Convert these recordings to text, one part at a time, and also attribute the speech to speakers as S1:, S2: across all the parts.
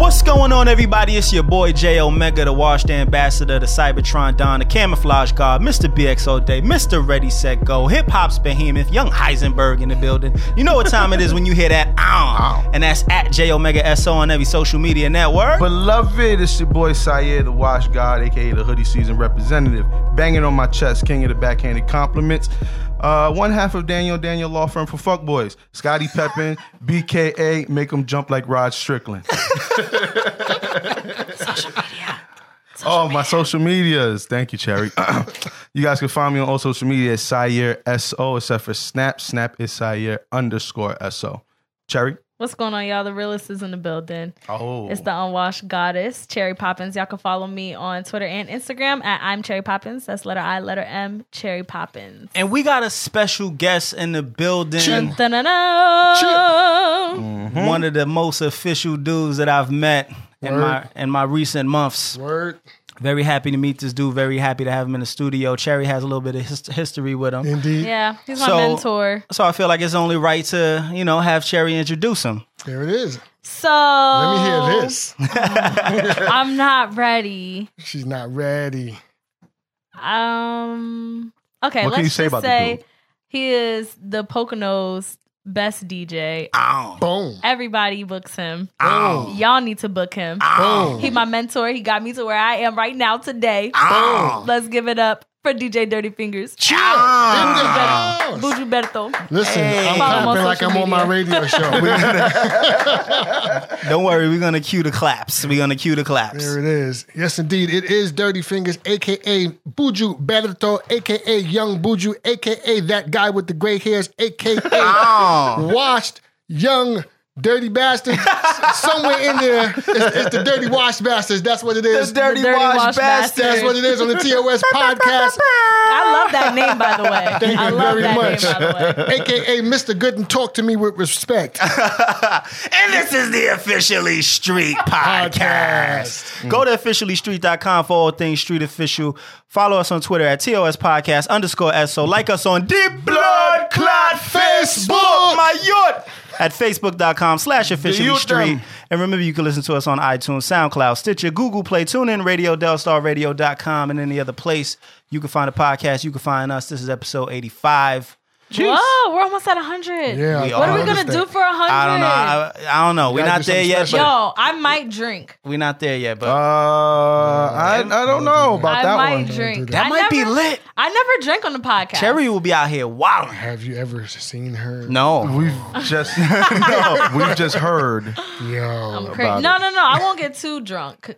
S1: on, everybody? It's your boy J Omega, the washed ambassador, the Cybertron Don, the camouflage god, Mr. BXO Day, Mr. Ready Set Go, Hip Hop's Behemoth, Young Heisenberg in the building. You know what time it is when you hear that
S2: Ah.
S1: on, and that's at J Omega SO on every social media network.
S3: Beloved, it's your boy Sayed, the Wash God, aka the Hoodie Season representative, banging on my chest, king of the backhanded compliments. Uh, one half of Daniel Daniel Law Firm for Fuckboys, Scotty Peppin, BKA, make them jump like Rod Strickland. Oh, my social medias. Thank you, Cherry. you guys can find me on all social media at Sire SO, except for Snap. Snap is Sire underscore SO. Cherry?
S4: What's going on, y'all? The realist is in the building.
S3: Oh.
S4: It's the unwashed goddess, Cherry Poppins. Y'all can follow me on Twitter and Instagram at I'm Cherry Poppins. That's letter I, letter M, Cherry Poppins.
S1: And we got a special guest in the building.
S4: Dun-dun-dun.
S1: One of the most official dudes that I've met in my
S2: Hmm? Word.
S1: in my recent months.
S2: Word.
S1: Very happy to meet this dude. Very happy to have him in the studio. Cherry has a little bit of his- history with him.
S2: Indeed.
S4: Yeah, he's my
S1: So-
S4: mentor.
S1: So I feel like it's only right to, you know, have Cherry introduce him.
S2: There it is.
S4: So
S2: Let me
S4: Oh.
S2: hear this.
S4: I'm not ready.
S2: She's not ready.
S4: Um. Okay.
S3: What
S4: let's
S3: can you say
S4: just
S3: about the
S4: say
S3: dude?
S4: he is the Poconos best DJ.
S1: Ow.
S2: Boom.
S4: Everybody books him.
S2: Boom.
S4: Y'all need to book him.
S2: Boom.
S4: He my mentor. He got me to where I am right now today.
S2: Boom.
S4: Let's give it up for DJ Dirty Fingers.
S2: In the house.
S4: Bujuberto.
S2: Listen, I'm
S4: Follow him on
S2: clapping like
S4: social
S2: I'm on my radio show.
S1: Don't worry, we're gonna cue the claps. We're gonna cue the claps.
S2: there it is. Yes, indeed. It is Dirty Fingers, aka Buju Berto, aka Young Buju, aka that guy with the gray hairs, aka washed young dirty bastard. Somewhere in there, it's, it's the dirty washed bastards. That's what it is.
S4: Dirty Wash Bastard.
S2: That's what it is on the TOS podcast.
S4: I love that name, by the way.
S2: Thank
S4: I
S2: you
S4: love
S2: very
S4: that
S2: much.
S4: name, by the way.
S2: AKA Mr. Gooden, talk to me with respect.
S1: And this is the Officially Street Podcast. Mm. Go to officiallystreet.com for all things street official. Follow us on Twitter at TOS Podcast underscore SO. Like us on Deep Blood Clot Facebook, my yacht, at facebook.com slash officially
S3: youth
S1: street.
S3: them.
S1: And remember, you can listen to us on iTunes, SoundCloud, Stitcher, Google Play, TuneIn, Radio, DelStarRadio.com, and any other place you can find a podcast. You can find us. This is episode 85.
S4: Whoa, we're almost at 100.
S2: Yeah,
S1: We
S4: What
S1: I
S4: are we
S1: don't
S4: going to do for 100?
S1: I don't know. I, I don't know. We're
S2: Gotta
S1: not
S2: do
S1: there
S2: something
S1: yet.
S2: special.
S1: But
S4: Yo, I might drink.
S1: we're not there yet, but
S3: Uh,
S1: Uh,
S3: I, I don't know about
S4: I
S3: that
S4: might
S3: one.
S4: drink.
S1: That
S4: I
S1: might be
S4: never-
S1: lit.
S4: I never drank on the podcast.
S1: Cherry will be out here wilding.
S2: Have you ever seen her?
S1: No.
S3: We've just no, we've just heard.
S4: I'm
S2: Yo.
S4: crazy.
S3: about
S4: No,
S3: it.
S4: no, no. I won't get too drunk.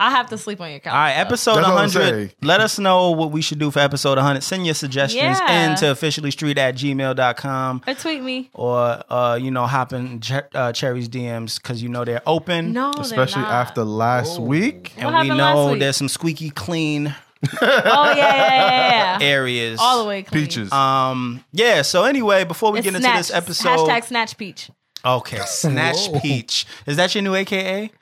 S4: I have to sleep on your couch.
S1: All right, episode
S3: That's what I'm
S1: 100.
S3: saying.
S1: Let us know what we should do for episode 100. Send your suggestions
S4: Yeah.
S1: in to officiallystreet at gmail.com
S4: Or tweet me.
S1: or, uh, you know, hop in Che- uh, Cherry's DMs because you know they're open.
S4: No, they're
S3: Especially
S4: not.
S3: after
S1: Oh.
S3: last week.
S1: And
S4: What
S1: we
S4: happened last
S1: know
S4: week?
S1: there's some squeaky clean
S4: Oh yeah, yeah, yeah, yeah.
S1: areas.
S4: All the way clean.
S3: Peaches.
S1: Um, yeah, so anyway, before we
S4: It's
S1: get into
S4: snatch.
S1: this episode.
S4: Hashtag snatch peach.
S1: okay, Snatch
S2: Whoa.
S1: Peach. Is that your new AKA?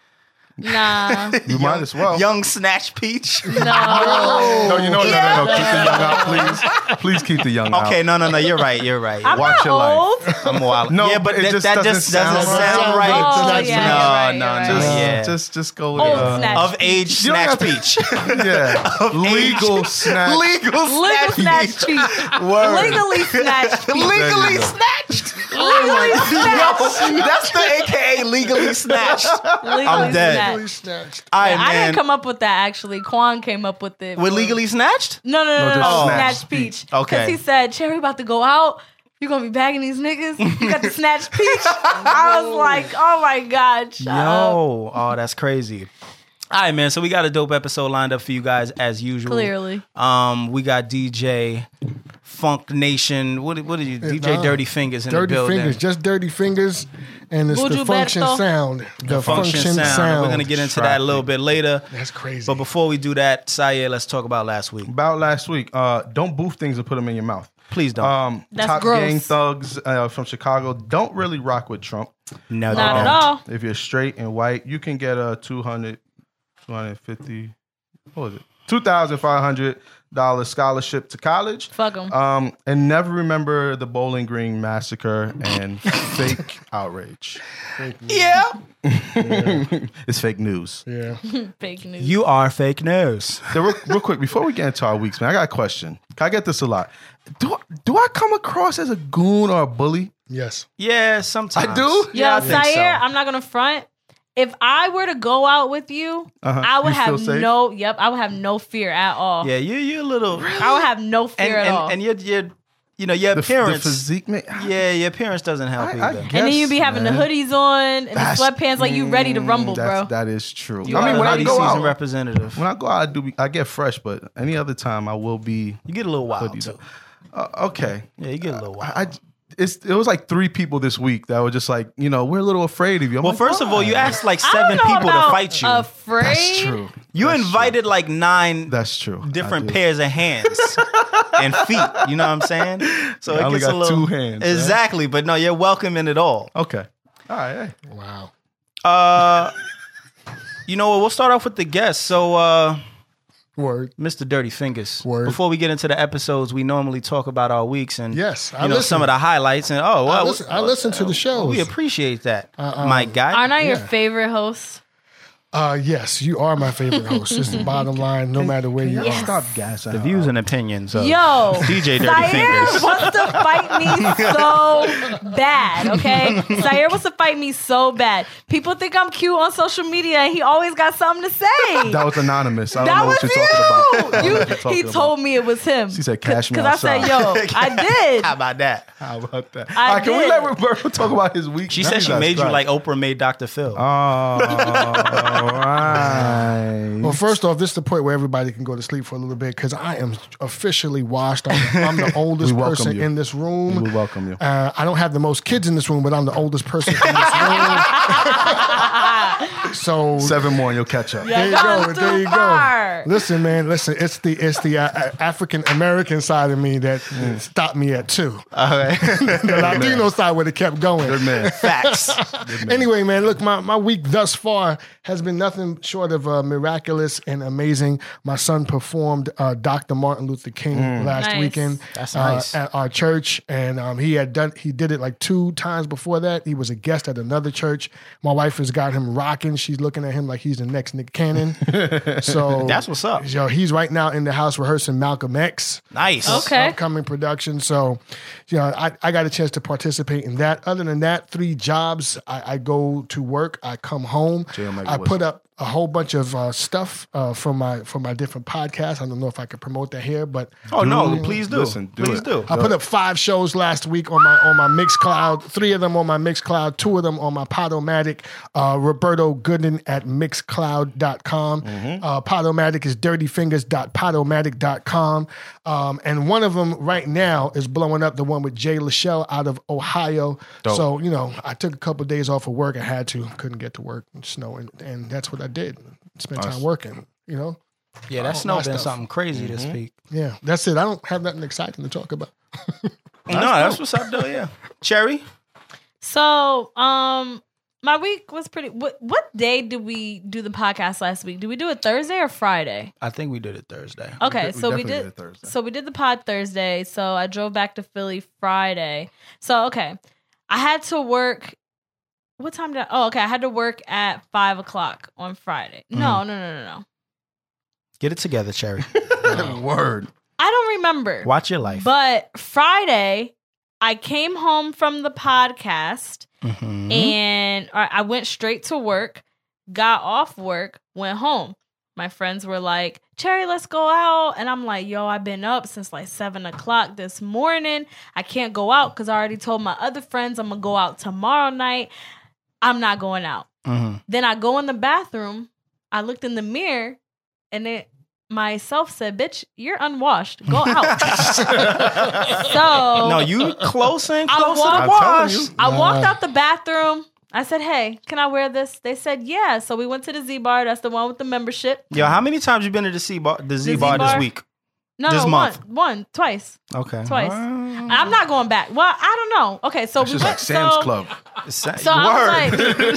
S4: Nah,
S3: you might as well.
S1: Young Snatch Peach?
S4: no.
S2: Oh,
S3: No, you know what? No, no, no. Keep the young out, please. Please keep the young out.
S1: Okay, no, no, no. You're right. You're right.
S4: I'm
S3: Watch
S4: not
S3: your life.
S4: old.
S1: I'm wild.
S3: No,
S1: yeah, but
S3: it
S1: that
S3: just
S1: that
S3: doesn't
S1: just doesn't
S3: sound
S1: sound right.
S2: right.
S4: Oh,
S2: Snatch
S4: yeah,
S1: peach.
S4: you're right,
S1: No,
S4: you're
S1: no,
S4: right.
S3: Just,
S1: Yeah.
S3: just just go with
S4: Old
S3: uh,
S4: snatch.
S1: Of age
S3: You don't
S1: snatch
S3: have to-
S1: peach.
S3: yeah. Legal snatch.
S1: Legal
S4: Legal
S1: snatch
S4: snatch peach.
S1: Word.
S4: Legally snatch peach.
S3: There
S1: Legally
S3: you go.
S1: snatched.
S4: Legally snatched.
S1: Yo, that's the AKA legally snatched. All
S4: Legally
S1: I'm dead.
S4: snatched.
S2: Really snatched.
S1: right,
S4: I
S1: man.
S4: didn't come up with that actually. Quan came up with it.
S1: We're legally snatched.
S4: No, no, no, no,
S3: just
S4: no.
S3: snatch
S4: Snatch peach.
S1: Okay.
S4: Because he said, Cherry about to go out. You gonna be bagging these niggas? You got the snatch peach. I was like, oh my god, shut up.
S1: Yo, oh, that's crazy. All right, man. So we got a dope episode lined up for you guys as usual.
S4: Clearly,
S1: Um, we got DJ Funk Nation. What what did you DJ
S2: nah.
S1: Dirty Fingers in the
S2: Dirty
S1: building?
S2: fingers, just dirty fingers, and it's the
S4: Buju
S2: function
S4: Berto.
S2: sound. The
S1: function, sound. We're gonna get into that a little bit later.
S2: That's crazy.
S1: But before we do that, Saye, let's talk about last week.
S3: About last week. Uh, don't boof things and put them in your mouth.
S1: Please don't.
S3: Um,
S4: That's
S3: top
S4: gross.
S3: gang thugs uh, from Chicago don't really rock with Trump.
S1: no, they
S4: not at
S1: don't.
S4: all.
S3: If you're straight and white, you can get a 200, 250, what was it? two thousand five hundred dollar scholarship to college.
S4: Fuck
S1: Uh,
S4: 'em.
S3: Um, and never remember the Bowling Green massacre and fake outrage.
S1: Yeah.
S3: It's fake news.
S2: Yeah.
S4: Fake news.
S1: You are fake news.
S3: So real, real quick, before we get into our weeks, man, I got a question. I get this a lot. Do do I come across as a goon or a bully?
S2: Yes.
S1: Yeah, sometimes.
S3: I do.
S4: Yo, Sire, I'm not gonna front. If I were to go out with you,
S3: Uh-huh.
S4: I would
S3: You feel
S4: have
S3: safe?
S4: no. Yep, I would have no fear at all.
S1: Yeah, you you a little
S4: I would have no
S1: and
S4: fear at all.
S1: and, and your your you know, your
S3: The, the
S1: appearance
S3: physique, man.
S1: Yeah, your appearance doesn't help
S3: I, I
S1: either.
S3: guess,
S4: And then you be having
S3: man.
S4: the hoodies on and
S3: That's-
S4: the sweatpants, like you ready to rumble, bro.
S3: That's, that is true.
S1: You
S3: I
S1: are
S3: mean,
S1: a
S3: when I
S1: hoodie
S3: go
S1: season
S3: out,
S1: representative.
S3: when I go out, I do. Be, I get fresh, but any other time, I will be.
S1: You get a little wild
S3: hoodied
S1: too.
S3: up. Uh, okay,
S1: Yeah, you get a little wild.
S3: I. It's, it was like three people this week that were just like, you know, we're a little afraid of you. I'm
S1: well,
S3: like,
S1: first of all, you
S3: why?
S1: asked like
S4: I don't
S1: seven
S4: know
S1: people to
S4: about
S1: fight you.
S4: Afraid.
S3: That's true.
S1: you invited like nine
S3: That's true. I
S1: different
S3: did.
S1: pairs of hands and feet. You know what I'm saying? So
S3: I only got two hands, right?
S1: Exactly, but no, you're welcoming it all.
S3: Okay. All right. hey.
S2: Wow.
S1: Uh, you know what? We'll start off with the guests. So, uh,
S2: Word.
S1: Mr. Dirty Fingers.
S2: Word.
S1: Before we get into the episodes, we normally talk about our weeks and
S2: Yes, I
S1: you know
S2: listen.
S1: some of the highlights and oh
S2: I
S1: well,
S2: listen, I listen to the
S1: we
S2: shows.
S1: appreciate that,
S2: uh,
S1: my guy.
S4: Aren't I your
S2: Yeah.
S4: favorite host?
S2: Uh, yes, you are my favorite host. It's the bottom line, no matter where you
S4: Yes.
S2: are.
S3: Stop gassing.
S1: the views and opinions of
S4: Yo,
S1: DJ Uh, Dirty
S4: Zaire
S1: Fingers.
S4: wants to fight me so bad. Okay, Zaire wants to fight me so bad. People think I'm cute on social media, and he always got something to say.
S3: That was anonymous. I don't
S4: That
S3: know
S4: was
S3: what you're talking about. I don't know
S4: you.
S3: what you're
S4: he
S3: talking
S4: told me it was him.
S3: She said, "Cash me
S4: Because I said, yo,
S3: outside."
S4: I did.
S1: How about that?
S3: about. How about that?
S4: I
S3: All right, can we
S4: did.
S3: let Roberto talk about his week?
S1: She said she made you like Oprah made Dr. Phil.
S3: Oh, right.
S2: Well, first off, this is the point where everybody can go to sleep for a little bit because I am officially washed. I'm, I'm the oldest
S3: We welcome
S2: person
S3: you.
S2: in this room.
S3: We welcome you.
S2: Uh, I don't have the most kids in this room, but I'm the oldest person in this room. so
S3: Seven more and you'll catch up.
S2: there you
S4: That
S2: go.
S4: was
S2: There
S4: too
S2: you go.
S4: far.
S2: Listen, man. Listen, it's the it's the uh, African American side of me that stopped me at two. the Latino side would have kept going.
S3: Good man.
S1: Facts.
S2: Anyway, man, look, my, my week thus far has been nothing short of uh, miraculous and amazing. My son performed uh, Dr. Martin Luther King last
S4: Nice.
S2: weekend
S1: Mm. That's
S2: uh,
S1: nice.
S2: at our church, and um, he had done he did it like two times before that. He was a guest at another church. My wife has got him rocking. She's looking at him like he's the next Nick Cannon. so
S1: That's what's up.
S2: Yo, he's right now in the house rehearsing Malcolm X
S1: Nice.
S4: Okay.
S2: upcoming production. So, you know, I, I got a chance to participate in that. Other than that, three jobs. I, I go to work. I come home.
S3: J.O. Michael
S2: I put up a whole bunch of uh, stuff uh, from my from my different podcasts. I don't know if I could promote that here, but
S1: Oh no, please do.
S3: Listen, do
S1: please
S3: it.
S1: do.
S2: I put up five shows last week on my on my Mixcloud. Three of them on my Mixcloud. Two of them on my Podomatic. Uh, Roberto Gooden at Mixcloud.com. Uh, Podomatic is dirtyfingers.podomatic.com. Um, and one of them right now is blowing up. The one with Jay Lachelle out of Ohio. So you know, I took a couple of days off of work. I had to. Couldn't get to work. Snow and, and that's what I did. Spent time working. You know.
S1: yeah, that's
S2: my
S1: not been
S2: stuff.
S1: something crazy this week.
S2: Yeah. That's it. I don't have nothing exciting to talk about.
S1: no, that's what's up though. Yeah, Cherry.
S4: So, um, my week was pretty. What, what day did we do the podcast last week? Did we do it Thursday or Friday?
S1: I think we did it Thursday.
S4: Okay,
S3: did- we
S4: so
S3: definitely
S4: we did.
S3: did it Thursday.
S4: so we did the pod Thursday. So I drove back to Philly Friday. So okay, I had to work. What time did I? Oh, okay. I had to work at five o'clock on Friday. No,
S3: Mm-hmm.
S4: no, no, no, no.
S1: Get it together, Cherry.
S3: Word.
S4: I don't remember.
S1: Watch your life.
S4: But Friday, I came home from the podcast
S1: Mhm.
S4: and I I went straight to work, got off work, went home. My friends were like, Cherry, let's go out. And I'm like, yo, I've been up since like seven o'clock this morning. I can't go out because I already told my other friends I'm going to go out tomorrow night. I'm not going out.
S1: Mhm.
S4: Then I go in the bathroom. I looked in the mirror and it myself said, bitch, you're unwashed. Go out. so
S1: No, you close and
S4: I
S1: close to
S4: walked-
S1: the
S4: I'm
S1: wash.
S3: telling
S4: I walked
S2: Nah.
S4: out the bathroom. I said, "Hey, can I wear this?" They said, "Yeah." So we went to the Z Bar. That's the one with the membership.
S1: Yo, how many times you been to the Z bar, the Z bar this
S4: Z-Bar?
S1: week?
S4: No,
S1: This
S4: no,
S1: month.
S4: one, one, twice.
S1: Okay.
S4: Twice. I'm not going back. Well, I don't know. Okay, so
S3: It's
S4: Oh, we
S3: just like
S4: went-
S3: Sam's
S4: so-
S3: Club.
S4: So I was like,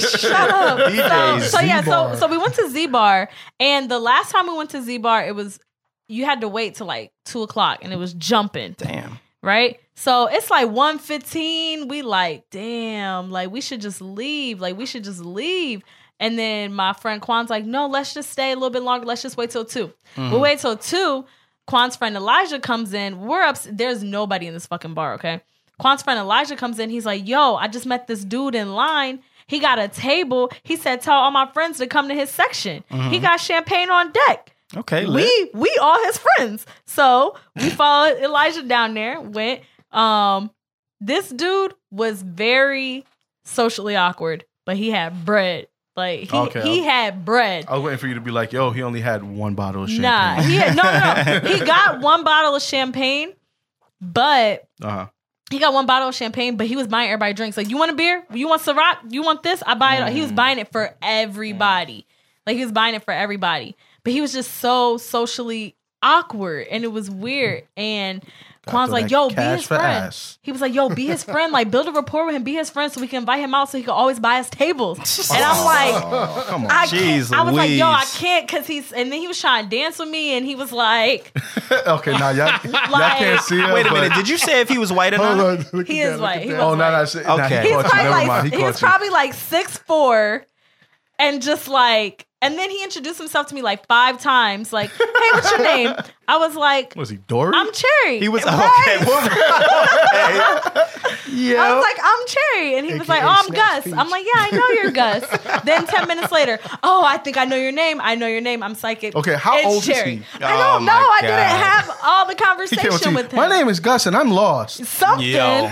S4: shut up. So, so yeah, so
S2: Z-Bar.
S4: so we went to Z Bar, and the last time we went to Z Bar, it was you had to wait till like two o'clock, and it was jumping,
S1: Damn.
S4: right? So it's like one fifteen. We like, damn, like we should just leave. Like we should just leave. And then my friend Kwan's like, no, let's just stay a little bit longer. Let's just wait till 2 We wait till two. Kwan's friend Elijah comes in. We're up. There's nobody in this fucking bar, okay? Quan's friend Elijah comes in. He's like, yo, I just met this dude in line. He got a table. He said, tell all my friends to come to his section. He got champagne on deck.
S1: Okay. lit.
S4: We we all his friends. So we followed Elijah down there, went. Um, this dude was very socially awkward, but he had bread. Like he,
S3: Okay. Oh,
S4: he had bread.
S3: I was waiting for you to be like, yo, he only had one bottle of
S4: Nah,
S3: champagne.
S4: he had, no, no, no. He got one bottle of champagne, but
S3: Uh-huh.
S4: he got one bottle of champagne, but he was buying everybody drinks. Like, you want a beer? You want Ciroc? You want this? I buy it. He
S3: Mm.
S4: was buying it for everybody. Like, he was buying it for everybody. But he was just so socially awkward, and it was weird. And Quan's
S3: throw
S4: like,
S3: that
S4: "Yo, be
S3: cash
S4: his
S3: for
S4: friend."
S3: ass.
S4: He was like, "Yo, be his friend. Like, build a rapport with him. Be his friend, so we can invite him out, so he can always buy us tables." And I'm like,
S3: Oh, come on.
S4: I, can't.
S1: Jeez
S4: I was like, yo, I
S1: Louise.
S4: can't, cause he's, and then he was trying to dance with me, and he was like,
S3: okay, now y'all, y'all
S4: Like-
S3: can't see it.
S1: Wait a minute.
S3: but-
S1: Did you say if he was white or not?
S2: Hold on. Look
S4: He
S2: at
S4: is
S2: that, look
S4: white.
S2: at
S4: He
S2: that.
S3: Oh, no, no. shit. Nah,
S1: Okay.
S3: he
S4: he's
S3: caught you.
S4: probably
S3: Never mind.
S4: like,
S3: He
S4: he was
S3: caught you.
S4: probably like six four, and just like, and then he introduced himself to me like five times, like, hey, what's your name? I was like,
S3: Was he Dory?
S4: I'm Cherry.
S1: He was
S4: Right?
S1: okay. what- okay.
S4: I
S1: Yeah.
S4: was like, I'm Cherry. And he was like,
S2: AKA
S4: Oh, I'm
S2: Snatch
S4: Gus.
S2: Peach.
S4: I'm like, Yeah, I know you're Gus. then 10 minutes later, Oh, I think I know your name. I know your name. I'm psychic.
S3: Okay, how
S4: It's
S3: old is
S4: Cherry.
S3: he?
S4: I
S1: Oh,
S4: don't
S1: my
S4: know. I
S1: God.
S4: didn't have all the
S3: he came up to
S4: conversation
S3: you.
S4: with him.
S3: My name is Gus and I'm lost.
S4: Something.
S1: I'm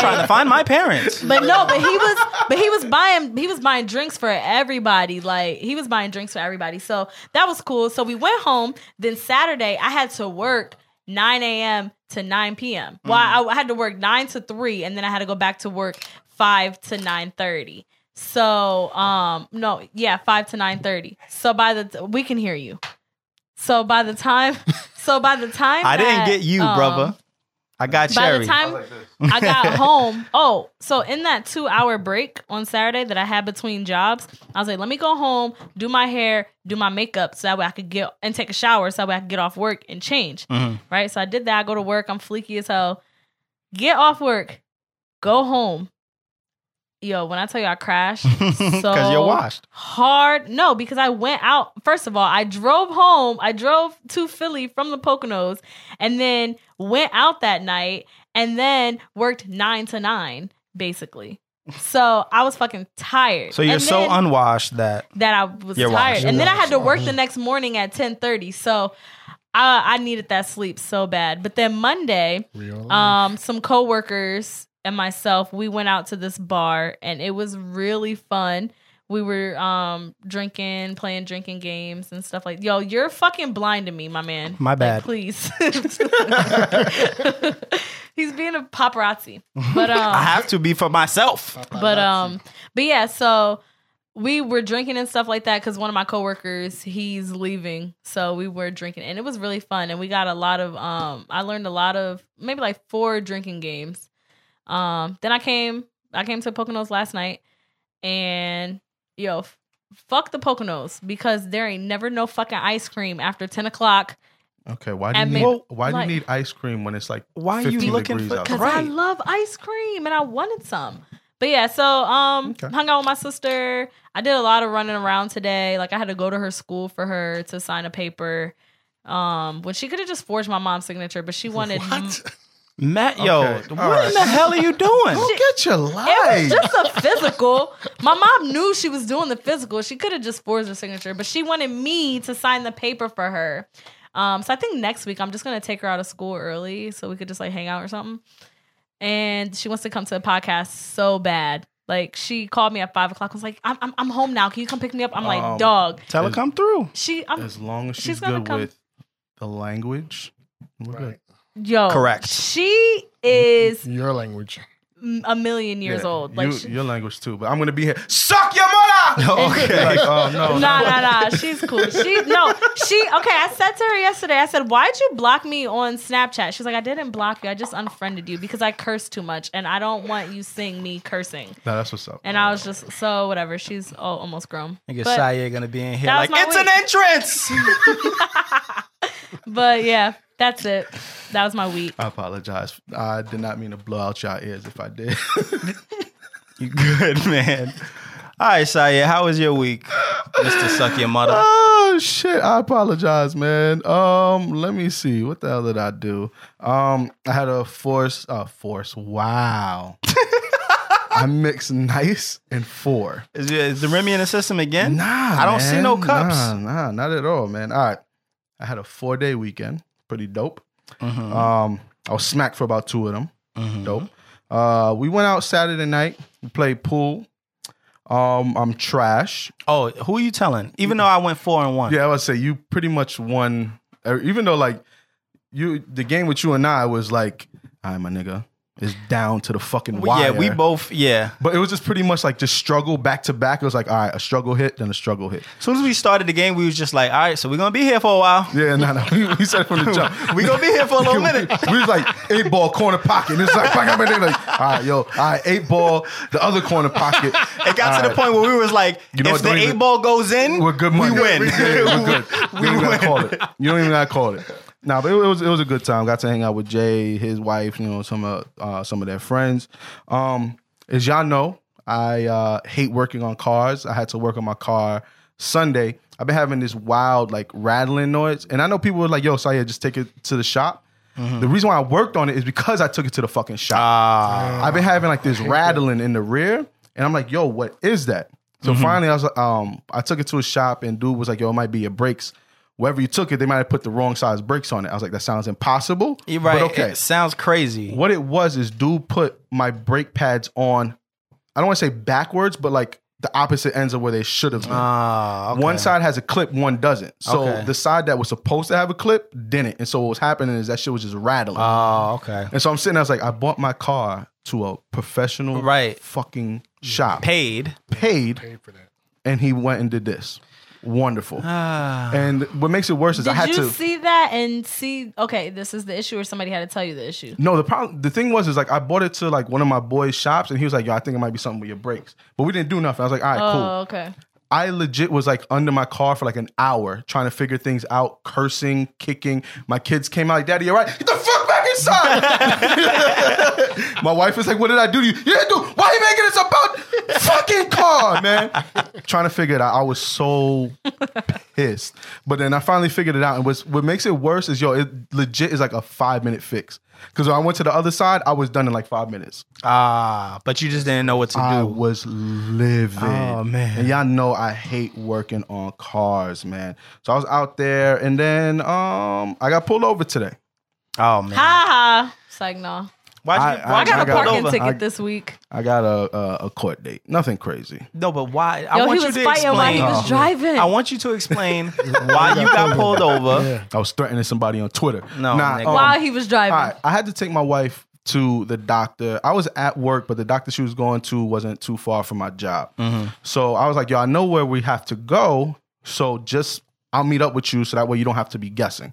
S1: trying to find my parents.
S4: But no, but he was but he was buying he was buying drinks for everybody. Like he was buying drinks for everybody. So that was cool. So we went home. Then Saturday I had to work 9 a.m. to 9 p.m. Well,
S1: Mm-hmm.
S4: I, I had to work nine to three and then I had to go back to work five to nine thirty. So um no, yeah, five to nine thirty. So by the t- we can hear you. So by the time so by the time
S1: I didn't
S4: that,
S1: get you,
S4: um,
S1: brother. I got
S4: by
S1: Cherry.
S4: the time I got home. Oh, so in that two hour break on Saturday that I had between jobs, I was like, let me go home, do my hair, do my makeup, so that way I could get and take a shower, so that way I could get off work and change.
S1: Mhm.
S4: Right. So I did that. I go to work. I'm fleeky as hell. Get off work, go home. Yo, when I tell you I crashed,
S1: Because you're washed.
S4: hard. No, because I went out. First of all, I drove home. I drove to Philly from the Poconos and then went out that night and then worked nine to nine, basically. So I was fucking tired.
S1: So you're
S4: And
S1: so
S4: then-
S1: unwashed that.
S4: that I was
S1: You're
S4: tired.
S1: washed.
S4: And then I had to
S2: You're
S4: work
S2: washed.
S4: the next morning at 10:30. So I I needed that sleep so bad. But then Monday,
S2: Real
S4: um some coworkers and myself we went out to this bar and it was really fun we were um drinking playing drinking games and stuff like yo you're fucking blind to me my man
S1: My
S4: Like,
S1: bad.
S4: please he's being a paparazzi but um
S1: I have to be for myself.
S4: but um but yeah so we were drinking and stuff like that because one of my coworkers he's leaving so we were drinking and it was really fun and we got a lot of um i learned a lot of maybe like four drinking games um then i came i came to poconos last night and yo f- fuck the poconos because there ain't never no fucking ice cream after 10 o'clock
S3: Okay, why do you
S4: And
S3: need,
S4: make-
S3: why do you
S4: like-
S3: need ice cream when it's like
S1: Why are you
S3: 15
S1: looking
S3: degrees
S1: for-
S3: outside?
S4: because I
S1: Right.
S4: love ice cream and I wanted some. But yeah, so um,
S3: Okay.
S4: hung out with my sister. I did a lot of running around today. Like I had to go to her school for her to sign a paper. Um, when she could have just forged my mom's signature, but she wanted.
S2: What?
S1: Matt, yo,
S3: Okay,
S1: what
S3: all
S1: in
S3: right.
S1: the hell are you doing?
S3: Go get your
S4: It
S3: life.
S4: was just a physical. My mom knew she was doing the physical. She could have just forged her signature, but she wanted me to sign the paper for her. Um, so I think next week I'm just gonna take her out of school early so we could just like hang out or something. And she wants to come to the podcast so bad. Like she called me at five o'clock. Was like, I'm I'm, I'm home now. Can you come pick me up? I'm like,
S3: Um,
S4: dog.
S1: Tell her come through.
S4: She I'm
S3: as long as
S4: she's
S3: she's,
S4: gonna
S3: good
S4: come-
S3: with the language. we're good.
S2: Right.
S4: yo
S1: Correct.
S4: She is
S2: Your language.
S4: m- a million years
S3: Yeah,
S4: old. Like,
S3: you-
S4: she-
S3: your language too, but I'm gonna be here. Suck your mother.
S1: Okay.
S3: like, oh no.
S4: nah, nah, nah. She's cool. She no, she okay. I said to her yesterday. I said, "Why'd you block me on Snapchat?" She's like, "I didn't block you. I just unfriended you because I curse too much, and I don't want you seeing me cursing."
S3: Nah, that's what's up.
S4: And I was just so whatever. She's all, almost grown.
S1: I guess
S4: But-
S1: Saya gonna be in here
S4: That was
S1: like
S4: my
S1: it's an entrance.
S4: But yeah, that's it. That was my week.
S3: I apologize. I did not mean to blow out your ears if I did.
S1: you good man? All right, Saya, how was your week, Mister Suck Your Mother?
S3: oh shit! I apologize, man. Um, let me see. What the hell did I do? Um, I had a force. Uh, force. Wow. I mixed nice and four.
S1: Is, is the Remy in the system again?
S3: Nah,
S1: I don't see
S3: man.
S1: no cups.
S3: Nah, nah, not at all, man. All right, I had a four day weekend. Pretty dope.
S1: Mhm,
S3: Um, I was smacked for about two of them.
S1: mhm.
S3: Dope. Uh, we went out Saturday night. We played pool. Um, I'm trash.
S1: Oh, who are you telling? Even though I went four and one.
S3: Yeah, I would say you pretty much won. uh, Even though like you, the game with you and I was like, "All right, my nigga, it's down to the fucking
S1: Well, yeah,
S3: wire."
S1: we both. Yeah.
S3: But it was just pretty much like just struggle back to back. It was like, all right, a struggle hit, then a struggle hit.
S1: As soon as we started the game, we was just like, all right, so we're gonna be here for a while.
S3: Yeah, no, no. We, we said it from the jump.
S1: We gonna be here for a little minute.
S3: We was like eight ball corner pocket. And it's like, bang, bang, bang, like, all right, yo, all right, eight ball, the other corner pocket.
S1: It got
S3: All
S1: to
S3: right.
S1: the point where we was like,
S3: You know
S1: if
S3: what,
S1: the
S3: don't
S1: eight
S3: even-
S1: ball goes in,
S3: We're good money.
S1: We win.
S3: We're good. We're good. You don't even
S1: win.
S3: gotta call it. You don't even gotta call it. Nah, but it, was it was a good time. Got to hang out with Jay, his wife, you know, some of uh, some of their friends. Um, as y'all know, I uh, hate working on cars. I had to work on my car Sunday. I've been having this wild like rattling noise, and I know people were like, "Yo, Saya, just take it to the shop."
S1: Mm-hmm.
S3: The reason why I worked on it is because I took it to the fucking shop.
S1: Ah,
S3: I've been having like this rattling in the rear, and I'm like, yo, what is that? So finally, I was like, um, I took it to a shop, and dude was like, yo, it might be your brakes. Wherever you took it, they might have put the wrong size brakes on it. I was like, that sounds impossible.
S1: You're right.
S3: But okay.
S1: It sounds crazy.
S3: what it was is dude put my brake pads on, I don't want to say backwards, but like the opposite ends of where they should have been.
S1: Ah, okay.
S3: One side has a clip, one doesn't. So
S1: Okay.
S3: the side that was supposed to have a clip didn't. And so what was happening is that shit was just rattling.
S1: Oh, okay.
S3: And so I'm sitting there, I was like, I bought my car to a professional
S1: Right.
S3: fucking shop,
S1: Paid.
S3: paid,
S2: Paid for that.
S3: and he went and did this. Wonderful.
S1: Ah.
S3: And what makes it worse is I had
S4: Did you
S3: to.
S4: see that and see? Okay, this is the issue, or somebody had to tell you the issue.
S3: no, the problem, the thing was, is like I bought it to like one of my boys' shops, and he was like, "Yo, I think it might be something with your brakes," but we didn't do nothing. I was like, "All right, cool."
S4: Oh, okay.
S3: I legit was like under my car for like an hour trying to figure things out, cursing, kicking. My kids came out like, Daddy, you're right. Get the fuck back inside. my wife is like, What did I do to you? You didn't do. Why are you making this about fucking car, man? trying to figure it out. I was so pissed. But then I finally figured it out. And what's, what makes it worse is, yo, it legit is like a five minute fix. Because when I went to the other side, I was done in like five minutes.
S1: Ah, but you just didn't know what to
S3: I
S1: do.
S3: was livid.
S1: Oh, man.
S3: And y'all know I hate working on cars, man. So I was out there, and then um, I got pulled over today.
S1: Oh man.
S4: Ha ha. It's like no.
S1: Why'd
S3: I-
S1: you, why'd
S4: I
S1: you
S4: got
S3: I
S4: a
S1: get
S3: got-
S4: parking
S1: pulled over?
S4: ticket
S3: I-
S4: this week.
S3: I got a a, a court date. Nothing crazy.
S1: No, but why? I
S4: Yo,
S1: want
S4: he
S1: you
S4: was
S1: to
S4: fighting
S1: explain.
S4: while he was driving.
S1: I want you to explain why you got pulled over.
S2: Yeah.
S3: I was threatening somebody on Twitter.
S1: No, nigga.
S3: um,
S4: While he was driving.
S3: all right, I had to take my wife to the doctor. I was at work, but the doctor she was going to wasn't too far from my job. So I was like, yo, I know where we have to go. So just I'll meet up with you so that way you don't have to be guessing.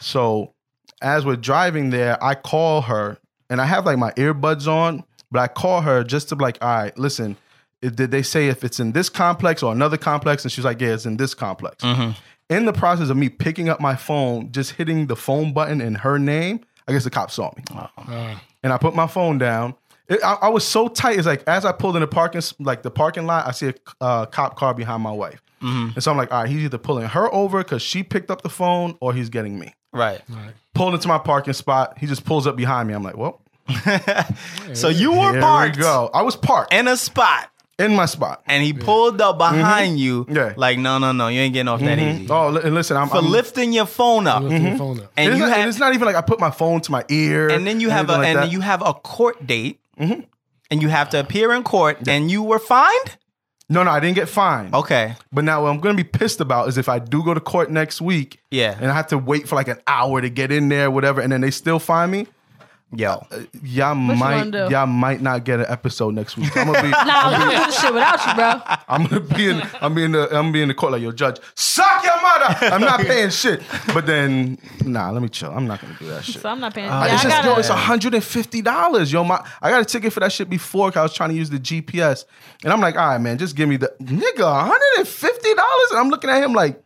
S3: So as we're driving there, I call her and I have like my earbuds on, but I call her just to be like, all right, listen, if- did they say if it's in this complex or another complex? And she's like, yeah, it's in this complex. In the process of me picking up my phone, just hitting the phone button in her name, I guess the cop saw me
S1: Uh-uh.
S2: Uh,
S3: and I put my phone down. It, I, I was so tight. It's like as I pulled in the parking s- like the parking lot, I see a uh, cop car behind my wife,
S1: Mm-hmm.
S3: and so I'm like, all right, he's either pulling her over because she picked up the phone, or he's getting me.
S1: Right.
S3: Pulled into my parking spot, he just pulls up behind me. I'm like, well,
S1: So you were
S3: here
S1: parked
S3: we go. I was parked
S1: in a spot,
S3: in my spot.
S1: and he pulled up behind you.
S3: Mm-hmm. Yeah.
S1: Like, no, no, no, you ain't getting off that easy.
S3: Oh, li- and listen, I'm,
S1: For
S3: I'm
S1: lifting your phone up,
S2: lift
S3: Mm-hmm.
S2: your phone up.
S1: and
S3: it's
S1: you
S3: not, and
S1: had
S3: it's not even like I put my phone to my ear,
S1: and then you have a
S3: anything like
S1: and
S3: that. Mm-hmm.
S1: then you have a court date, and you have to appear in court, and you were fined.
S3: no, no, I didn't get fined.
S1: Okay,
S3: But now what I'm gonna be pissed about is if I do go to court next week,
S1: Yeah.
S3: and I have to wait for like an hour to get in there, whatever, and then they still find me. uh,
S1: Yo.
S3: Y'all
S4: you
S3: might
S4: gonna do?
S3: y'all might not get an episode next week. I'm gonna be
S4: Nah, we can do the shit without you, bro.
S3: I'm gonna be in I'm being the I'm being the court like your judge. Suck your mother. I'm not paying shit. But then nah, let me chill. I'm not gonna do that shit.
S4: So I'm not paying.
S3: I-
S4: yeah,
S3: Uh, it's just
S4: I gotta,
S3: yo, it's hundred and fifty dollars, yo. My I got a ticket for that shit before 'cause I was trying to use the GPS, and I'm like, all right, man, just give me the nigga hundred and fifty dollars, and I'm looking at him like,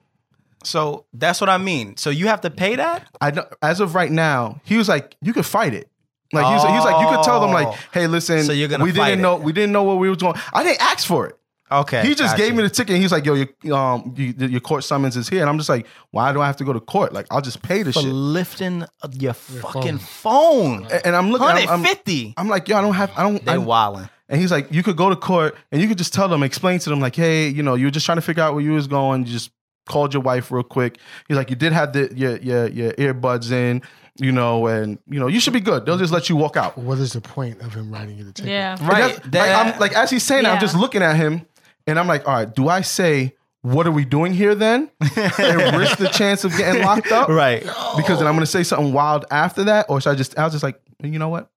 S3: so
S1: That's what I mean. So you have to pay that?
S3: I don't, as of right now, he was like, you could fight it. Like he was, he was like, you could tell them like,
S1: Oh.
S3: hey, listen,
S1: So you're gonna
S3: we
S1: fight
S3: didn't
S1: it.
S3: know we didn't know what we was going. I didn't ask for it.
S1: Okay.
S3: He just
S1: got
S3: gave
S1: you.
S3: me the ticket. and He was like, yo, your um you, your court summons is here, and I'm just like, why do I have to go to court? Like I'll just pay the
S1: for
S3: shit.
S1: lifting your fucking phone.
S3: And I'm looking, I'm, I'm,
S1: 150.
S3: I'm like, yo, I don't have, I don't,
S1: they
S3: I,
S1: wildin'.
S3: And he's like, you could go to court and you could just tell them, explain to them, like, hey, you know, you were just trying to figure out where you was going. You just called your wife real quick. He's like, you did have the your your, your earbuds in, you know, and you know, you should be good. They'll just let you walk out.
S2: What is the point of him writing you the ticket?
S4: yeah.
S3: And that's-
S1: Right. That-
S3: like, I'm like as he's saying, that, I'm
S4: Yeah.
S3: just looking at him, and I'm like, all right, do I say? What are we doing here then? and risk the chance of getting locked up,
S1: Right.
S3: Because then I'm going
S1: Oh.
S3: to say something wild after that, or should I just? I was just like, you know what?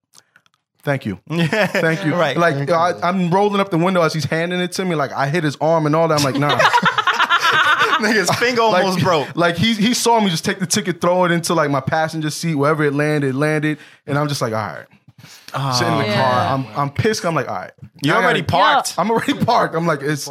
S3: Thank you. Thank you.
S1: Right.
S3: Like yo, I, I'm rolling up the window as he's handing it to me. Like I hit his arm and all that. I'm like, nah.
S1: Nigga's finger
S3: like,
S1: almost broke.
S3: Like he he saw me just take the ticket, throw it into like my passenger seat, wherever it landed, it landed, and I'm just like, all right. Sitting in the
S4: Yeah.
S3: car, I'm I'm pissed. I'm like, all right.
S1: Oh, You
S3: Now I
S1: already
S3: gotta-
S1: parked.
S3: I'm already parked. I'm like, it's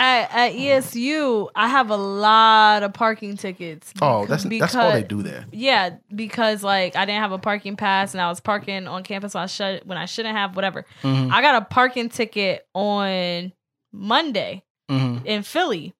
S4: At, at ESU, I have a lot of parking tickets.
S3: oh,
S4: because-
S3: that's that's all they
S4: because-
S3: do there.
S4: Yeah, because like I didn't have a parking pass and I was parking on campus when I should when I shouldn't have whatever.
S3: Mm-hmm.
S4: I got a parking ticket on Monday
S1: Mm-hmm.
S4: in Philly.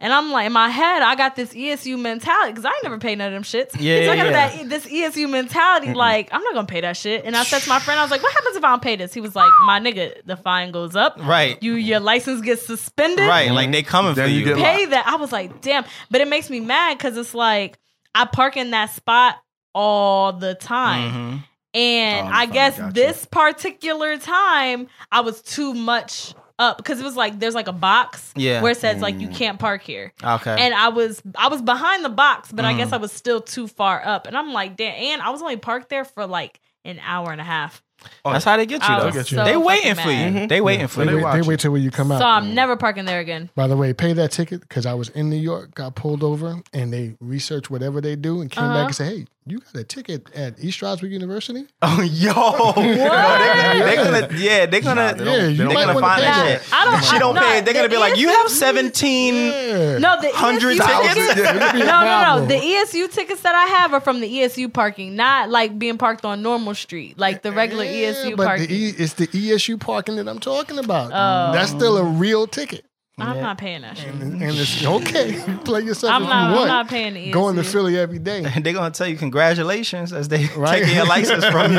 S4: And I'm like in my head, I got this ESU mentality because I ain't never paid none of them shits.
S1: Yeah,
S4: so I got
S1: yeah, yeah.
S4: that E, this ESU mentality, like I'm not gonna pay that shit. And I said to my friend, I was like, "What happens if I don't pay this?" He was like, "My nigga, the fine goes up.
S1: Right.
S4: You your license gets suspended
S1: Right. Like they coming
S3: Then
S1: for
S3: you
S1: you.
S3: get
S4: pay that. I was like, damn. But it makes me mad because it's like I park in that spot all the time.
S1: Mhm.
S4: And
S3: Oh,
S4: I
S3: fine,
S4: guess
S3: gotcha.
S4: this particular time I was too much up because it was like there's like a box
S1: Yeah.
S4: where it says like you can't park here.
S1: Okay.
S4: And I was I was behind the box, but I guess I was still too far up. And I'm like, damn, and I was only parked there for like an hour and a half.
S1: That's how they get you
S4: I
S1: though.
S4: was
S3: Look at
S4: so
S1: they waiting
S4: fucking
S1: for you.
S4: mad.
S1: They waiting for
S2: They,
S1: you.
S3: Mm-hmm. They
S2: wait, they
S3: watch
S2: wait till you come
S4: So
S2: out.
S4: I'm never parking there again.
S2: By the way, pay that ticket because I was in New York, got pulled over, and they researched whatever they do and came
S4: Uh-huh.
S2: back and said, "Hey, you got a ticket at East Stroudsburg University?
S1: Oh, yo. they gonna, yeah, they're gonna,
S3: they
S2: yeah,
S3: don't- they don't
S2: you
S1: they're
S2: might
S1: gonna
S2: want
S1: find
S2: to pay
S1: that
S2: that."
S1: shit.
S4: I don't-
S1: If she
S4: I-
S1: don't
S4: no,
S1: pay it, they're gonna
S4: the
S1: be like, you
S4: ESU
S1: have 17.
S2: Yeah.
S4: No, the
S1: Hundred
S4: ESU
S1: thousand.
S4: tickets-
S3: Yeah, it'd be a
S4: no, no, no.
S2: problem.
S4: The ESU tickets that I have are from the ESU parking, not like being parked on normal street, like the regular
S2: Yeah,
S4: ESU
S2: but
S4: parking. Oh.
S2: The e, it's the ESU parking that I'm talking about. That's still a real ticket,
S4: I'm not paying that shit.
S2: and, and it's okay. Play yourself
S4: I'm
S2: if
S4: not.
S2: you
S4: I'm
S2: want.
S4: not paying the E ESU.
S2: Going to Philly every day.
S1: And they're gonna tell you congratulations as they
S2: Right.
S1: taking your license from you.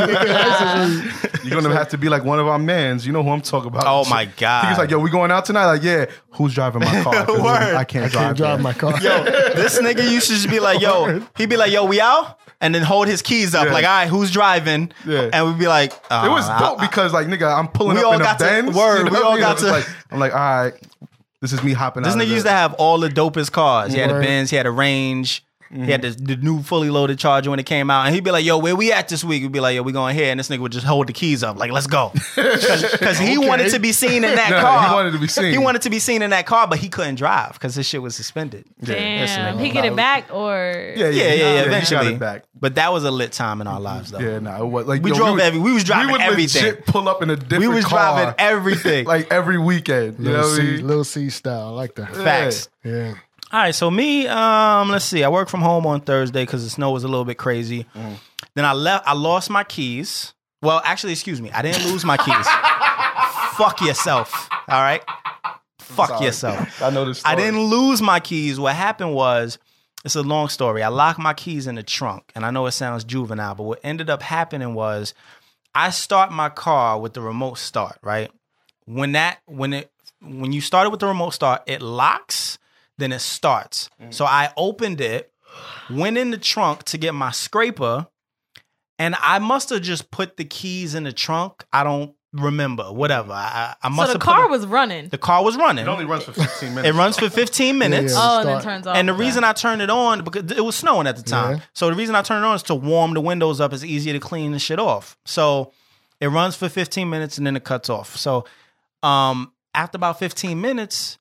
S3: You're gonna have to be like one of our mans. You know who I'm talking about.
S1: Oh, my God.
S3: He's like, yo, we going out tonight? Like, yeah. Who's driving my car? 'Cause
S1: Word.
S3: I can't
S2: I can't
S3: drive.
S2: drive
S3: yet.
S2: my car.
S1: yo, this nigga used to just be like, yo, he'd be like, yo, we out, and then hold his keys up,
S3: Yeah.
S1: like, all right, who's driving?
S3: Yeah.
S1: And we'd be like, uh,
S3: It was
S1: I-
S3: dope because like nigga, I'm pulling
S1: We
S3: up
S1: all
S3: in a
S1: got to-
S3: Benz.
S1: word, we
S3: what
S1: all
S3: I mean?
S1: got
S3: It's
S1: to-
S3: Like, I'm like, all right, this is me hopping.
S1: This
S3: out
S1: nigga
S3: of
S1: used to
S3: the-
S1: have all the dopest cars. He had a
S2: Word.
S1: Benz, he had a Range, he had the, the new fully loaded Charger when it came out, and he'd be like, "Yo, where we at this week?" We'd be like, "Yo, we going here," and this nigga would just hold the keys up, like, "Let's go," because he wanted to be seen in that
S3: No, he
S1: car.
S3: wanted to be seen.
S1: He wanted to be seen in that car, but he couldn't drive because his shit was suspended.
S4: Damn,
S1: nigga.
S4: he get it back or
S1: Yeah,
S3: Yeah,
S1: yeah, yeah.
S3: he got
S1: eventually,
S3: it back.
S1: but that was a lit time in our lives, though.
S3: Yeah, nah, it was like
S1: We
S3: yo,
S1: drove every- we was driving
S3: we would
S1: everything.
S3: Legit pull up in a different
S1: we was
S3: car,
S1: driving everything.
S3: like every weekend. You know
S2: Little
S3: what I
S2: C,
S3: mean?
S2: Lil C style, I like that.
S1: Facts.
S2: Yeah.
S1: All right, so me, um, let's see. I work from home on Thursday because the snow was a little bit crazy.
S3: Mm-hmm.
S1: Then I left. I lost my keys. Well, actually, excuse me. I didn't lose my keys. Fuck yourself. All right. Fuck
S3: Sorry.
S1: yourself.
S3: I know this.
S1: I
S3: story.
S1: didn't lose my keys. What happened was, it's a long story. I locked my keys in the trunk, and I know it sounds juvenile, but what ended up happening was, I start my car with the remote start. Right when that when it when you start it with the remote start, it locks, then it starts.
S4: Mm.
S1: So I opened it, went in the trunk to get my scraper, and I must have just put the keys in the trunk. I don't remember, whatever. I, I I must
S4: So the
S1: have
S4: car
S1: put a-
S4: was running.
S1: the car was running.
S3: It only runs for 15 minutes.
S1: It runs for 15 minutes.
S2: Yeah.
S4: Oh, and
S2: Start.
S4: it turns off.
S1: And the
S4: Okay.
S1: reason I turned it on because it was snowing at the time.
S2: Yeah.
S1: So the reason I turned it on is to warm the windows up. It's easier to clean the shit off. So it runs for 15 minutes and then it cuts off. So um, after about 15 minutes,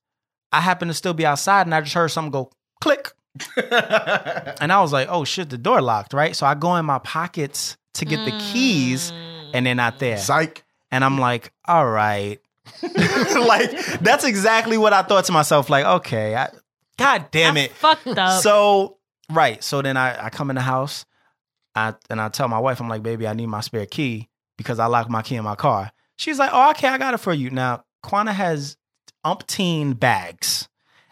S1: I happened to still be outside and I just heard something go click. and I was like, oh shit, the door locked, right? So I go in my pockets to get the keys and they're not there.
S3: Psych.
S1: And I'm like, all right. like, that's exactly what I thought to myself. Like, okay, I, God damn
S4: I
S1: it.
S4: fucked up.
S1: So right. So then I, I come in the house, I and I tell my wife, I'm like, baby, I need my spare key because I locked my key in my car. She's like, oh, okay, I got it for you. Now, Quana has umpteen bags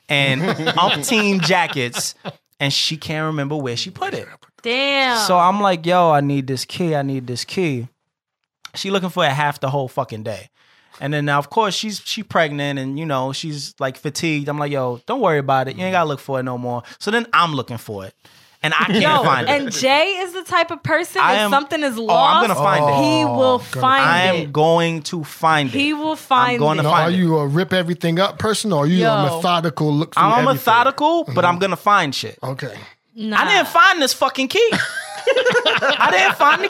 S1: and umpteen jackets, and she can't remember where she put it.
S4: Damn.
S1: So I'm like, yo, I need this key. I need this key. She looking for it half the whole fucking day. And then now, of course, she's she pregnant and you know, she's like fatigued. I'm like, yo, don't worry about it. You ain't gotta look for it no more. So then I'm looking for it. And I can't
S4: Yo,
S1: find it.
S4: and Jay is the type of person
S1: I
S4: if
S1: am-
S4: something is
S1: Oh, I'm
S4: lost,
S1: gonna find it.
S4: he will find
S1: I
S4: it.
S1: am going to find it.
S4: he will find
S1: going
S4: it.
S1: to
S2: Now,
S1: find
S2: are
S1: it.
S2: you a rip everything up person or are you a
S4: Yo.
S2: methodical look through
S1: I'm
S2: everything?
S1: methodical, but
S4: Mm-hmm.
S1: I'm gonna find shit.
S2: Okay.
S4: Nah.
S1: I didn't find this fucking key. I didn't find the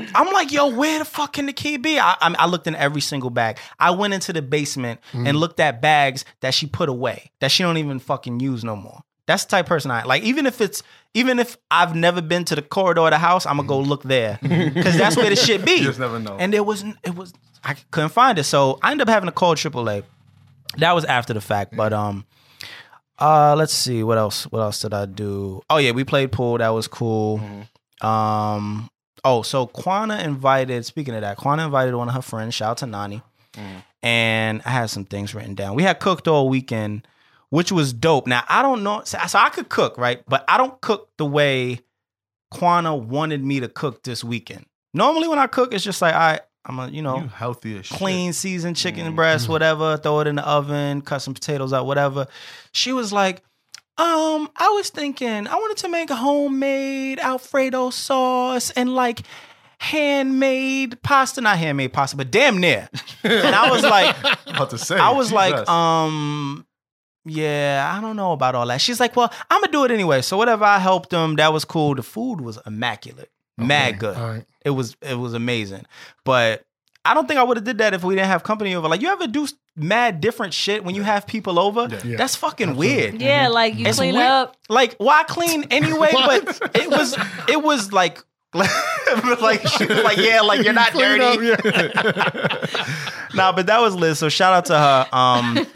S1: key. I'm like, yo, where the fuck can the key be? I, I, I looked in every single bag. I went into the basement and looked at bags that she put away that she don't even fucking use no more. That's the type of person I like. Even if it's even if I've never been to the corridor of the house, I'm gonna go look there because that's where the shit be.
S3: You just never know.
S1: And it was it was I couldn't find it, so I ended up having to call AAA. That was after the fact, but um. Uh, let's see what else. What else did I do? Oh yeah, we played pool. That was cool. Um, oh, so Kwana invited. Speaking of that, Kwana invited one of her friends. Shout out to Nani. And I had some things written down. We had cooked all weekend, which was dope. Now I don't know. So, so I could cook, right? But I don't cook the way Kwana wanted me to cook this weekend. Normally, when I cook, it's just like I, I'm a you know
S3: You healthy as shit. Mm-hmm.
S1: clean seasoned chicken breast, whatever. Throw it in the oven, cut some potatoes out, whatever. She was like, um, I was thinking I wanted to make a homemade Alfredo sauce and like handmade pasta, not handmade pasta, but damn near. and I was like,
S3: I'm about to say.
S1: I was like,
S3: Jesus.
S1: um, yeah, I don't know about all that. She's like, well, I'm gonna do it anyway. So whatever, I helped them. That was cool. The food was immaculate, mad good.
S2: All right.
S1: It was it was amazing. But I don't think I would have did that if we didn't have company over. Like you ever do s- mad different shit when you have people over?
S3: Yeah.
S2: Yeah.
S1: That's fucking weird.
S4: Yeah, like you
S1: Mm-hmm. It's
S4: clean
S1: weird.
S4: up.
S1: Like why clean anyway?
S2: What?
S1: but it was it was like like she was like yeah, like you're not
S2: Clean
S1: dirty.
S2: up, yeah.
S1: Nah, but that was Liz. So shout out to her. Um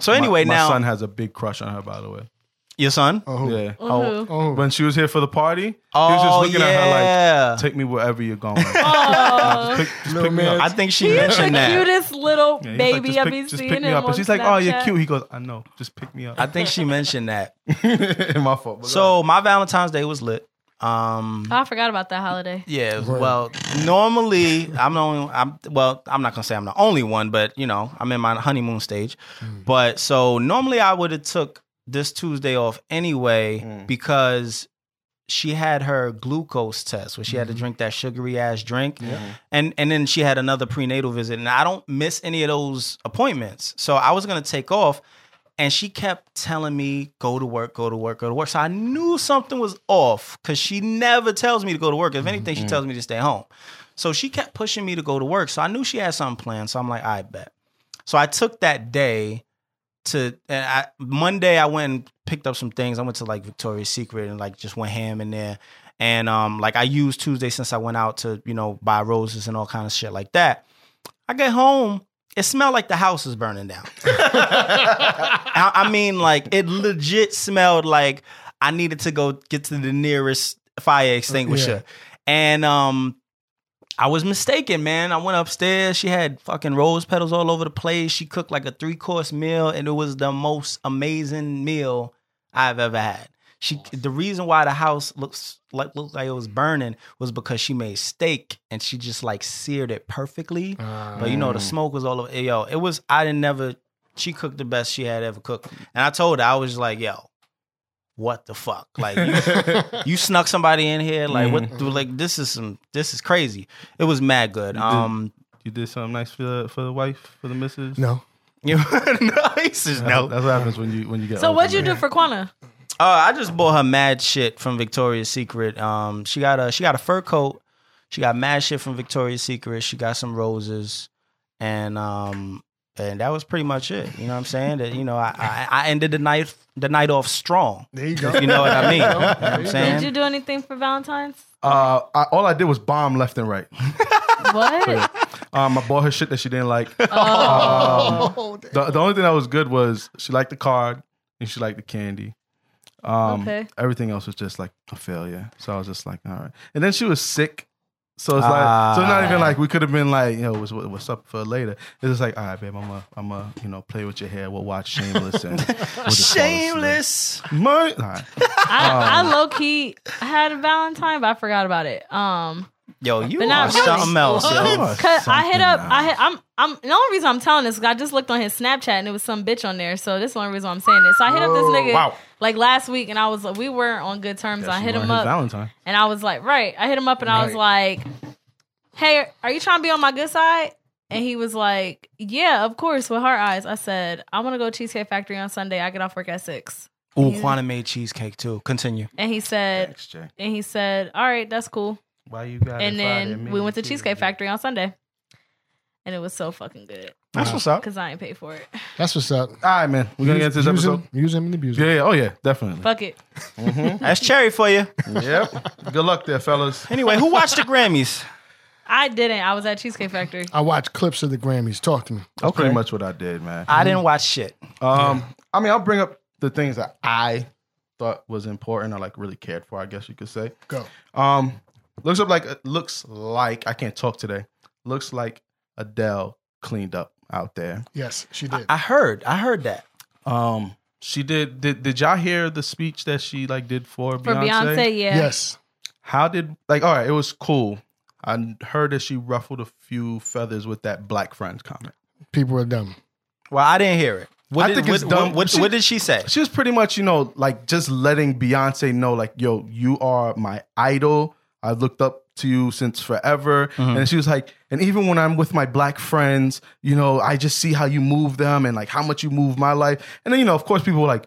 S1: So anyway,
S3: my, my
S1: now
S3: son has a big crush on her, by the way.
S1: your son.
S2: Oh, who?
S3: Yeah.
S4: Oh.
S2: Oh, who?
S3: When she was here for the party,
S1: Oh
S3: he was just looking
S1: yeah.
S3: at her like, "Take me wherever you're going."
S4: Oh.
S3: Just pick, just
S2: Little
S3: pick me
S2: man.
S3: up.
S1: I think she
S4: He is the
S1: mentioned that.
S4: cutest little
S3: Yeah, he's like,
S4: baby
S3: just
S4: I've
S3: pick,
S4: been
S3: just
S4: seeing.
S3: pick me
S4: in
S3: up,
S4: one
S3: and she's like, "Oh, you're
S4: Snapchat.
S3: cute." He goes, "I know. Just pick me up."
S1: I think she mentioned that.
S3: My fault. but
S1: So my Valentine's Day was lit. Um
S4: Oh, I forgot about that holiday.
S1: Yeah.
S2: Right.
S1: Well, normally I'm the only. I'm well. I'm not gonna say I'm the only one, but you know, I'm in my honeymoon stage. But so normally I would have took this Tuesday off anyway
S3: Mm.
S1: because she had her glucose test where she had to drink that sugary ass drink, and and then she had another prenatal visit, and I don't miss any of those appointments. So I was gonna take off. And she kept telling me, go to work, go to work, go to work. So I knew something was off because she never tells me to go to work. If anything, she tells me to stay home. So she kept pushing me to go to work. So I knew she had something planned. So I'm like, I bet. So I took that day to and I, Monday. I went and picked up some things. I went to like Victoria's Secret and like just went ham in there. And um, like I used Tuesday since I went out to you know buy roses and all kind of shit like that. I get home, it smelled like the house was burning down. I, I mean, like it legit smelled like I needed to go get to the nearest fire extinguisher. And um, I was mistaken, man. I went upstairs. She had fucking rose petals all over the place. She cooked like a three course meal, and it was the most amazing meal I've ever had. She the reason why the house looks like looked like it was burning was because she made steak and she just like seared it perfectly.
S2: Ah.
S1: But you know, the smoke was all over. Yo, it was. I didn't never. She cooked the best she had ever cooked, and I told her I was like, "Yo, what the fuck? Like, you, you snuck somebody in here? Like, what? Like, this is some. This is crazy. It was mad good. Um,
S3: You did something nice for the, for the wife, for the missus.
S2: No.
S1: You no, he says
S3: That's-
S1: no. Uh,
S3: That's what happens when you when you get.
S4: So
S3: older,
S4: what'd you
S3: man.
S4: do for Quana?
S1: Oh, I just bought her mad shit from Victoria's Secret. Um, she got a she got a fur coat. She got mad shit from Victoria's Secret. She got some roses, and um, and that was pretty much it. You know what I'm saying? That you know, I I, I ended the night the night off strong.
S2: There you go.
S1: You know what I mean? You know what
S2: There you
S1: I'm
S2: go.
S1: saying?
S4: Did you do anything for Valentine's?
S3: Uh, I, all I did was bomb left and right.
S4: What?
S3: Um, I bought her shit that she didn't like.
S2: Oh, damn.
S3: The, the only thing that was good was she liked the card and she liked the candy. Um,
S4: Okay.
S3: Everything else was just like a failure. So I was just like, all right. And then she was sick. So it's like, so it's not even like we could have been like, yo, what's, what, what's up for later. It's just like, all right, babe, I'm gonna, I'm gonna, you know, play with your hair. We'll watch Shameless and we'll just fall asleep."
S1: Shameless.
S3: Money. All right.
S4: I,
S3: Um,
S4: I low key had a Valentine, but I forgot about it. Um,
S1: Yo, you
S4: But
S1: are
S4: not really.
S1: something else.
S3: You
S1: Yo.
S3: are
S4: cause I hit
S3: something
S4: up.
S3: else.
S4: I hit, I'm I'm the only reason I'm telling this. Is I just looked on his Snapchat and it was some bitch on there. So this is the only reason I'm saying this. So I hit up this nigga
S3: Wow.
S4: like last week, and I was like, we weren't on good terms. I
S3: She
S4: hit
S3: wanted
S4: him
S3: his
S4: up,
S3: Valentine.
S4: and I was like, right. I hit him up, and I was like, hey, are you trying to be on my good side? And he was like, yeah, of course. With her eyes, I said, I want to go Cheesecake Factory on Sunday. I get off work at six.
S1: Ooh, Quanta made cheesecake too. Continue.
S4: And he said,
S3: Thanks, Jay.
S4: and he said, all right, that's cool.
S3: Why you got
S4: and then we went to Cheesecake Factory on Sunday, and it was so fucking good
S3: That's what's up. All
S4: because I ain't paid for it.
S2: That's what's up.
S3: right, man. We're gonna get into this
S2: use
S3: episode.
S2: Him, use him and abuse him.
S3: Yeah, yeah. Oh yeah, definitely.
S4: Fuck it.
S1: That's cherry for you.
S3: Yep. Good luck there, fellas.
S1: Anyway, who watched the Grammys?
S4: I didn't. I was at Cheesecake Factory.
S2: I watch clips of the Grammys. Talk to me.
S3: That's pretty much what I did, man.
S1: I didn't watch shit.
S3: Um, I mean, I'll bring up the things that I thought was important or like really cared for. I guess you could say.
S2: Go.
S3: Um, looks up like looks like I can't talk today. Looks like Adele cleaned up out there.
S2: Yes, she did.
S1: I heard. I heard that.
S3: Um, she did. Did did y'all hear the speech that she like did for
S4: For Beyonce, yeah.
S2: Yes.
S3: How did like? All right, it was cool. I heard that she ruffled a few feathers with that black friends comment.
S2: People are dumb.
S1: Well, I didn't hear it. What
S3: I
S1: did,
S3: think it's
S1: what,
S3: dumb.
S1: What, what-
S3: She-
S1: what did she say?
S3: She was pretty much, you know, like just letting Beyonce know, like, yo, you are my idol. I've looked up to you since forever.
S4: Mm-hmm.
S3: And she was like, and even when I'm with my black friends, you know, I just see how you move them and like how much you move my life. And then, you know, of course, people were like,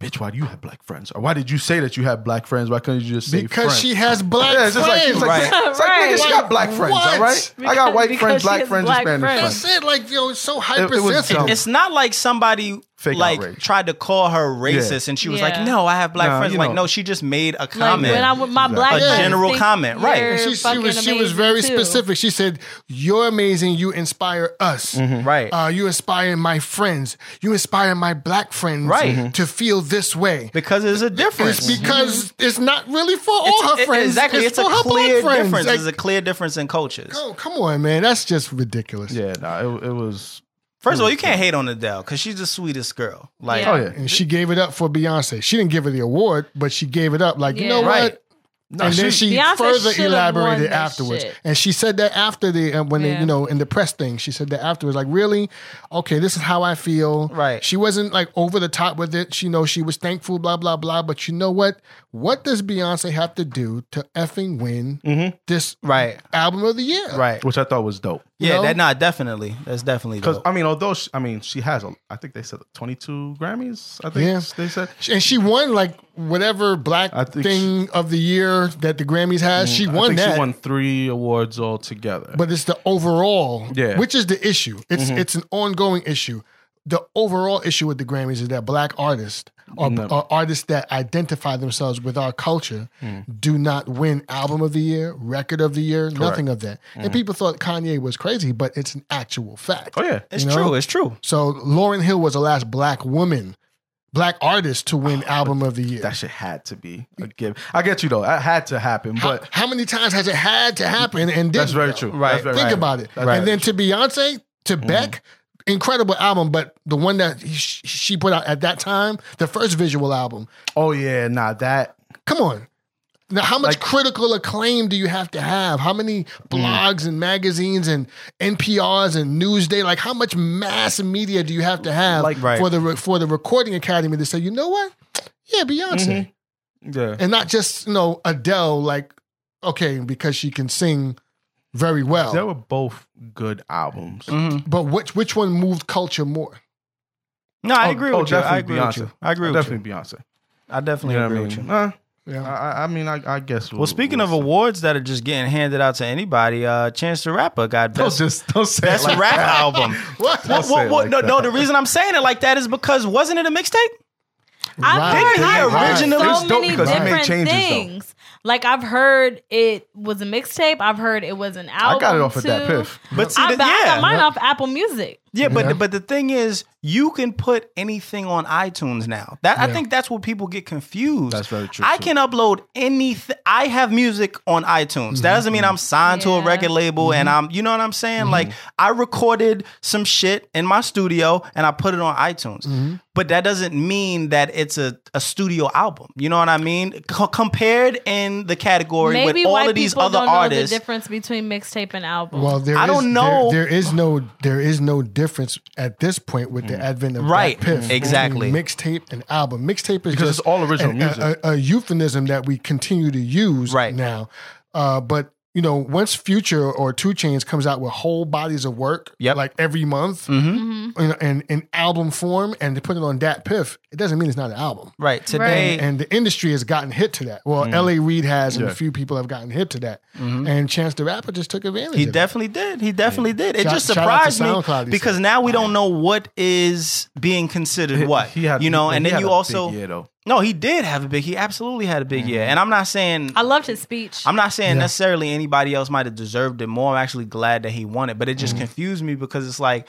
S3: bitch, why do you have black friends? Or why did you say that you have black friends? Why couldn't you just say
S2: Because
S3: friends?
S2: she has black
S3: Yeah, it's just like,
S2: friends.
S3: it's like,
S4: Right.
S3: it's like,
S4: Right.
S3: nigga, she got black friends,
S2: What?
S3: all right? I got
S4: Because-
S3: white friends,
S4: because she
S3: black
S4: has
S3: friends,
S4: black
S3: Hispanic
S4: friends.
S3: friends.
S2: That's it. Like, yo, it's so
S3: it was
S2: hypersensitive.
S3: dumb.
S1: It's not like somebody
S3: Fake
S1: like
S3: outrage.
S1: tried to call her racist, and she was
S4: Yeah.
S1: like, "No, I have black
S3: Nah,
S1: friends."
S3: you
S1: Like,
S3: know.
S1: no, she just made a
S4: Like
S1: comment.
S4: when I with my black
S1: A
S4: friends
S1: general
S4: think
S1: comment, right.
S4: you're
S1: And
S2: she, she
S4: fucking
S2: was she was
S4: amazing,
S2: very
S4: too.
S2: specific. She said, "You're amazing. You inspire us.
S3: Mm-hmm.
S1: right.
S2: Uh, you inspire my friends. You inspire my black friends
S1: Right. Mhm.
S2: to feel this way."
S1: because there's a difference.
S2: It's because it's not really for all her
S1: It-
S2: friends.
S1: exactly. It's,
S2: for
S1: a
S2: her
S1: clear
S2: black friends.
S1: difference.
S2: Like,
S1: There's a clear difference in cultures.
S2: oh, come on, man. That's just ridiculous.
S3: Yeah, no, it, it was.
S1: First of all, you can't hate on Adele because she's the sweetest girl. Like,
S4: Yeah.
S3: Oh, yeah.
S2: And she gave it up for Beyonce. She didn't give her the award, but she gave it up. Like, you
S4: Yeah.
S2: know
S1: Right.
S2: what? and then she
S4: Beyonce
S2: further
S4: should've won
S2: elaborated
S4: that
S2: afterwards,
S4: shit.
S2: and she said that after the uh, when they
S4: Yeah.
S2: you know in the press thing, she said that afterwards, like really, okay, this is how I feel.
S1: Right.
S2: She wasn't like over the top with it. She know she was thankful, blah blah blah. But you know what? What does Beyonce have to do to effing win this
S1: right,
S2: album of the year?
S1: right.
S3: Which I thought was dope.
S1: Yeah,
S2: know?
S1: that not definitely. That's definitely
S3: Because
S1: dope.
S3: I mean, although she, I mean, she has a, I think they said 22 Grammys. I think
S2: Yeah.
S3: they said.
S2: And she won like whatever black
S3: I think
S2: thing of the year that the Grammys has. she
S3: I
S2: won
S3: think
S2: that.
S3: she won three awards altogether.
S2: but it's the overall,
S3: Yeah. Mm-hmm.
S2: which is the issue. It's it's an ongoing issue. The overall issue with the Grammys is that black artists or, or artists that identify themselves with our culture
S3: Hmm.
S2: do not win album of the year, record of the year, nothing of that. And people thought Kanye was crazy, but it's an actual fact.
S3: Hmm. oh yeah,
S1: it's
S2: you know?
S1: true. It's true.
S2: So Lauren Hill was the last black woman, black artist to win
S3: Ah,
S2: album of the year.
S3: that shit had to be a give. I get you though. That had to happen.
S2: how,
S3: But
S2: how many times has it had to happen and
S3: that's
S2: didn't,
S3: very
S2: though?
S3: true.
S1: Right.
S3: That's very-
S2: Think
S3: right.
S2: about it.
S3: That's very
S2: and then to Beyonce, to Beck, incredible album, but the one that he- sh- she put out at that time, the first visual album.
S3: true. oh yeah, nah, that
S2: Come on. Now, how much
S3: Like-
S2: critical acclaim do you have to have? How many blogs and magazines and NPRs and Newsday? Like, how much mass media do you have to have
S3: Like-
S1: Right.
S2: for the re- for the Recording Academy to say, you know what? Yeah, Beyonce,
S3: mm-hmm. yeah.
S2: and not just you know Adele. Like, okay, because she can sing very well.
S3: They were both good albums.
S1: Mm, Mm-hmm.
S2: But which which one moved culture more?
S1: No, I
S3: Oh,
S1: agree
S3: oh,
S1: with you. I agree with
S3: definitely Beyonce.
S1: you. I agree with you.
S3: Definitely Beyonce.
S1: I definitely
S3: You know what
S1: agree
S3: I
S1: with you.
S3: mean? Huh? I,
S2: Yeah.
S3: I- I mean, I, I guess.
S1: Well, speaking of awards that are just getting handed out to anybody, uh, Chance the Rapper got
S3: don't
S1: best,
S3: just don't say
S1: best
S3: it like
S1: rap
S3: that.
S1: album.
S2: What?
S1: Well,
S3: Don't
S1: well,
S3: say it
S1: well,
S3: like
S1: no, no.
S3: that.
S1: The reason I'm saying it like that is because wasn't it a mixtape?
S2: Right.
S4: I've
S2: Didn't
S4: heard,
S2: he
S4: I've heard
S1: originally-
S3: It's
S4: so
S3: dope
S4: many
S3: because he made
S4: different
S3: changes, though.
S4: things. Like I've heard it was a mixtape. I've heard it was an album.
S3: I got it off at that
S4: too.
S3: piff.
S1: But see,
S4: I,
S1: the-
S4: got- I
S1: yeah,
S4: got mine off Apple Music.
S1: yeah. But
S2: Yeah.
S1: but the thing is, you can put anything on iTunes now. That I think that's what people get confused.
S3: That's very true,
S1: I
S3: too.
S1: can upload anything. I have music on iTunes.
S3: Mm-hmm,
S1: That doesn't mean I'm signed to a
S4: Yeah.
S1: record label and I'm. You know what I'm saying?
S3: Mm-hmm.
S1: Like I recorded some shit in my studio and I put it on iTunes.
S3: Mm-hmm.
S1: But that doesn't mean that it's a, a studio album. You know what I mean? Co- compared in the category
S4: Maybe
S1: with all
S4: white
S1: of these
S4: people
S1: other
S4: don't
S1: artists,
S4: know the difference between mixtape and album.
S2: Well, there
S1: I
S2: is-
S1: don't
S2: there-
S1: know.
S2: there is no there is no difference at this point with
S3: Mm.
S2: the advent of
S1: Right.
S2: Black Piff
S1: Mm. Exactly.
S2: between mixtape and album. Mixtape is
S3: Mm-hmm. Because it's
S2: just
S3: all original
S2: an-
S3: music.
S2: A, a- a euphemism that we continue to use
S1: Right.
S2: now. Uh, but you know, once Future or Two Chains comes out with whole bodies of work,
S1: Yep. Mm-hmm.
S2: like every month,
S4: Mhm.
S2: you know, in, in album form, and they put it on Dat Piff, it doesn't mean it's not an album.
S1: right? Today,
S2: And, and the industry has gotten hit to that. Well, L.A. Reid has, and
S3: Mm. Yeah.
S2: a few people have gotten hit to that. And Chance the Rapper just took advantage.
S1: Mm-hmm. He
S2: of it.
S1: definitely did. He definitely did. It
S2: Shout-
S1: just
S2: shout out to
S1: surprised
S2: SoundCloud,
S1: me
S2: he
S1: because
S2: said.
S1: now we don't know what is being considered what. you know, and then you also
S3: yeah though.
S1: no, he did have a big. He absolutely had a big year, and I'm not saying
S4: I loved his speech.
S1: I'm not saying necessarily anybody else might have deserved it more. I'm actually glad that he won it, but it just
S2: Mm-hmm.
S1: confused me because it's like,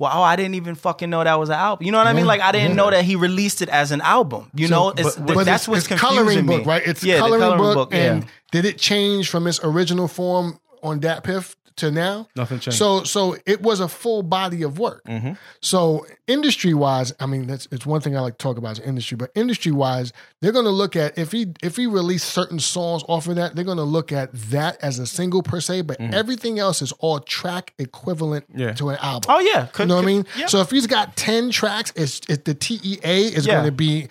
S1: well, oh, I didn't even fucking know that was an album. You know what I mean? Like I didn't know that he released it as an album. You know, it's,
S2: But
S1: that's
S2: it's,
S1: what's
S2: it's
S1: confusing
S2: coloring
S1: me.
S2: book, right? It's
S1: Yeah,
S2: a
S1: the
S2: coloring, book.
S1: yeah.
S2: And did it change from its original form on Dat Piff to now?
S3: Nothing changed.
S2: So, so it was a full body of work.
S1: Mm-hmm.
S2: So, industry wise, I mean, that's it's one thing I like to talk about is industry. But industry wise, they're going to look at if he if he released certain songs off of that, they're going to look at that as a single per se. But
S1: Mm-hmm.
S2: everything else is all track equivalent
S3: Yeah.
S2: to an album.
S1: Oh yeah,
S2: You know what I mean?
S1: Yeah.
S2: So if he's got ten tracks, it's it, the TEA is
S1: Yeah.
S2: going to be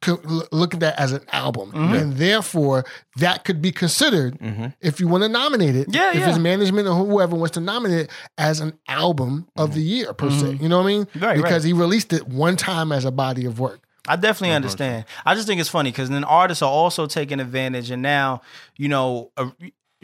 S2: co- l- look at that as an album,
S1: Mm-hmm.
S2: and therefore that could be considered if you want to nominate it.
S1: Yeah,
S2: if
S1: yeah.
S2: it's management or whoever wants to nominate it as an album of the year per se. You know what I mean?
S1: Mm-hmm. Right,
S2: because
S1: right.
S2: he released it one time as a body of work.
S1: I definitely understand. I just think it's funny because then artists are also taking advantage, and now you know, a,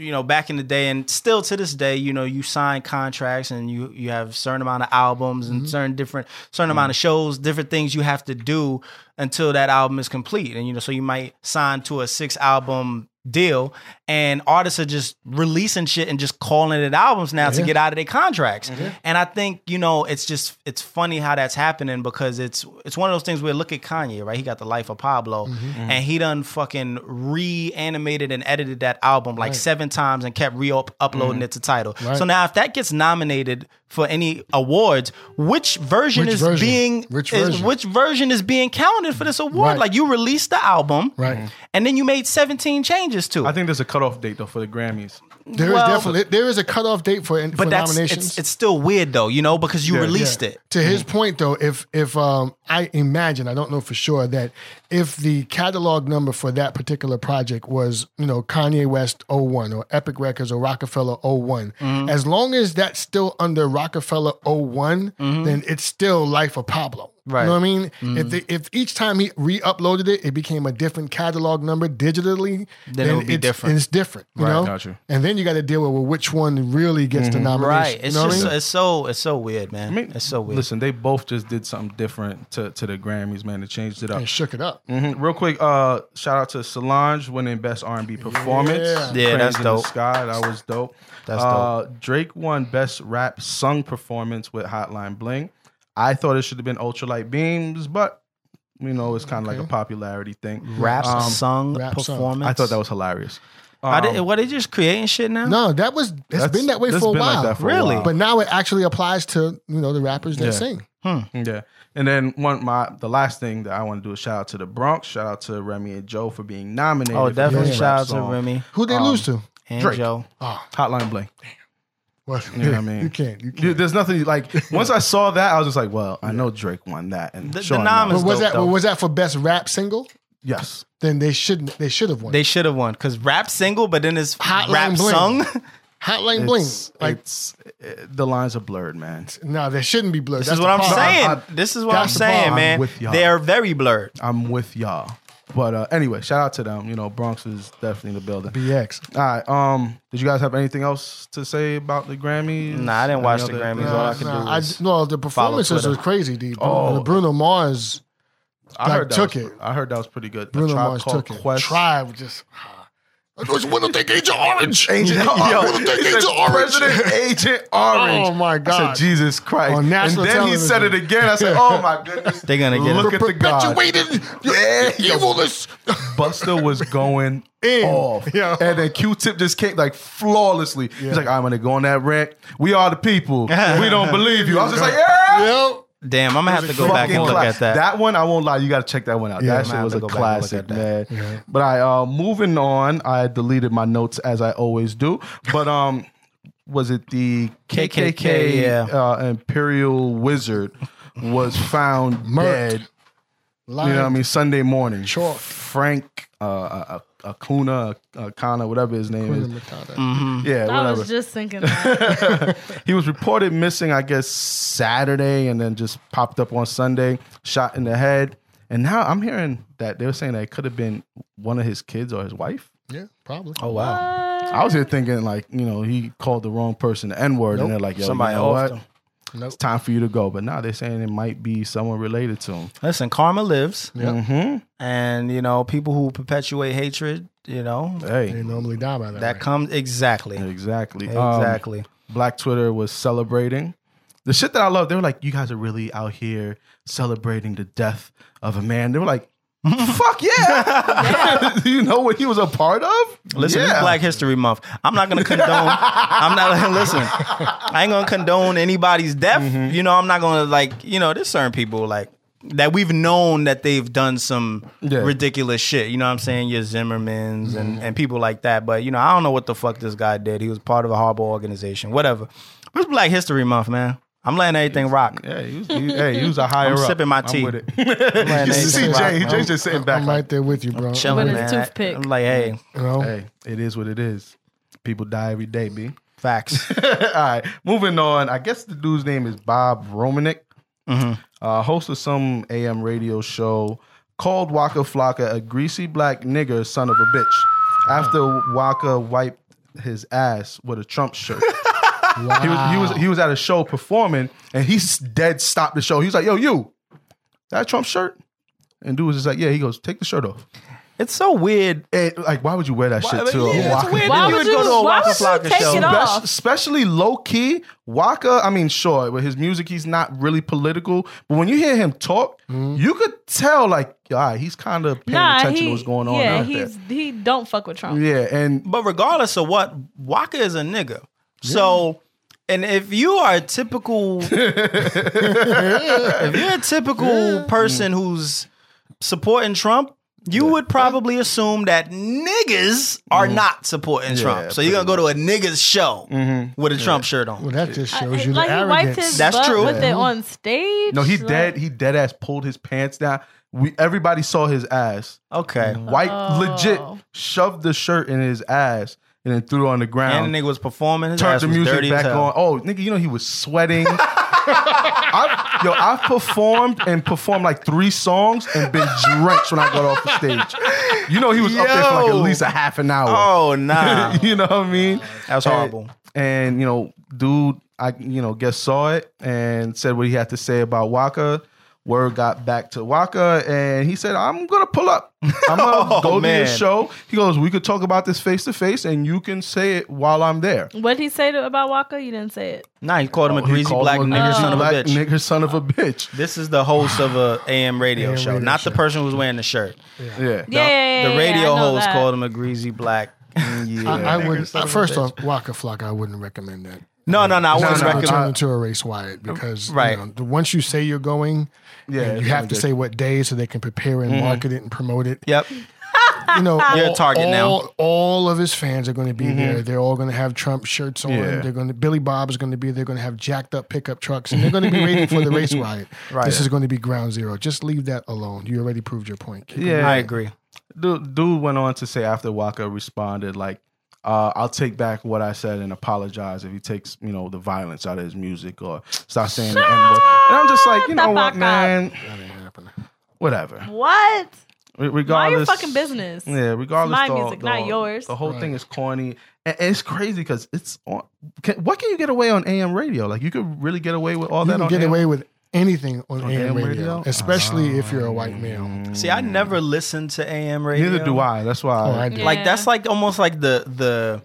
S1: you know, back in the day, and still to this day, you know, you sign contracts and you you have certain amount of albums and certain different certain amount of shows, different things you have to do until that album is complete, and you know, so you might sign to a six album deal and artists are just releasing shit and just calling it albums now to get out of their contracts.
S2: Mm-hmm.
S1: And I think, you know, it's just it's funny how that's happening because it's it's one of those things where look at Kanye, right? He got the life of Pablo
S2: Mm-hmm.
S1: and he done fucking reanimated and edited that album like seven times and kept re uploading
S2: Mm-hmm.
S1: it to title. So now if that gets nominated for any awards, which version
S2: Which
S1: is
S2: version?
S1: being
S2: Which
S1: is-
S2: version?
S1: which version is being counted for this award?
S2: Right.
S1: Like you released the album Mm-hmm.
S2: Right.
S1: and then you made 17 changes to it.
S3: I think there's a cutoff date though for the Grammys.
S2: There is
S1: Well-
S2: definitely there is a cutoff date for, for
S1: but that's
S2: nominations.
S1: it's, it's still weird though, you know, because you
S3: Yeah,
S1: released
S2: Yeah.
S1: it. Mm-hmm.
S2: To his point, though, if if um, I imagine, I don't know for sure that if the catalog number for that particular project was you know Kanye West 01 or Epic Records or Rockefeller oh one
S1: Mm-hmm.
S2: as long as that's still under Rockefeller oh one
S1: Mm-hmm.
S2: then it's still Life of Pablo.
S1: Right.
S2: You know what I mean?
S1: Mm-hmm.
S2: If they, if each time he re-uploaded it, it became a different catalog number digitally,
S1: Then it would be
S2: it's,
S1: different.
S2: It's different, you know.
S3: got you.
S2: And then you got to deal with well, which one really gets the nomination.
S1: Mm-hmm. Right.
S2: You
S1: It's
S2: know what I
S1: just
S2: mean?
S1: it's so it's so weird, man.
S3: I mean,
S1: it's so weird.
S3: Listen, they both just did something different to, to the Grammys, man. They changed it up.
S2: and shook it up.
S3: Mhm. Real quick, uh, shout out to Solange winning Best R and B Performance.
S2: Yeah.
S1: Yeah,
S3: Cranes
S1: that's
S3: in
S1: dope.
S3: The sky, that was dope.
S1: That's
S3: uh, Drake won Best Rap Sung Performance with Hotline Bling. I thought it should have been Ultralight Beams, but you know it's kind of like a popularity thing.
S1: Rap
S3: Um,
S1: sung
S2: rap song.
S1: performance.
S3: I thought that was hilarious. Um,
S1: Are they, what they just creating shit now?
S2: No, that was it's
S3: That's-
S2: been that way
S3: that's
S2: for a
S3: been like
S2: while.
S3: that for a
S1: Really?
S3: while.
S2: But now it actually applies to, you know, the rappers that
S3: Yeah.
S2: sing.
S3: Yeah. And then one my the last thing that I want to do is shout out to the Bronx. Shout out to Remy and Joe for being nominated.
S1: Oh,
S3: for
S1: definitely
S3: Best Rap
S1: shout out to
S3: Song.
S1: Remy
S2: Who they lose to?
S1: and
S3: Drake.
S1: Joe.
S3: Hotline Bling.
S2: Well,
S3: You know what I mean?
S2: You can't. You can't.
S3: Dude, there's nothing like once I saw that, I was just like, well, I know Drake won that. And
S1: The- the
S3: sure
S1: nom
S3: enough,
S1: is-
S2: But was
S1: dope,
S2: that
S1: though.
S2: was that for best rap single?
S3: yes.
S2: Then they shouldn't. They should have won.
S1: They should have won because rap single, but then it's
S2: Hotline
S1: rap
S2: Bling.
S1: sung.
S2: Hotline Bling.
S3: It's,
S2: Like,
S3: it's- eh, the lines are blurred, man.
S2: no, there shouldn't be blood.
S1: This is what I'm saying. this is what I'm
S2: that's the problem.
S1: saying, man.
S3: I'm with y'all.
S1: They're very blurred.
S3: I'm with y'all. But uh, anyway, shout out to them. You know, Bronx is definitely in the building.
S2: BX.
S3: All right. Um, did you guys have anything else to say about the Grammys?
S1: Nah, I didn't watch
S3: Any
S1: the
S3: other-
S1: Grammys. All I could do
S2: I,
S1: was
S2: no, the performances
S1: Twitter.
S2: was crazy. The,
S3: Oh.
S2: the Bruno Mars,
S3: I heard
S2: Like,
S3: that
S2: took
S3: was,
S2: it.
S3: I heard that was pretty good.
S2: Bruno
S3: a Tribe
S2: Mars
S3: Called
S2: took it.
S3: Quest.
S2: Tribe just. ah. I just want to take Agent Orange.
S3: Agent
S2: I
S3: Orange.
S2: want to take
S3: He said,
S2: Agent Orange.
S3: President Agent Orange.
S2: Oh, my
S3: I
S2: God.
S3: said, Jesus Christ. and
S2: On
S3: then
S2: national
S3: he said it
S2: television.
S3: again. I said, Oh my goodness.
S1: They're gonna get
S3: Look
S1: it.
S3: at the God.
S2: Perpetuated
S3: Yeah, yo.
S2: evilness.
S3: Buster was going
S2: In.
S3: off.
S2: Yeah.
S3: And then Q tip just came like flawlessly. He's like, I'm gonna go on that rant. We are the people. we don't believe you. I was just like, Yeah.
S2: Yep.
S1: Damn, I'm gonna have to go
S3: Fucking
S1: back and look
S3: class.
S1: at that.
S3: one, I won't lie, you got to check that one out.
S2: Yeah,
S3: that
S2: I'm
S3: shit
S1: gonna
S3: was a
S1: have to go back and look at
S3: classic, man.
S1: that.
S3: But I, uh, moving on, I deleted my notes as I always do. But um, was it the KKK,
S1: KKK, yeah.
S3: uh, Imperial Wizard was found
S2: Murked.
S3: dead? You know what I mean? Sunday morning.
S2: Chalk.
S3: Frank uh, uh, uh, Acuna, Akana, whatever his name is.
S1: Mm.
S3: Yeah,
S4: I
S3: whatever.
S4: was just thinking that.
S3: He was reported missing, I guess, Saturday and then just popped up on Sunday, shot in the head. And now I'm hearing that they were saying that it could have been one of his kids or his wife.
S2: Yeah, probably.
S1: Oh wow.
S3: I was here thinking, like, you know, he called the wrong person the N word. And they're like, yo,
S1: Somebody
S3: you know
S1: offed
S3: what?
S1: him.
S2: Nope.
S3: It's time for you to go. But now they're saying it might be someone related to him.
S1: Listen, karma lives,
S3: hmm
S1: and you know people who perpetuate hatred, you know
S2: They
S3: Hey,
S2: normally die by that.
S1: that
S2: right?
S1: comes exactly,
S3: exactly. Um,
S1: exactly.
S3: Black Twitter was celebrating. The shit that I love, they were like, you guys are really out here celebrating the death of a man. They were like, fuck yeah. you know what he was a part of?
S1: Listen, it's
S3: Yeah.
S1: Black History Month. I'm not gonna condone. I'm not listen. I ain't gonna condone anybody's death. You know, I'm not gonna like. You know, there's certain people like that we've known that they've done some
S3: Yeah.
S1: ridiculous shit. You know what I'm saying? Your Zimmermans and and people like that. But you know, I don't know what the fuck this guy did. He was part of a horrible organization. Whatever. But it's Black History Month, man. I'm letting everything rock.
S3: Yeah, he was, he- hey, he was a higher up.
S1: sipping my tea.
S3: I'm with it.
S1: Letting
S3: you see
S1: everything rock,
S3: Jay,
S1: man.
S3: Jay's just sitting back.
S2: I'm
S3: like,
S2: right there with you, bro.
S1: Chilling,
S4: With his
S1: man.
S4: toothpick.
S1: I'm like, hey,
S2: You know?
S3: hey, it is what it is. People die every day, B.
S1: facts.
S3: All right, moving on. I guess the dude's name is Bob Romanek, uh, host of some AM radio show called Waka Flocka, a greasy black nigger son of a bitch. After Waka wiped his ass with a Trump shirt. He was, he was he was at a show performing and he s- dead stopped the show. He was like, "Yo, you, that Trump shirt?" And dude was just like, "Yeah." He goes, "Take the shirt off."
S1: It's so weird.
S3: And, like, why would you wear that shit to a
S1: Yeah,
S3: Waka?
S1: it's weird.
S4: Why
S1: that
S4: would
S1: go
S4: you-
S1: to a
S4: why
S1: Waka
S4: would you
S1: Flocka
S4: take
S1: show.
S4: it off?
S3: Especially, especially low key, Waka. I mean, sure, with his music, he's not really political. But when you hear him talk, you could tell, like, all right, he's kind of paying
S4: nah,
S3: attention
S4: he,
S3: to what's going on
S4: yeah,
S3: out
S4: he's he don't fuck with Trump.
S3: there. Yeah, and
S1: But regardless of what, Waka is a nigga. So, and if you are a typical, if you're a typical person who's supporting Trump, you would probably assume that niggas are not supporting Trump. So you're gonna go to a niggas show Mm-hmm. with a Trump shirt on.
S2: Well, that just
S4: I-
S2: shows you
S4: like
S2: the
S4: he wiped
S2: arrogance.
S4: his
S1: That's
S4: butt
S1: true.
S4: with
S1: Yeah.
S4: it on stage.
S3: no, he
S4: like-
S3: dead. He dead ass pulled his pants down. We everybody saw his ass.
S1: Okay.
S3: White
S4: Oh.
S3: legit shoved the shirt in his ass and then threw it on the ground.
S1: And the nigga was performing. His
S3: turned
S1: ass
S3: the
S1: was
S3: music
S1: dirty as
S3: back
S1: hell.
S3: on. Oh, nigga, you know he was sweating. I've, yo, I've performed and performed like three songs and been drenched when I got off the stage. You know he was up there for like
S1: Yo.
S3: at least a half an hour.
S1: Oh nah,
S3: you know what I mean?
S1: that's horrible.
S3: And, and, you know, dude, I you know guess saw it and said what he had to say about Waka. Word got back to Waka, and he said, "I'm gonna pull up. I'm gonna
S1: Oh,
S3: go to
S1: man.
S3: your show." He goes, "We could talk about this face to face, and you can say it while I'm there."
S4: What'd he say to, about Waka? You didn't say it.
S1: Nah, he called him a
S3: Oh, he
S1: greasy
S3: called
S1: black
S3: him a
S1: nigga
S3: greasy
S1: son of a
S3: black
S1: bitch.
S3: nigger son of a bitch.
S1: This is the host of a AM radio
S2: AM
S1: show,
S2: radio
S1: not
S2: show.
S1: the person who was wearing the shirt.
S3: Yeah.
S4: Yeah, yeah, yeah,
S1: the
S4: yeah,
S1: radio
S4: I know
S1: host
S4: that.
S1: called him a greasy black.
S2: I, I wouldn't.
S1: son of a
S2: First
S1: bitch.
S2: off, Waka Flocka, I wouldn't recommend that.
S1: No, no, no. I
S2: It's
S1: wasn't
S3: no,
S2: not going to
S1: recommending.
S2: turn into a race riot because
S1: Right.
S2: right. once you say you're going,
S3: Yeah,
S2: you
S3: it's
S2: have
S3: gonna
S2: to
S3: get-
S2: say what day so they can prepare
S1: Mm-hmm.
S2: and market it and promote it.
S1: Yep.
S2: You know,
S1: You're a
S2: all-
S1: target
S2: all,
S1: now. Mm-hmm.
S2: All of his fans are going to be there. They're all going to have Trump shirts on.
S3: Yeah.
S2: They're going to Billy Bob is going to be. They're going to have jacked up pickup trucks, and they're going to be waiting for the race riot.
S1: Right.
S2: This is going to be ground zero. Just leave that alone. You already proved your point. Keep it
S3: Yeah.
S1: I agree.
S3: Dude, dude went on to say after Walker responded, like, uh, I'll take back what I said and apologize if he takes, you know, the violence out of his music or stop saying the N word. And I'm just like, you
S4: Shut
S3: know
S4: the fuck
S3: what,
S4: up.
S3: man?
S2: That ain't happening.
S3: Whatever.
S4: What?
S3: Re-
S4: Mind your
S3: Regardless,
S4: fucking business.
S3: Yeah, regardless.
S4: my
S3: the-
S4: music,
S3: the-
S4: not yours.
S3: The whole
S2: Right.
S3: thing is corny, and and it's crazy because it's on. Can, what can you get away on AM radio? Like you could really get away
S1: Oh,
S3: with all
S2: you
S3: that.
S2: can
S3: on
S2: get
S3: AM?
S2: away with anything on,
S3: On
S2: AM
S3: AM
S2: radio,
S3: radio?
S2: especially if you're a
S1: Mm.
S2: white male.
S1: See, I never listened to AM radio.
S3: Neither do I. That's why.
S2: Oh,
S3: I,
S2: I do.
S1: Like
S4: Yeah.
S1: that's like almost like the the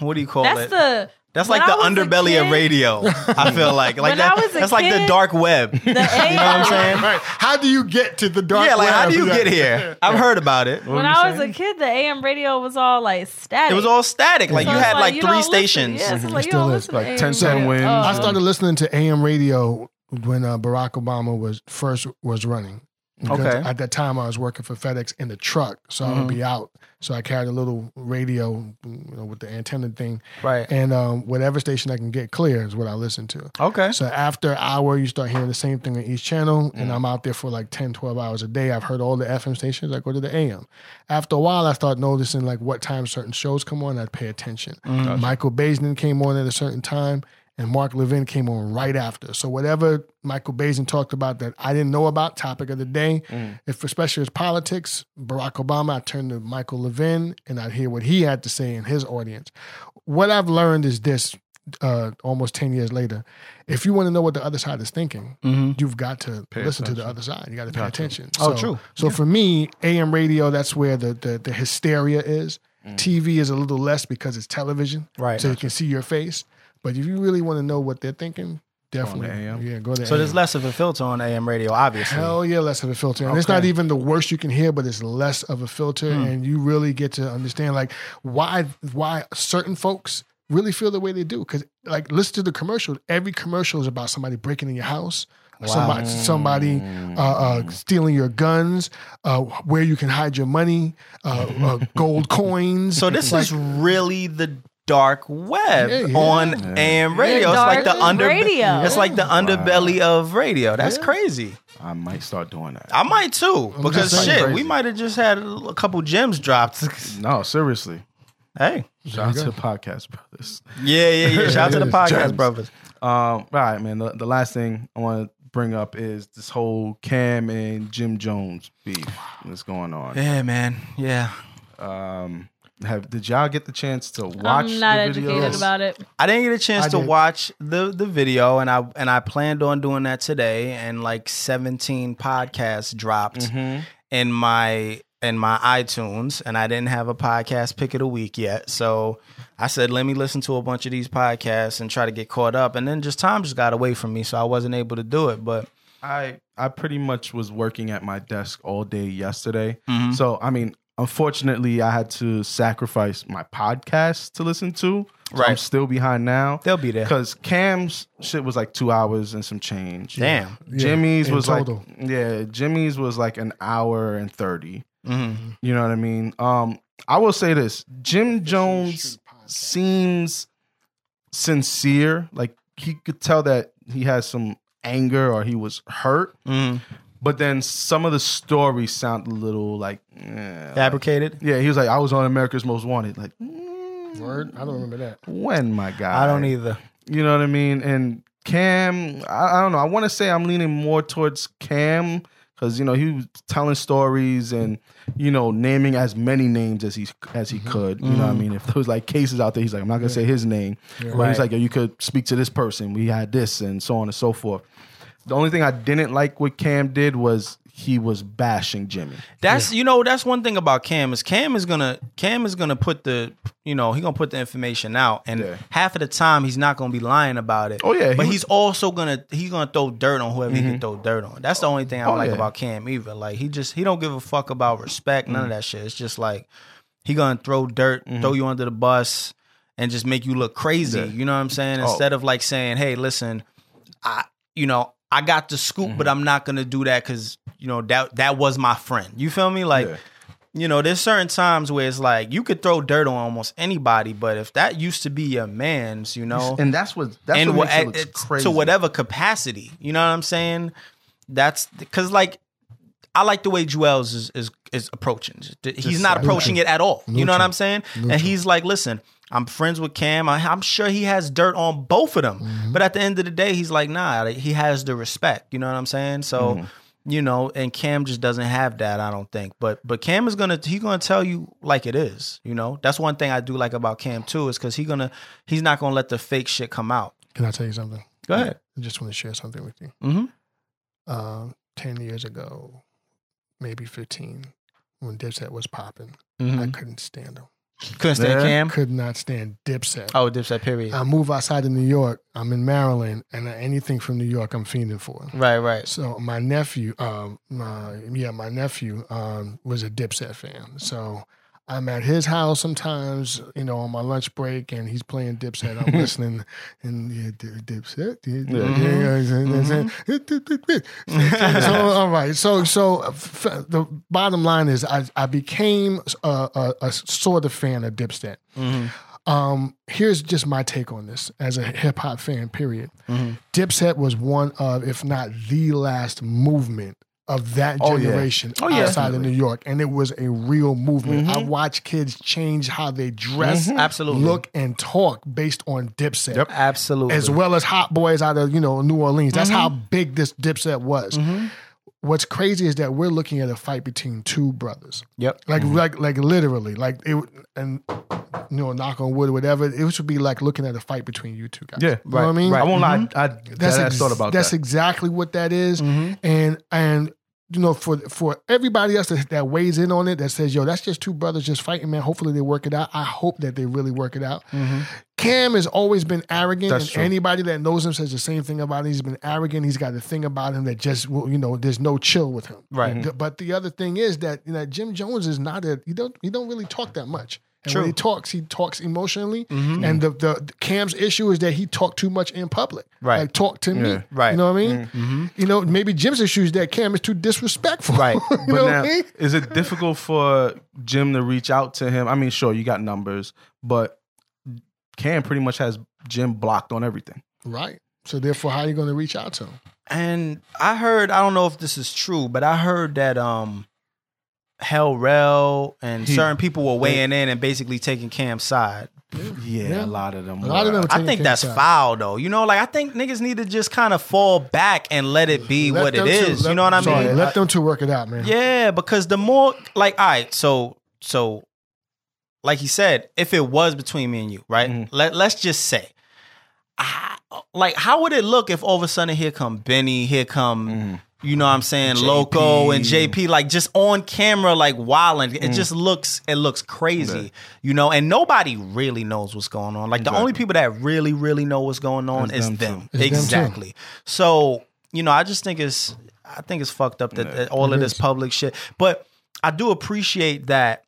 S1: what do you call
S4: That's
S1: it?
S4: the
S1: that's
S4: when
S1: like the
S4: I was a
S1: underbelly of
S4: kid-
S1: radio. I feel like like
S4: When
S1: that.
S4: I was a
S1: That's like the
S4: kid-
S1: dark web.
S4: The AM,
S1: You know what I'm saying?
S2: Right. How do you get to the dark
S1: yeah, like how
S2: web?
S1: do you get here? I've heard about it.
S3: What
S4: When
S3: were you
S4: I was
S3: saying?
S4: a kid, the AM radio was all like static.
S1: It was all static. Like
S4: So
S1: you
S4: it's
S1: had like,
S4: you
S1: three
S4: don't listen-
S1: stations. Mm-hmm.
S4: Yeah, so it's like, you
S2: Still
S4: don't
S2: is.
S4: listen to
S3: Like
S4: AM
S3: 10-10
S4: radio.
S3: wins.
S4: Oh.
S2: I started listening to AM radio when uh, Barack Obama was first was running. Because
S3: Okay.
S2: At that time, I was working for FedEx in the truck, so I would be out. So I carried a little radio, you know, with the antenna thing,
S3: Right.
S2: and um, whatever station I can get clear is what I listen to.
S3: Okay.
S2: So after hour, you start hearing the same thing on each channel, and I'm out there for like 10, 12 hours a day. I've heard all the FM stations. I go to the AM. After a while, I start noticing like what time certain shows come on. I pay attention. Michael Bazin came on at a certain time, and Mark Levin came on right after. So whatever Michael Bazin talked about that I didn't know about, topic of the day, if especially it's politics, Barack Obama, I turned to Michael Levin, and I'd hear what he had to say in his audience. What I've learned is this uh, almost 10 years later. If you want to know what the other side is thinking,
S1: Mm-hmm.
S2: you've got to listen to the other side. You got to pay attention.
S1: Oh,
S2: so,
S1: true.
S2: So for me, AM radio, that's where the, the, the hysteria is. TV is a little less because it's television.
S1: Mm. Right.
S2: So you can see your face. But if you really want to know what they're thinking, definitely.
S3: AM.
S2: Yeah, go to
S1: So
S2: AM.
S1: there's less of a filter on AM radio, obviously.
S2: Hell yeah, less of a filter. And it's
S1: Okay.
S2: not even the worst you can hear, but it's less of a filter. And you really get to understand like why why certain folks really feel the way they do. Cause like listen to the commercial. Every commercial is about somebody breaking in your house. Somebody, somebody uh, uh, stealing your guns, uh, where you can hide your money, uh, uh, gold coins.
S1: So this is really the dark web
S2: Yeah, yeah.
S1: on AM radio. it's
S4: Yeah,
S1: like the
S4: dark
S1: under
S4: radio.
S1: It's like the underbelly of radio. That's crazy.
S3: I might start doing that.
S1: I might too because
S2: just saying,
S1: shit,
S2: crazy.
S1: we might have just had a l- couple gems dropped.
S3: no, seriously.
S1: hey,
S3: Shout out to the podcast brothers.
S1: yeah, yeah, yeah. Shout out to the
S3: Gems.
S1: podcast brothers.
S3: Um, all right, man. The, the last thing I want to bring up is this whole Cam and Jim Jones beef that's going on.
S1: Yeah, man. Yeah,
S3: Um, have did y'all get the chance to watch?
S4: I'm not
S3: the
S4: educated
S3: videos?
S4: about it.
S1: I didn't get a chance
S2: I
S1: to
S2: did.
S1: watch the the video, and I and I planned on doing that today. And like 17 podcasts dropped
S2: Mm-hmm.
S1: in my in my iTunes, and I didn't have a podcast pick of the week yet. So I said, let me listen to a bunch of these podcasts and try to get caught up. And then just time just got away from me, so I wasn't able to do it. But
S3: I I pretty much was working at my desk all day yesterday.
S1: Mm-hmm.
S3: So I mean, unfortunately, I had to sacrifice my podcast to listen to. So I'm
S1: Right.
S3: still behind now.
S1: they'll be there.
S3: Because Cam's shit was like two hours and some change.
S1: Damn.
S3: Jimmy's
S2: in
S3: was
S2: total.
S3: like yeah, Jimmy's was like an hour and thirty.
S1: Mm-hmm.
S3: You know what I mean? Um, I will say this: Jim Jones seems sincere. Like he could tell that he has some anger or he was hurt.
S1: Mhm.
S3: But then some of the stories sound a little like, eh, like-
S1: Fabricated.
S3: yeah, he was like, I was on America's Most Wanted. Like, mm,
S2: Word? I don't remember that.
S3: when my guy?
S1: I don't either.
S3: You know what I mean? And Cam, I, I don't know. I want to say I'm leaning more towards Cam because you know he was telling stories and you know naming as many names as he as he
S2: Mm-hmm.
S3: could. You know
S2: Mm.
S3: what I mean? If there was like cases out there, he's like, I'm not gonna say his name, but
S1: Right.
S3: he's like, Yo, you could speak to this person. We had this and so on and so forth. The only thing I didn't like what Cam did was he was bashing Jimmy.
S1: That's you know that's one thing about Cam is Cam is gonna Cam is gonna put the you know he gonna put the information out and
S3: Yeah.
S1: half of the time he's not gonna be lying about it.
S3: Oh, yeah, he
S1: but
S3: was-
S1: he's also gonna he's gonna throw dirt on whoever he can throw dirt on. That's the only thing I don't
S3: Oh,
S1: like
S3: yeah.
S1: about Cam either. Like he just he don't give a fuck about respect none
S3: Mm-hmm.
S1: of that shit. It's just like he gonna throw dirt, throw you under the bus, and just make you look crazy.
S3: Yeah.
S1: You know what I'm saying?
S3: Oh.
S1: Instead of like saying, hey, listen, I you know I got the scoop, but I'm not gonna do that because you know that that was my friend. You feel me? Like
S3: Yeah.
S1: you know, there's certain times where it's like you could throw dirt on almost anybody, but if that used to be your man's, you know,
S3: And that's what that's
S1: and
S3: what
S1: wha-
S3: makes it look
S1: it's-
S3: crazy.
S1: to whatever capacity, you know what I'm saying? That's because like I like the way Juels is is, is approaching. He's
S2: Just
S1: not
S2: like-
S1: approaching it at all. You know what
S2: Neutral.
S1: I'm saying? And he's like, listen, I'm friends with Cam. I, I'm sure he has dirt on both of them.
S3: Mm-hmm.
S1: But at the end of the day, he's like, nah, like, he has the respect. You know what I'm saying? So.
S3: Mm-hmm.
S1: You know, and Cam just doesn't have that, I don't think. But but Cam is gonna he's gonna tell you like it is. You know, that's one thing I do like about Cam too is because he gonna he's not gonna let the fake shit come out.
S2: Can I tell you something?
S1: Go ahead.
S2: I just want to share something with you.
S1: Mm-hmm.
S2: Um, Ten years ago, maybe fifteen, when Dipset was popping, I couldn't stand him.
S1: Couldn't stand
S3: Yeah.
S1: Mm-hmm. Cam.
S2: Mm-hmm. Could Uh, not stand Dipset.
S1: Oh, Dipset. Period.
S2: I move outside of New York. I'm in Maryland, and anything from New York, I'm fiending for.
S1: right, right.
S2: So my nephew, um, my, yeah, my nephew um, was a Dipset fan. So I'm at his house sometimes, you know, on my lunch break, and he's playing Dipset. I'm listening, and yeah, Dip- Dipset, yeah, yeah, yeah, yeah, yeah, yeah. so all right, so so f- the bottom line is, I I became a, a, a sort of fan of Dipset. Um, here's just my take on this as a hip hop fan, period.
S3: Mm-hmm.
S2: Dipset was one of, if not the last movement of that
S3: Oh, yeah. Mm-hmm.
S2: generation outside of New York. And it was a real movement. I watched kids change how they dress,
S1: Absolutely.
S2: Mm-hmm. look, and talk based on Dipset.
S1: Absolutely.
S2: As well as Hot Boys out of you know New Orleans. That's how
S3: Mm-hmm.
S2: big this Dipset was. What's crazy is that we're looking at a fight between two brothers
S1: Yep.
S2: like like like literally like it would- and you know knock on wood or whatever it should be like looking at a fight between you two guys
S3: Yeah, Mm-hmm.
S2: you know what i mean Mm-hmm.
S3: I won't lie. I, I
S2: that's
S3: dead ass
S2: ex-
S3: thought about
S2: that's
S3: that. Mm-hmm.
S2: exactly what that is. and and you know for for everybody else that, that weighs in on it that says yo that's just two brothers just fighting man hopefully they work it out i hope that they really work it out cam has always been arrogant
S3: Mm-hmm. That's
S2: and
S3: true.
S2: anybody that knows him says the same thing about him he's been arrogant he's got a thing about him that just well, you know there's no chill with him
S1: Right.
S2: The- but the other thing is that you know jim jones is not a you don't he don't really talk that much and
S1: True.
S2: when he talks, he talks emotionally.
S1: Mm-hmm.
S2: And the, the Cam's issue is that he talked too much in public.
S1: Right.
S2: Like talk to me.
S3: Yeah.
S1: Right. Mm-hmm.
S2: You know what I mean? You know, maybe Jim's issue is that Cam is too disrespectful.
S1: Right.
S2: you
S3: But
S2: know
S3: now,
S2: what I mean?
S3: is it difficult for Jim to reach out to him? I mean, sure, you got numbers, but Cam pretty much has Jim blocked on everything.
S2: Right. So therefore, how are you going to reach out to him?
S1: And I heard, I don't know if this is true, but I heard that um Hell Rel and
S3: He-
S1: certain people were weighing in and basically taking Cam's side.
S3: Yeah,
S2: Yeah.
S3: a lot of them.
S2: A lot of
S3: were.
S2: them-
S1: I
S2: taking
S1: think that's
S2: Cam's side.
S1: foul though. You know, like I think niggas need to just kind of fall back and let it be
S2: Let
S1: what it
S2: them two-
S1: is.
S2: let-
S1: you know what I
S2: sorry,
S1: mean?
S2: Let them two work it out, man.
S1: Yeah, because the more like all right, so so like he said, if it was between me and you, right?
S3: Mhm.
S1: Let let's just say I- like how would it look if all of a sudden here come Benny, here come
S3: Mhm.
S1: you know what I'm saying, Loco and JP like just on camera like wilding.
S3: Mm.
S1: It just looks it looks crazy.
S3: Yeah.
S1: You know, and nobody really knows what's going on. Like the
S3: Exactly.
S1: only people that really really know what's going on
S3: It's
S1: is
S3: them
S1: them.
S3: too.
S2: It's them too.
S1: exactly. So, you know, I just think it's I think it's fucked up that, that all
S2: it
S1: of this
S2: is.
S1: public shit. But I do appreciate that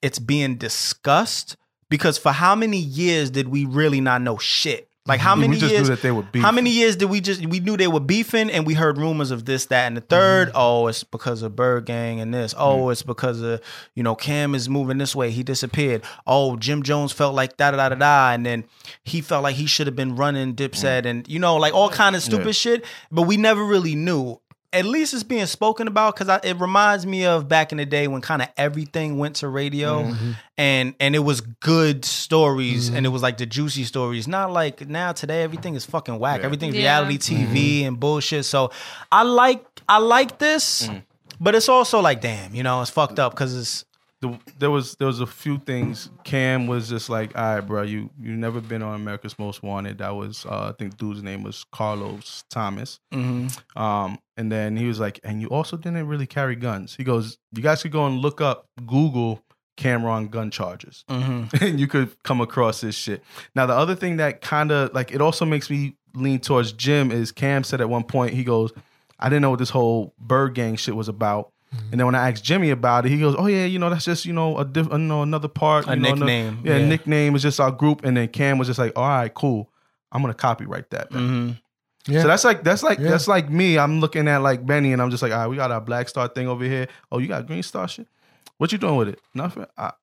S1: it's being discussed because for how many years did we really not know shit? Like how
S3: Yeah,
S1: many
S3: we just
S1: years
S3: knew that they would be.
S1: how many years did we just we knew they were beefing and we heard rumors of this, that, and the 3rd
S3: Mm-hmm.
S1: Oh, it's because of Bird Gang and this. Oh,
S3: Mm.
S1: it's because of you know Cam is moving this way. He disappeared. Oh, Jim Jones felt like da da da da da, and then he felt like he should have been running Dipset and you know like all kind of stupid
S3: Mm. Yeah.
S1: shit. But we never really knew. At least it's being spoken about because it reminds me of back in the day when kind of everything went to radio,
S3: Mm-hmm.
S1: and and it was good stories and it was like the juicy stories. Not like now today everything is fucking whack. Everything's
S4: Yeah.
S1: reality TV
S3: Mm-hmm.
S1: and bullshit. So I like I like this,
S3: Mm.
S1: but it's also like damn, you know, it's fucked up because it's
S3: the, there was there was a few things. Cam was just like, all right, bro, you you never been on America's Most Wanted. That was uh, I think dude's name was Carlos Thomas. Um, and then he was like, and you also didn't really carry guns. He goes, you guys could go and look up Google Cameron gun charges,
S1: Mm-hmm.
S3: and you could come across this shit. Now the other thing that kind of like it also makes me lean towards Jim is Cam said at one point he goes, I didn't know what this whole bird gang shit was about.
S1: Mm-hmm.
S3: And then when I asked Jimmy about it, he goes, "Oh yeah, you know that's just you know a diff- you know, another part,
S1: A
S3: you know, ano-
S1: nickname,
S3: yeah,
S1: yeah.
S3: nickname is just our group." And then Cam was just like, "All right, cool, I'm gonna copyright that." then."
S1: Mm-hmm.
S2: Yeah.
S3: So that's like that's like
S2: Yeah.
S3: that's like me. I'm looking at like Benny, and I'm just like, all right, we got our Black Star thing over here. Oh, you got Green Star shit. What you doing with it? Nothing. I,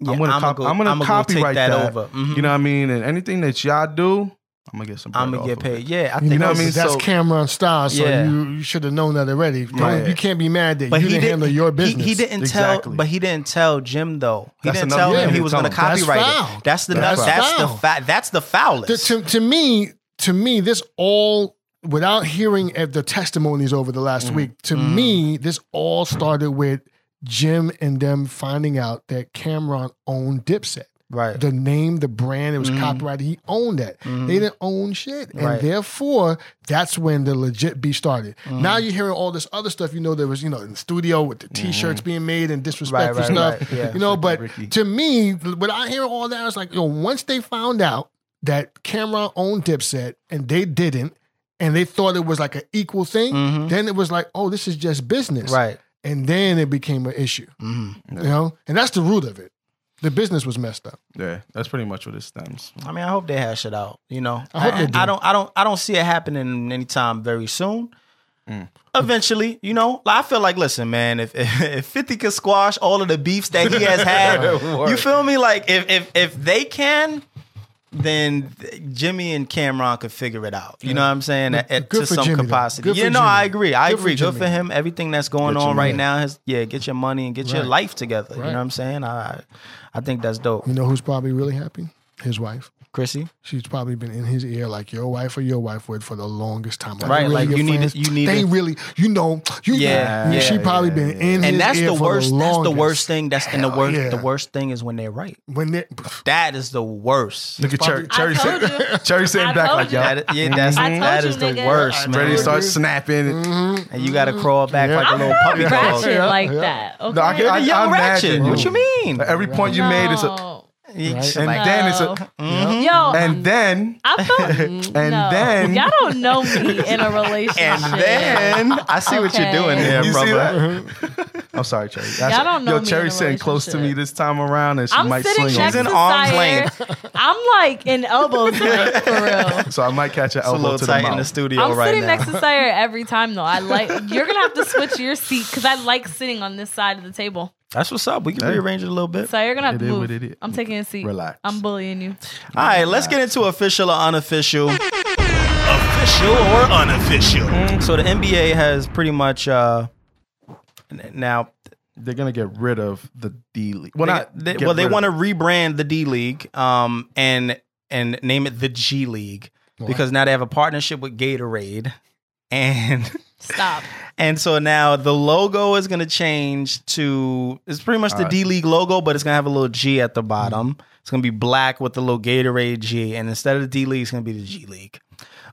S1: yeah,
S3: I'm gonna,
S1: I'ma
S3: cop-
S1: go-
S3: I'm gonna
S1: I'ma go take
S3: copyright that,
S1: over. Mhm.
S3: You know what I mean? And anything that y'all do, I'm gonna get some.
S1: I'm
S3: bread
S1: gonna
S3: off
S1: get
S3: of it.
S1: paid. Yeah, I
S2: You
S1: think
S2: know what I mean?
S1: that's-
S2: That's
S1: so-
S2: Cameron Star, so
S1: Yeah.
S2: you, you should have known that already. Don't-
S3: Right.
S2: You can't be mad that you didn't handle your business.
S1: He, he didn't
S3: Exactly.
S1: tell, but he didn't tell Jim though. He
S3: That's
S1: didn't
S3: another-
S1: tell
S3: yeah,
S1: him
S3: he
S1: he was
S3: didn't
S1: going to
S3: tell him.
S2: That's
S1: copyright
S2: foul.
S1: it. That's the
S3: That's
S1: that's, the
S2: foul.
S1: fa- that's the foulest.
S2: to, to, to me, to me, this all without hearing at the testimonies over the last
S1: Mm-hmm.
S2: week. To me, this all started with Jim and them finding out that Cameron owned Dipset.
S1: right.
S2: The name, the brand, it was
S1: Mhm.
S2: copyrighted. He owned that. They didn't own shit, and
S1: Right.
S2: therefore that's when the legit beef started.
S1: Mm-hmm.
S2: Now you're hearing all this other stuff. You know there was you know in the studio with the t-shirts being made and disrespectful
S1: Mm-hmm. Right, right,
S2: stuff.
S1: right, yeah.
S2: You know, but
S3: Ricky.
S2: to me, without hearing all that, I was like, yo, once they found out that Cameron owned Dipset and they didn't, and they thought it was like an equal thing,
S1: Mhm.
S2: then it was like, oh, this is just business,
S1: Right.
S2: And then it became an issue,
S1: Mhm.
S2: you know, and that's the root of it. The business was messed up.
S3: Yeah, that's pretty much what it stems.
S1: I mean, I hope they hash it out. You know,
S2: I hope they do.
S1: I don't, I don't, I don't see it happening anytime very soon.
S2: Mm.
S1: Eventually, you know, I feel like, listen, man, if, if if Fifty could squash all of the beefs that he has had, you feel me? Like, if if if they can, then Jimmy and Cameron could figure it out. You know what I'm saying? At- at-
S2: Good
S1: to
S2: for
S1: some
S2: Jimmy, though.
S1: capacity.
S2: Good
S1: yeah,
S2: for
S1: no,
S2: Jimmy.
S1: I agree. I
S2: Good for
S1: agree. Good
S2: Jimmy.
S1: for him. Everything that's going
S3: Get your
S1: on right
S3: money.
S1: now has, yeah, get your money and get your
S2: Right.
S1: life together. You
S2: Right.
S1: know what I'm saying? I I think that's dope,
S2: You know who's probably really happy? His wife.
S1: Chrissy.
S2: She's probably been in his ear like your wife or your wife would for the longest time. Like,
S1: Right,
S2: really
S1: like,
S2: your
S1: you need
S2: friends?
S1: to- you need
S2: They
S1: to-
S2: really, you know, you
S1: Yeah,
S2: know,
S1: yeah,
S2: she probably
S3: yeah,
S2: been
S3: yeah.
S2: in
S1: and
S2: his
S1: that's
S2: ear
S1: the
S2: for
S1: worst.
S2: the
S1: that's the
S2: longest.
S1: worst thing. That's and the
S2: Hell
S1: worst.
S2: yeah.
S1: The worst thing is when they're right.
S2: When they,
S1: That is the worst.
S3: Look at Cherry. Cherry,
S4: I
S3: sit-
S4: told you.
S3: Cherry sitting
S4: I
S3: back
S4: told
S3: like
S4: you. Mm-hmm.
S3: y'all.
S1: That, yeah, that's
S4: I told
S1: that
S4: you,
S1: is the
S4: nigga.
S1: worst, man.
S3: Ready to start snapping.
S1: And you got to crawl back like a
S4: I'm
S1: little
S4: not
S1: puppy dog.
S4: ratchet
S2: Yeah,
S4: like
S2: yeah.
S4: that. Okay.
S3: No, I can-
S1: You're the
S3: I-
S1: young
S3: I'm
S1: ratchet.
S3: mad at
S1: What
S3: you.
S1: you mean?
S3: Every point you made is a.
S4: No.
S1: Yeah,
S2: Right.
S1: shit
S3: And
S1: like that.
S3: then it's a.
S4: Yo, I'm-
S3: And then.
S4: I thought, and no.
S3: then-
S4: y'all don't know me in a relationship.
S1: and then I see what you're
S4: Okay.
S1: doing there,
S3: You see
S1: brother.
S3: that? I'm sorry, Cherry.
S4: Y'all don't know
S3: Yo,
S4: me in
S3: Cherry
S4: a
S3: sitting close to me
S4: relationship.
S3: this time around, and she
S4: I'm
S3: might
S4: sitting
S3: swing
S4: next
S3: on
S1: She's
S4: to
S1: an arm's
S4: Sire. I'm like in elbow to her, for real.
S3: me. So I might catch an
S1: It's a
S3: elbow
S1: little
S3: to the
S1: tight in the
S3: mouth.
S1: studio
S4: I'm
S1: right
S4: sitting
S1: now.
S4: next to Sire every time though. I like you're gonna have to switch your seat because I like sitting on this side of the table.
S1: That's what's up. We can
S3: Hey.
S1: rearrange it a little bit.
S4: So you're gonna have
S3: It
S4: to
S3: is
S4: move.
S3: what it is.
S4: I'm taking a seat.
S3: Relax.
S4: I'm bullying you.
S1: All right, let's get into official or unofficial. Official or unofficial. So the NBA has pretty much uh, n- now
S3: They're gonna get rid of the D League. Well,
S1: They-
S3: not
S1: they-
S3: get
S1: well, they
S3: rid of
S1: want to
S3: it.
S1: rebrand the D League, um, and and name it the G League because now they have a partnership with Gatorade, and
S4: Stop.
S1: and so now the logo is going to change to it's pretty much the D League logo, but it's going to have a little G at the
S3: Hmm.
S1: bottom. It's going to be black with the little Gatorade G, and instead of the D League, it's going to be the G League.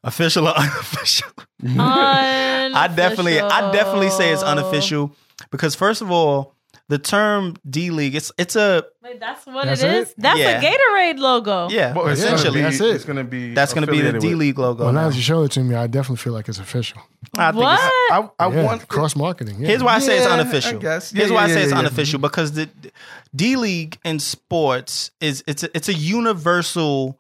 S1: Official or unofficial? I definitely, I definitely say it's unofficial because first of all, the term D League, it's it's a
S4: Wait, that's what
S2: That's
S4: it
S2: it?
S4: is. That's
S1: Yeah.
S4: a Gatorade logo.
S1: yeah,
S3: Well, it's gonna
S2: essentially,
S3: be-
S2: that's it.
S3: It's gonna be.
S1: That's going to be the
S3: affiliated with-
S1: D League logo.
S2: well,
S1: now.
S2: now that you show it to me, I definitely feel like it's official.
S1: I think it's-
S4: What?
S3: I, I
S2: Yeah,
S3: want.
S2: cross marketing. Yeah.
S1: here's why I say it's
S3: Yeah, I
S1: unofficial.
S3: guess.
S1: Here's
S3: Yeah,
S1: why I
S3: yeah,
S1: say it's
S3: yeah, yeah.
S1: unofficial because the D League in sports is it's a, it's a universal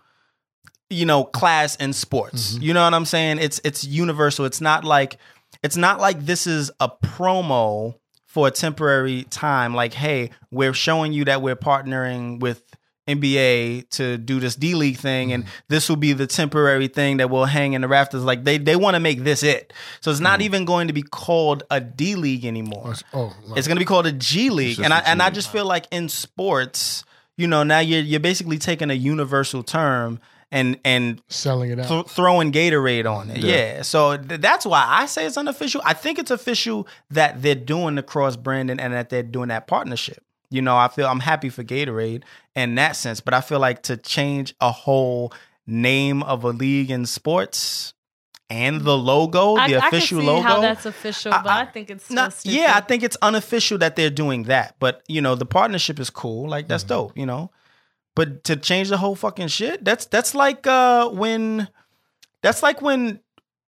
S1: you know class in sports. You know what I'm saying? It's it's universal. It's not like it's not like this is a promo for a temporary time like hey, we're showing you that we're partnering with NBA to do this D League thing, and this will be the temporary thing that will hang in the rafters. Like they they want to make this it, so it's not even going to be called a D League anymore.
S2: Oh, right.
S1: It's going to be called a G League,
S3: just
S1: and I
S3: a G
S1: and I
S3: League.
S1: just feel like in sports, you know, now you're you're basically taking a universal term and and
S2: selling it out.
S1: th- throwing Gatorade on it. Yeah. So th- that's why I say it's unofficial. I think it's official that they're doing the cross branding and that they're doing that partnership. You know, I feel I'm happy for Gatorade in that sense, but I feel like to change a whole name of a league in sports and the logo, Oh,
S4: I,
S1: the
S4: I
S1: official
S4: can see
S1: logo.
S4: how that's official, but I,
S1: I-
S4: think it's
S1: No,
S4: still stupid.
S1: yeah, I think it's unofficial that they're doing that, but you know, the partnership is cool. Like that's
S3: Mm-hmm.
S1: dope, you know. But to change the whole fucking shit, that's that's like uh when that's like when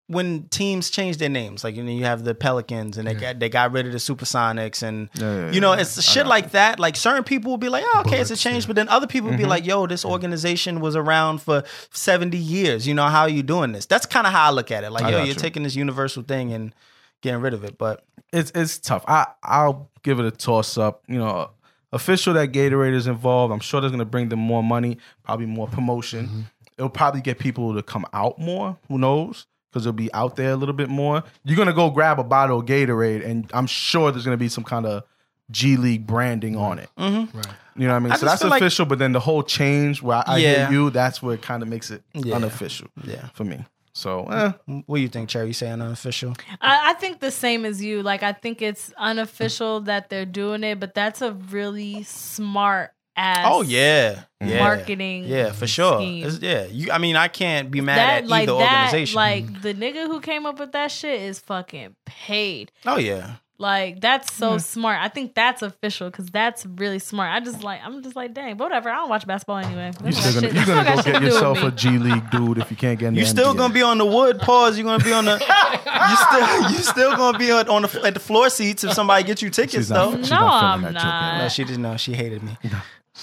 S1: when teams change their names. Like you know, you have the Pelicans and they got they got rid of the Supersonics and
S3: Yeah, yeah, yeah.
S1: you know, it's shit like that. Like certain people will be like, oh, okay, it's a
S2: Bullets,
S1: change. But then other people will
S3: Mm-hmm.
S1: be like, yo, this organization was around for 70 years. You know, how are you doing this? That's kind of how I look at it. Like,
S3: I
S1: yo,
S3: got
S1: you're
S3: you.
S1: taking this universal thing and getting rid of it. But
S3: It's it's tough. I I'll give it a toss up. You know, official that Gatorade is involved. I'm sure that's gonna bring them more money, probably more promotion. it'll probably get people to come out more. Who knows? Because it'll be out there a little bit more. You're gonna go grab a bottle of Gatorade, and I'm sure there's gonna be some kind of G League branding on it.
S1: Mhm.
S2: Right.
S3: You know what I mean?
S1: I
S3: so
S1: just
S3: that's
S1: feel like-
S3: official, but then the whole change where I, I
S1: Yeah.
S3: hear you, that's where it kind of makes it
S1: Yeah.
S3: unofficial
S1: Yeah.
S3: for me. So eh,
S1: What do you think, Cherry? You saying unofficial?
S4: I, I think the same as you. Like I think it's unofficial that they're doing it, but that's a really smart ass.
S1: Oh yeah, yeah.
S4: Marketing
S1: Yeah, for sure.
S4: scheme.
S1: It's- yeah, you. I mean, I can't be mad
S4: That
S1: at
S4: like
S1: either
S4: that
S1: organization.
S4: like the nigga who came up with that shit is fucking paid.
S1: oh yeah,
S4: Like that's
S1: Hmm.
S4: so smart. I think that's official because that's really smart. I just like I'm just like dang, whatever. I don't watch basketball anyway.
S3: you
S4: That's
S3: still
S4: got
S3: gonna,
S4: shit-
S3: you're
S4: that's
S3: gonna
S4: got
S3: go get
S4: shit to do with
S3: yourself
S4: me.
S3: a G League dude if you can't get in.
S1: you
S3: the
S1: still
S3: NBA.
S1: gonna be on the wood. Pause. You're gonna be on the. you still you still gonna be on, on the at the floor seats if somebody gets you tickets
S3: She's
S1: though.
S3: not, she's
S4: No,
S3: not feeling
S4: I'm
S3: that joke right
S4: not.
S1: No, she didn't know. She hated me.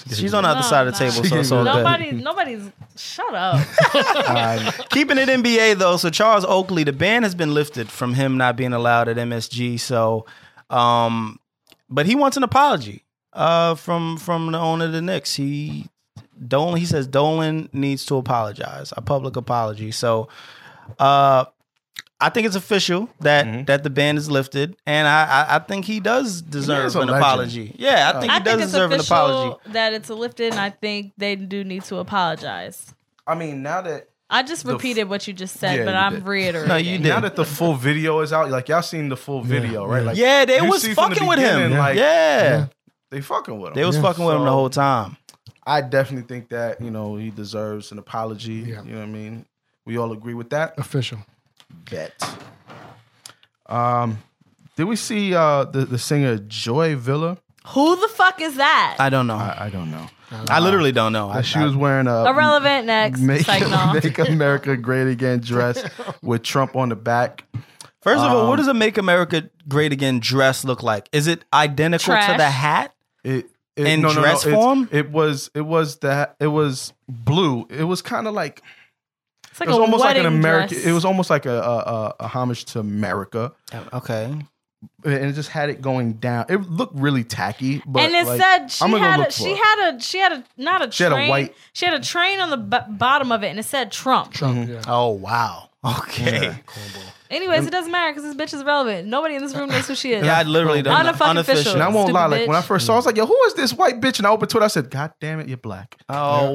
S1: She's
S3: hated
S1: on the other
S4: No,
S1: side of the
S4: I'm
S1: table,
S4: not.
S1: so it's all good.
S4: Nobody, nobody's. Shut up.
S3: now. Um,
S1: Keeping it NBA though, so Charles Oakley, the ban has been lifted from him not being allowed at MSG. So, um, but he wants an apology uh, from from the owner of the Knicks. He Dolan, he says Dolan needs to apologize, a public apology. So, uh, I think it's official that that the ban is lifted, and I I, I think he does deserve
S3: a
S1: an
S3: legend.
S1: apology. Yeah, I think
S4: I
S1: he does
S4: think it's
S1: deserve an
S4: official
S1: apology.
S4: that it's lifted, and I think they do need to apologize.
S3: I mean, now that
S4: I just
S3: The f-
S4: repeated what you just said,
S3: Yeah,
S4: but
S3: you
S4: I'm
S3: did.
S4: reiterating.
S1: No, you
S3: now
S1: did.
S3: that the full video is out, like y'all seen the full video, right? Like
S1: Yeah, they
S3: you
S1: was
S3: see from the
S1: fucking with him.
S3: beginning, Like
S1: yeah.
S3: they fucking with him.
S1: They was fucking with him the
S3: So-
S1: whole time.
S3: I definitely think that you know he deserves an apology.
S2: Yeah.
S3: You know what I mean? We all agree with that.
S2: Official.
S3: Bet. Um, did we see uh the the singer Joy Villa?
S4: Who the fuck is that?
S1: I don't know. I,
S3: I, I don't know.
S1: literally don't know. I,
S3: she was wearing a
S4: Irrelevant. Next.
S3: uh, Make,
S4: Like, no.
S3: make America Great Again dress with Trump on the back.
S1: First of
S3: um,
S1: all, what does a "Make America Great Again" dress look like? Is it identical to
S4: Trash.
S1: the hat?
S3: It, it
S1: In
S3: no, no, no,
S1: dress
S3: it's-
S1: form?
S3: It was it was that it was blue. It was kind of like
S4: It's like
S3: it was
S4: a
S3: almost like
S4: wedding
S3: an American.
S4: dress.
S3: It was almost like a, a, a, a homage to America,
S1: Okay.
S3: and it just had it going down. It looked really tacky, but
S4: and it
S3: like,
S4: said she
S3: I'm gonna go
S4: had
S3: look
S4: a,
S3: for
S4: she
S3: it.
S4: had a she had a not a
S3: She had
S4: train
S3: a white-
S4: she had a train on the b- bottom of it and it said Trump.
S2: Trump, yeah.
S1: Oh wow. Okay. Yeah,
S4: Anyways, it doesn't matter because this bitch is relevant. Nobody in this room knows who she is.
S1: I literally don't know.
S4: Unofficial.
S3: And I won't
S4: Stupid
S3: lie, like when I
S4: bitch.
S3: first saw, it, I was like, "Yo, who is this white bitch?" And I opened Twitter, I said, "God damn it, you're black."
S1: Oh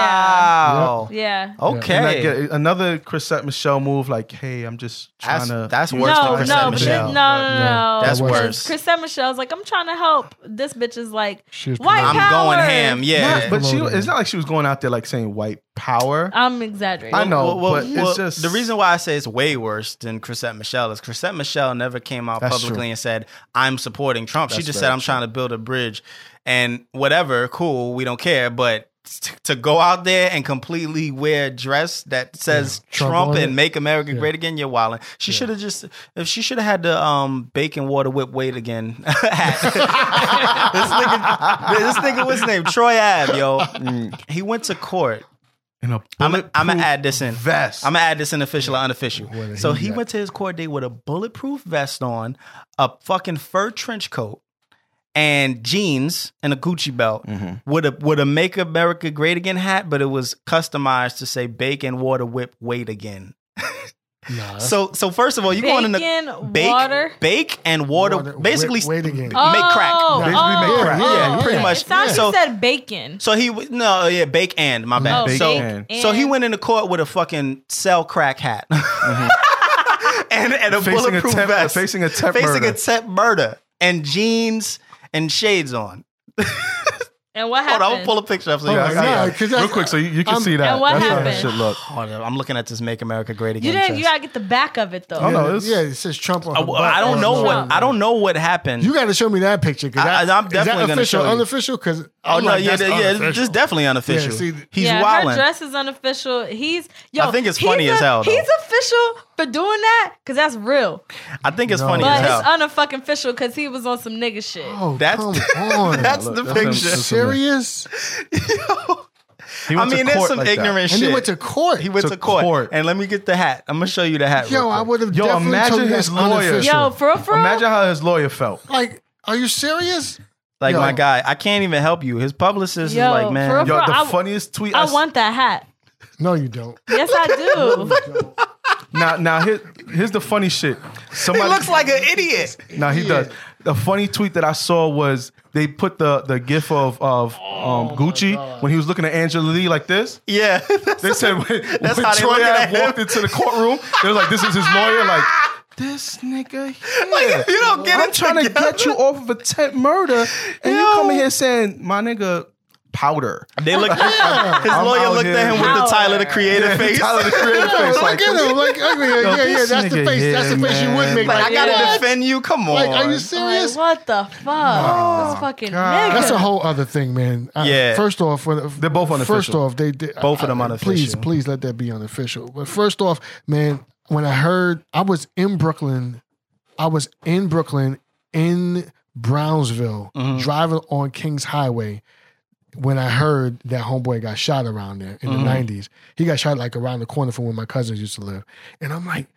S1: wow.
S4: yeah.
S1: Okay.
S3: And I get another Chrisette Michelle move, like, "Hey, I'm just trying
S1: That's
S3: to."
S1: that's
S4: No,
S1: worse
S4: no,
S1: than
S4: but
S1: Chrisette
S4: no,
S1: Michelle.
S4: no, no, no.
S1: That's
S2: That was-
S1: worse.
S4: Chris and Michelle's like, I'm trying to help. This bitch is like,
S2: She was
S4: white
S1: I'm
S2: promoting-
S4: power.
S1: going ham. Yeah.
S3: Not- but she,
S2: Promoting.
S3: it's not like she was going out there like saying white power.
S4: I'm exaggerating.
S3: I know,
S1: Well, well,
S3: but
S1: well,
S3: it's just
S1: the reason why I say it's way worse than Chrisette Michelle is Chrisette Michelle never came out
S3: That's
S1: publicly
S3: true.
S1: and said I'm supporting Trump. she
S3: That's
S1: just
S3: very
S1: said I'm
S3: true.
S1: trying to build a bridge, and whatever, cool, we don't care. But t- to go out there and completely wear a dress that says
S2: Yeah, Trump
S1: Trump,
S2: on
S1: and
S2: it.
S1: Make America Great Again, you're wilding. She should have just if she should have had the um bacon water whip wait again hat. this nigga, this nigga, what's his name? Troy Ave, yo. He went to court.
S3: in a
S1: I'm gonna I'm
S3: Mm. bulletproof
S1: add this in.
S3: vest.
S1: I'm gonna add this in official or unofficial.
S2: What a
S1: So
S2: he
S1: he
S2: got.
S1: went to his court date with a bulletproof vest on, a fucking fur trench coat, and jeans and a Gucci
S3: Mm.
S1: belt
S3: Mm-hmm.
S1: with a with a Make America Great Again hat, but it was customized to say Bacon Water Whip Wait Again.
S2: Nah,
S1: So so first of all, you going in the
S4: Bacon, water.
S1: bake and water,
S2: Water,
S1: basically
S2: wait- wait again.
S1: make
S4: oh,
S1: crack.
S3: Basically
S4: oh,
S3: make crack.
S4: oh,
S2: Yeah, yeah,
S4: okay.
S2: pretty
S1: much.
S4: It sounds
S1: So-
S4: like you said bacon.
S1: So he w- no oh, yeah bake and my bad.
S4: Oh,
S3: Bake
S1: so
S3: and.
S1: so he went into court with a fucking cell crack hat and and a
S3: Facing
S1: bulletproof
S3: attempt-
S1: vest
S3: facing attempt
S1: facing
S3: murder.
S1: attempt murder and jeans and shades on.
S4: And what
S1: Hold
S4: happened?
S1: on, I'll pull a picture up so you
S2: Oh,
S1: guys
S2: yeah,
S1: can
S2: yeah,
S1: see.
S2: 'cause
S3: Real
S2: that's-
S3: quick, so you, you can
S2: I'm-
S3: see that.
S4: And what
S3: That's how that
S4: happened?
S3: shit look.
S1: Hold on, I'm looking at this "Make America Great Again."
S4: you didn't. You
S1: chest.
S4: gotta get the back of it though.
S3: Oh, no,
S2: yeah,
S3: it's-
S2: yeah, it says Trump on her
S1: I,
S2: butt.
S1: I don't
S2: Oh,
S1: know
S2: no,
S1: what
S2: no.
S1: I don't know what happened.
S2: You got to show me that picture. 'cause
S1: I-
S2: that-
S1: I'm definitely
S2: is
S1: gonna
S2: that official,
S1: show you.
S2: unofficial? Because
S1: oh no, yeah, yeah, this is definitely unofficial.
S2: Yeah, see-
S1: He's
S4: yeah,
S1: wilding.
S4: her dress is unofficial. He's yo.
S1: I think it's
S4: he's
S1: funny
S4: a-
S1: as hell, though.
S4: He's official for doing that because that's real,
S1: I think it's
S2: No.
S1: funny
S4: but
S1: as hell.
S4: it's unfucking official because he was on some nigga shit.
S2: Oh,
S1: That's-
S2: come on.
S1: That's the
S3: that's him-
S1: picture.
S3: that's him.
S2: serious.
S3: He
S1: I
S3: went to
S1: mean, there's
S3: court
S1: some
S3: like that.
S1: ignorant
S2: And
S1: shit.
S2: he went to court.
S1: He went
S3: To
S1: to court.
S3: court.
S1: And let me get the hat. I'm gonna show you the hat.
S2: Yo,
S1: real
S2: I
S1: quick.
S2: would have.
S3: Yo,
S2: definitely
S3: imagine
S2: told you
S3: his
S2: that's
S3: lawyer.
S2: unofficial.
S4: Yo, for real, for real.
S3: Imagine how his lawyer felt.
S2: like, are you serious?
S1: Like
S2: Yo.
S1: my guy, I can't even help you. His publicist
S4: Yo,
S1: is like, man,
S4: for real,
S3: Yo,
S4: Bro,
S3: the
S4: I-
S3: funniest tweet.
S4: I
S3: s-
S4: want that hat.
S2: No, you don't.
S4: Yes, I do.
S3: Now, now here, here's the funny shit. Somebody
S1: like an idiot.
S3: Now he does. The funny tweet that I saw was they put the the gif of of
S1: Oh
S3: um, Gucci when he was looking at Angela Lee like this.
S1: Yeah.
S3: They said when,
S1: That's
S3: when
S1: how they
S3: Troy
S1: looking at
S3: Ave
S1: him.
S3: walked into the courtroom, they was like, "This is his lawyer." Like this nigga here.
S1: you don't get
S3: I'm
S1: it
S3: trying to
S1: together.
S3: get you off of attempt murder, and you
S1: Yo.
S3: come in here saying, "My nigga, powder."
S1: They looked. His
S3: I'm
S1: lawyer
S3: out
S1: looked
S3: here.
S1: at him with the
S4: Howard.
S1: Tyler the Creator face.
S3: Tyler the Creator
S2: Yeah,
S3: face,
S2: look
S3: like,
S2: at him. Like, oh, yeah, yeah, yeah.
S3: this
S2: That's the
S3: nigga
S2: face.
S3: here,
S2: that's the face you would
S3: man.
S2: make.
S1: Like I gotta
S2: what?
S1: defend you. Come on.
S2: Like, are you
S4: like,
S2: serious?
S4: what the fuck? this fucking
S3: Oh, God.
S4: nigga.
S2: That's a whole other thing, man. I-
S1: Yeah.
S2: First off, when,
S3: They're both unofficial.
S2: First off, they did.
S1: Both of them
S2: I- I- Please,
S1: unofficial.
S2: please let that be unofficial. But first off, man, when I heard I was in Brooklyn, I was in Brooklyn in Brownsville,
S1: Mm-hmm.
S2: driving on Kings Highway. When I heard that homeboy got shot around there
S1: Mm-hmm.
S2: in the 90s, he got shot like around the corner from where my cousins used to live. And I'm like,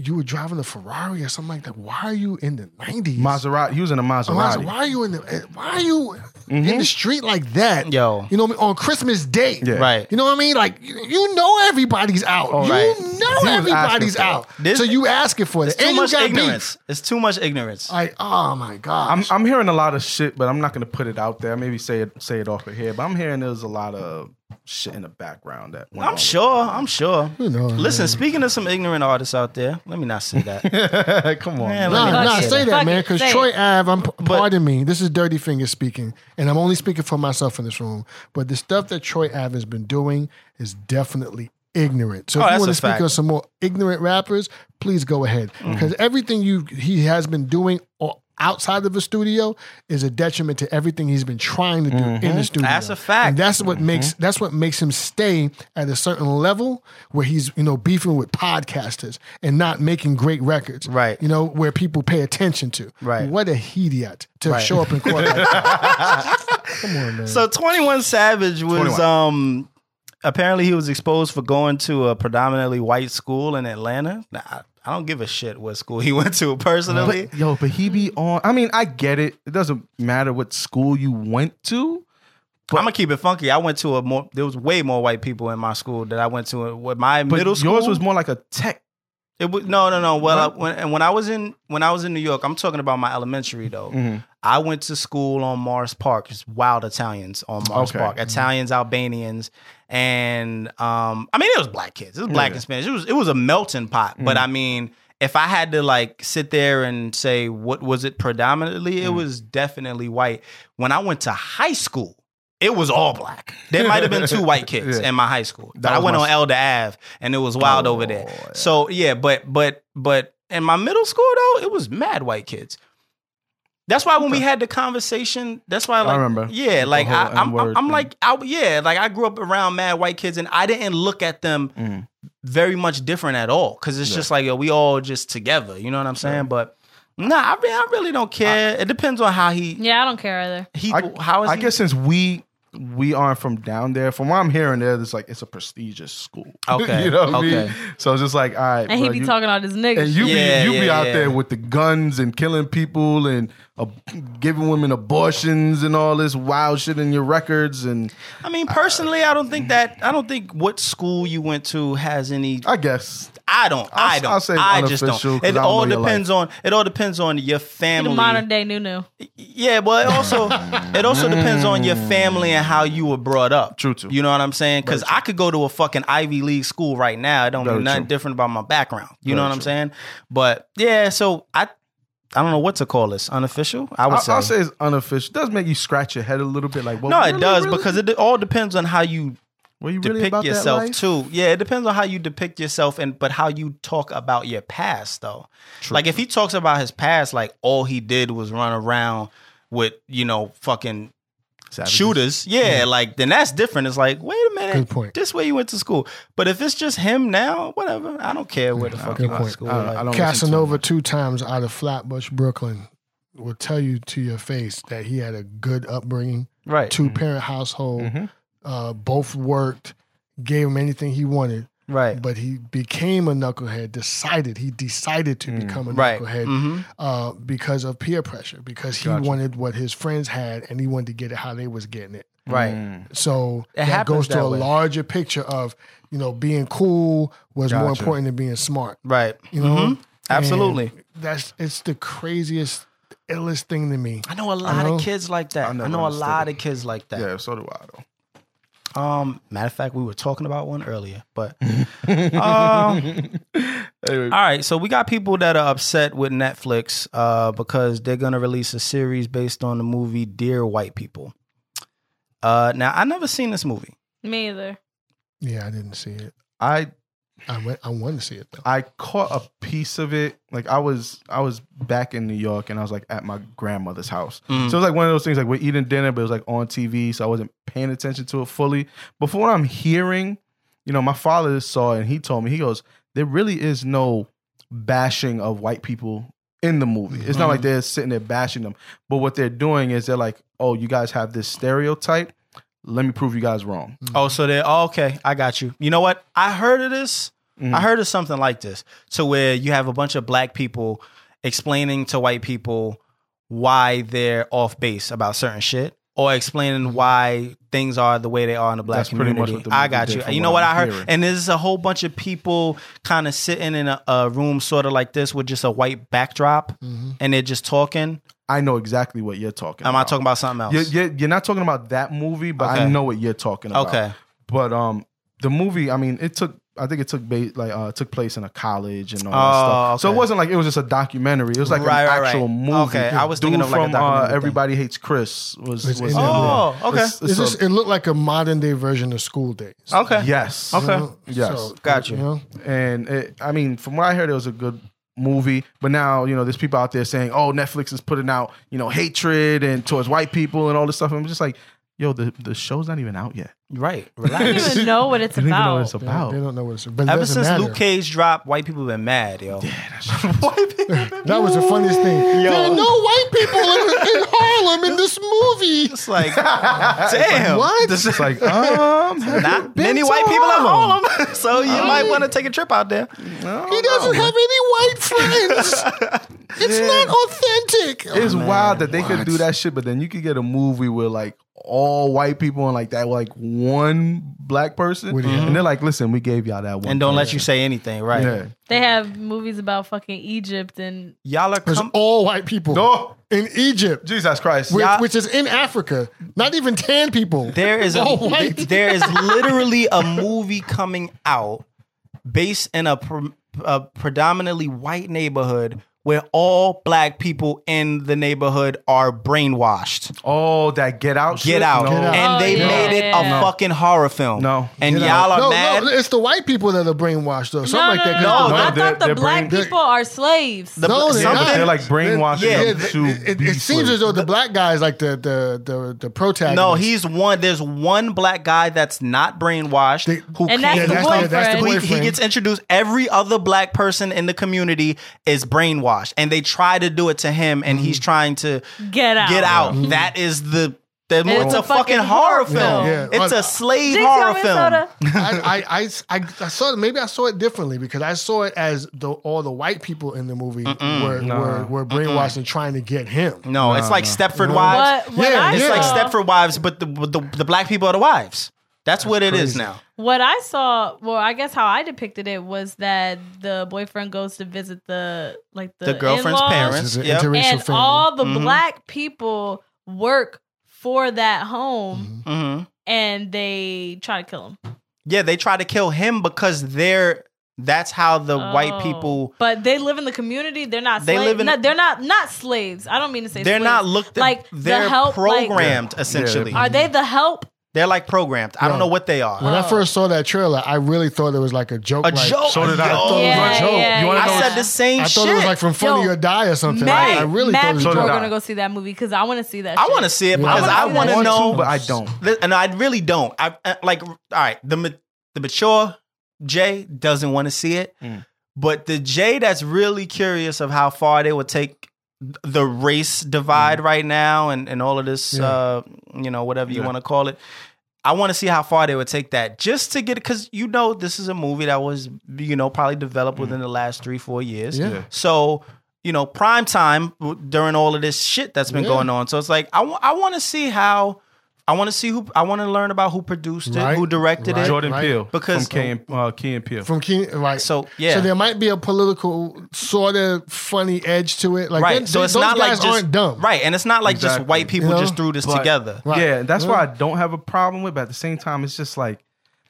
S2: you were driving a Ferrari or something like that. Why are you in the 90s?
S3: Maserati. He was in a
S2: I'm like,
S3: Maserati.
S2: why are you in the eh, why are you in the street like that?
S1: Mm-hmm. Yo.
S2: You know what I mean? On Christmas Day.
S3: Yeah.
S1: Right.
S2: You know what I mean? Like you, you know everybody's out.
S1: Oh,
S2: you
S1: right.
S2: know
S3: asking
S2: everybody's
S3: for it.
S2: out.
S1: This-
S2: so you asking for this.
S1: It's too
S2: and
S1: much
S2: you got
S1: ignorance. It's too much ignorance.
S2: beef. Like, oh my
S3: I'm
S2: gosh.
S3: I'm hearing a lot of shit, but I'm not gonna put it out there. Maybe say it say it off of here, but I'm hearing there's a lot of shit in the background that went on
S1: I'm
S3: with
S1: sure. I'm sure.
S2: You know,
S1: Listen, speaking of some ignorant artists out there, let me not say that.
S3: it. Come on,
S1: Man,
S3: man.
S1: let me not
S2: Nah, nah,
S1: say
S2: say
S1: that.
S2: that,
S4: Fuck
S2: man.
S4: it,
S2: Because
S4: say
S2: Troy
S4: it.
S2: Ave, I'm pardon me. This is Dirty Finger speaking, and I'm only speaking for myself in this room. But the stuff that Troy Ave has been doing is definitely ignorant. So
S1: Oh,
S2: if you
S1: that's
S2: want
S1: a
S2: to speak
S1: fact. Mm.
S2: on some more ignorant rappers, please go ahead. Because everything you he has been doing o- outside of the studio is a detriment to everything he's been trying to do in the studio.
S1: Mm-hmm. That's a fact.
S2: And that's
S1: Mm-hmm.
S2: what makes that's what makes him stay at a certain level where he's you know beefing with podcasters and not making great records.
S1: Right.
S2: You know where people pay attention to.
S1: Right.
S2: What a idiot to
S1: Right.
S2: show up in court. Like that. Come on, man.
S1: So 21 Savage was
S3: 21.
S1: um apparently he was exposed for going to a predominantly white school in Atlanta. Nah, I- I don't give a shit what school he went to personally.
S3: But, yo, but he be on. I mean, I get it. It doesn't matter what school you went to.
S1: I'm gonna keep it funky. I went to a more. There was way more white people in my school that I went to. What my
S3: But
S1: middle school
S3: yours was more like a tech.
S1: It was no, no, no. Well, I, when and when I was in when I was in New York, I'm talking about my elementary though.
S3: Mm-hmm.
S1: I went to school on Mars Park. It's wild Italians on Mars
S3: Okay. Mm-hmm.
S1: Park. Italians, Albanians, and um, I mean it was black kids. It was black and Spanish. It was it was a melting pot.
S3: Mm-hmm.
S1: But I mean, if I had to like sit there and say what was it predominantly,
S3: Mm-hmm.
S1: it was definitely white. When I went to high school, it was all black. There might have been two white kids
S3: Yeah.
S1: in my high school. But
S3: That
S1: I
S3: was
S1: went
S3: my
S1: on Elder Ave, and it was wild over there.
S3: Oh,
S1: So yeah, but but but in my middle school though, it was mad white kids. That's why when we had the conversation, that's why like
S3: remember.
S1: yeah, like
S3: whole
S1: I, I'm
S3: N-word
S1: I'm, I'm
S3: thing.
S1: like I, yeah, like I grew up around mad white kids, and I didn't look at them
S3: Mm.
S1: very much different at all because it's just like yo, we all just together. You know what I'm saying? But nah, I, re- I really don't care. it depends on how he
S4: yeah, I don't care either.
S1: he
S3: I,
S1: how is
S3: I
S1: he-
S3: guess since we we aren't from down there, from what I'm hearing, there, it's like it's a prestigious school.
S1: Okay.
S3: you know what I
S1: Okay.
S3: mean. So it's just like, all right,
S4: And he
S3: bro,
S4: be
S3: you-
S4: talking all this nigga
S3: And you
S4: shit.
S1: Yeah,
S3: be you be
S1: yeah,
S3: out
S1: yeah.
S3: there with the guns and killing people and uh, giving women abortions and all this wild shit in your records and
S1: I mean personally, I don't think that I don't think what school you went to has any
S3: I guess
S1: I don't.
S3: I'll-
S1: I don't.
S3: I'll say
S1: I just
S3: unofficial
S1: don't.
S3: 'cause I
S1: It
S3: don't
S1: all
S3: know your
S1: depends on. It all depends on your
S4: He
S1: family.
S4: the modern day Nunu.
S1: yeah, well, it also it also depends on your family and how you were brought up.
S3: True, true.
S1: You know what I'm saying? Because I could go to a fucking Ivy League school right now. It don't
S3: Very
S1: mean nothing
S3: true.
S1: different about my background. You know
S3: Very
S1: what I'm
S3: true.
S1: saying? But yeah, so I I don't know what to call this. Unofficial. I would
S3: I'll,
S1: say.
S3: I'll say it's unofficial. It does make you scratch your head a little bit, like well,
S1: no, it
S3: really,
S1: does
S3: really?
S1: because it all depends on how you
S3: Were you really
S1: depict
S3: about that
S1: yourself
S3: life?
S1: too. Yeah, it depends on how you depict yourself and but how you talk about your past though. Like if he talks about his past, like all he did was run around with you know fucking
S3: Savages.
S1: shooters. Yeah, like then that's different. It's like wait a minute,
S2: Good point.
S1: This way you went to school, but if it's just him now, whatever. I don't care where the fuck
S2: good
S1: you went to
S2: point.
S1: school.
S3: I don't- I
S1: like-
S3: don't listen to him.
S2: Casanova two times out of Flatbush, Brooklyn, will tell you to your face that he had a good upbringing,
S1: right,
S2: two parent household,
S1: Mm-hmm.
S3: Mhm.
S2: uh, both worked, gave him anything he wanted.
S1: right,
S2: but he became a knucklehead. Decided he decided to become a
S1: Mm. right.
S2: knucklehead
S3: Mm.
S1: Mhm.
S2: uh, because of peer pressure, because he wanted what his friends had and he wanted to get it how they was getting it.
S5: Right.
S2: So that
S5: happens
S2: goes to
S5: that
S2: a
S5: way.
S2: larger picture of you know being cool was more
S3: Gotcha.
S2: important than being smart.
S1: Right.
S2: You know,
S1: Mhm. Absolutely.
S2: And that's it's the craziest, illest thing to me.
S1: I know a lot
S2: know.
S1: of kids like that.
S3: I
S1: I
S3: never
S1: know, a
S3: understood
S1: lot
S3: it.
S1: of kids like that.
S3: Yeah, so do I though.
S1: Um, matter of fact, we were talking about one earlier, but um,
S3: Anyway,
S1: All right, so we got people that are upset with Netflix uh, because they're gonna release a series based on the movie Dear White People. Uh, now I never seen this movie.
S4: Me either.
S2: Yeah, I didn't see it.
S3: I
S2: I went. I wanted to see it though.
S3: I caught a piece of it. Like I was I was back in New York and I was like at my grandmother's house.
S1: Mm.
S3: So it was like one of those things like we're eating dinner, but it was like on TV, so I wasn't paying attention to it fully. But from what I'm hearing, you know, my father saw it and he told me, he goes, There really is no bashing of white people in the movie. It's
S1: Mm.
S3: not like they're sitting there bashing them. But what they're doing is they're like, Oh, you guys have this stereotype. Let me prove you guys wrong.
S1: Oh, so they're oh, okay. I got you. You know what? I heard of this.
S3: Mm-hmm.
S1: I heard of something like this, to where you have a bunch of black people explaining to white people why they're off base about certain shit, or explaining why things are the way they are in the black
S3: Mm-hmm. That's pretty
S1: community.
S3: much what the
S1: I
S3: movie
S1: got
S3: did
S1: you.
S3: from
S1: You know
S3: what
S1: what
S3: I'm
S1: I heard?
S3: hearing.
S1: And there's a whole bunch of people kind of sitting in a, a room, sort of like this, with just a white backdrop,
S3: Mm-hmm.
S1: and they're just talking.
S3: I know exactly what you're talking
S1: Am I
S3: about.
S1: talking about something else?
S3: You're, you're, you're not talking about that movie, but I
S1: Okay.
S3: know what you're talking about.
S1: okay.
S3: But um, the movie, I mean, it took. I think it took ba- like uh, took place in a college and all
S1: Oh,
S3: that stuff. So it
S1: okay.
S3: wasn't like it was just a documentary. It was like
S1: Right,
S3: an
S1: right, right.
S3: actual movie.
S1: Okay, I was thinking
S3: Dude
S1: of like a
S3: from
S1: documentary
S3: uh,
S1: thing.
S3: Everybody Hates Chris was.
S2: It's
S3: was
S2: in
S3: in
S2: there.
S1: Oh,
S3: there.
S1: okay.
S3: It's- it's
S2: It's just,
S3: a-
S2: it looked like a modern day version of school days.
S1: Okay.
S3: yes.
S1: Okay.
S2: You know?
S3: Yes.
S1: Got you.
S2: know?
S3: and it, I mean, from what I heard, it was a good movie. But now, you know, there's people out there saying, "Oh, Netflix is putting out, you know, hatred and towards white people and all this stuff." I'm just like, "Yo, the the show's not even out yet.
S1: Right.
S4: I don't
S1: Relax.
S4: even know what it's
S3: You don't even know what it's
S4: about.
S2: They don't,
S3: about."
S2: they don't know what it's. But it
S1: Ever
S2: doesn't
S1: since
S2: matter.
S1: Luke Cage dropped, white people been mad, yo. white people been
S2: that was the funniest thing. There are no white people in, in Harlem in this movie.
S1: It's like, damn.
S2: What?
S1: This is like,
S3: um, have you
S1: not
S3: been
S1: many
S3: to
S1: white people at Harlem. so you might want to take a trip out there.
S2: He doesn't have any white friends. It's not authentic.
S3: It's
S1: Oh,
S3: wild that they could do that shit, but then you could get a movie with like all white people and like that, like one black person,
S2: What do you
S3: and they're like, "Listen, we gave y'all that one."
S1: And don't let you say anything, right?
S3: yeah.
S4: They have movies about fucking Egypt and
S1: Y'all are
S2: There's
S1: com-
S2: all white people
S3: Oh,
S2: in Egypt,
S3: Jesus Christ!
S2: which,
S1: Yeah.
S2: which is in Africa. Not even tan people.
S1: there is a
S2: all white.
S1: there is literally a movie coming out based in a, pre- a predominantly white neighborhood where all black people in the neighborhood are brainwashed.
S3: Oh, that Get Out, shit?
S1: Get out.
S3: No.
S2: Get Out.
S1: And
S4: Oh,
S1: they
S4: yeah,
S1: made it a
S4: yeah.
S1: fucking horror film.
S3: No.
S1: And
S3: Get
S1: y'all are
S2: no,
S1: mad.
S2: no, it's the white people that are brainwashed though. Something
S4: no, no,
S2: like that.
S4: no, no, I
S3: No, they're-
S4: thought the
S3: they're
S4: black
S2: brain-
S4: people are slaves.
S1: The-
S2: No, they're
S1: something-
S2: not.
S3: They're like brainwashing
S1: Yeah.
S3: them
S2: th-
S3: to
S2: it,
S3: be
S2: it seems
S3: slaves.
S2: as though the black guy is like the the the, the protagonist.
S1: No, he's one. There's one black guy that's not brainwashed
S2: They-
S1: who can't.
S4: And that's the
S1: who-
S4: Yeah, that's the
S1: who- he- He
S2: boyfriend.
S1: gets introduced. Every other black person in the community is brainwashed, and they try to do it to him, and he's trying to
S4: get out.
S1: get out. That is the. the mo-
S4: It's
S1: it's,
S4: a
S1: a,
S4: fucking
S1: fucking horror
S4: horror
S1: film.
S2: film. Yeah.
S1: It's a slave
S4: Jinx,
S1: horror
S4: y'all in
S1: film.
S4: soda.
S2: I, I, I, I, I saw it. Maybe I saw it differently because I saw it as the, all the white people in the movie were, were were brainwashed and trying to get him.
S1: No, it's like Stepford Wives.
S4: What, what
S2: Yeah,
S4: I
S1: It's
S4: saw,
S1: like Stepford Wives, but the, but the the black people are the wives. That's, what it is
S2: crazy.
S1: now.
S4: What I saw, well, I guess how I depicted it was that the boyfriend goes to visit the like the,
S1: The, girlfriend's
S4: in-laws,
S1: parents.
S2: It's an
S1: Yep.
S2: interracial
S4: and
S2: family.
S4: all the
S1: Mm-hmm.
S4: black people work for that home,
S1: Mhm.
S4: and they try to kill him.
S1: Yeah, they try to kill him because they're. That's how the white
S4: Oh.
S1: people
S4: but they live in the community. They're not.
S1: They
S4: They
S1: live in-
S4: No, they're not not slaves. I don't mean to say
S1: they're
S4: slaves.
S1: not looked at,
S4: like
S1: like
S4: the
S1: they're
S4: help, like-
S1: programmed essentially.
S4: Are they the help?
S1: they're like programmed. I don't
S2: No.
S1: know what they are.
S2: When
S4: Oh.
S2: I first saw that trailer, I really thought it was like a joke.
S1: a
S2: like,
S1: joke.
S3: So did I.
S1: Yo.
S3: I thought it was
S4: Yeah,
S3: a joke.
S4: yeah,
S3: you wanna
S4: yeah.
S3: know
S1: I
S3: what's-
S1: said the same
S2: I
S1: shit.
S2: thought it was like from Funny
S4: Yo,
S2: or Die or something.
S4: Mad,
S2: I, I really
S4: mad
S2: thought it was a
S3: So
S4: people
S3: did
S4: are
S2: joke.
S3: I.
S4: gonna go see that movie because I want to see that.
S1: I
S4: shit.
S1: want to see it because
S4: wanna
S1: I
S4: see
S1: want
S4: that
S1: to
S4: shit.
S1: know.
S3: to, but I don't.
S1: Li- and I really don't. I I- like. All right, the ma- the mature Jay doesn't want to see it,
S3: Mm.
S1: but the Jay that's really curious of how far they would take th- the race
S3: Mm.
S1: divide right now and and all of this,
S2: Yeah.
S1: uh, you know, whatever you
S3: Yeah.
S1: want to call it. I want to see how far they would take that just to get it because you know this is a movie that was you know probably
S3: Mm.
S1: developed within the last three four years.
S2: Yeah.
S1: So, you know, prime time w- during all of this shit that's been
S2: Yeah.
S1: going on. So it's like, I want to see how I want to see who. I want to learn about who produced it,
S2: Right,
S1: who directed
S2: right.
S1: it.
S3: Jordan
S2: right.
S3: Peele
S1: Because-
S3: from Key and, uh, Key and Peele.
S2: from King, right?
S1: So yeah,
S2: So there might be a political sort of funny edge to it. Like
S1: right.
S2: they-
S1: so
S2: they-
S1: it's
S2: those
S1: not
S2: guys
S1: like just
S2: aren't dumb.
S1: right, and it's not like
S3: Exactly.
S1: just white people
S2: You know?
S1: just threw this
S3: But-
S1: together.
S2: Right.
S3: Yeah, that's
S2: Yeah.
S3: why I don't have a problem with. But at the same time, it's just like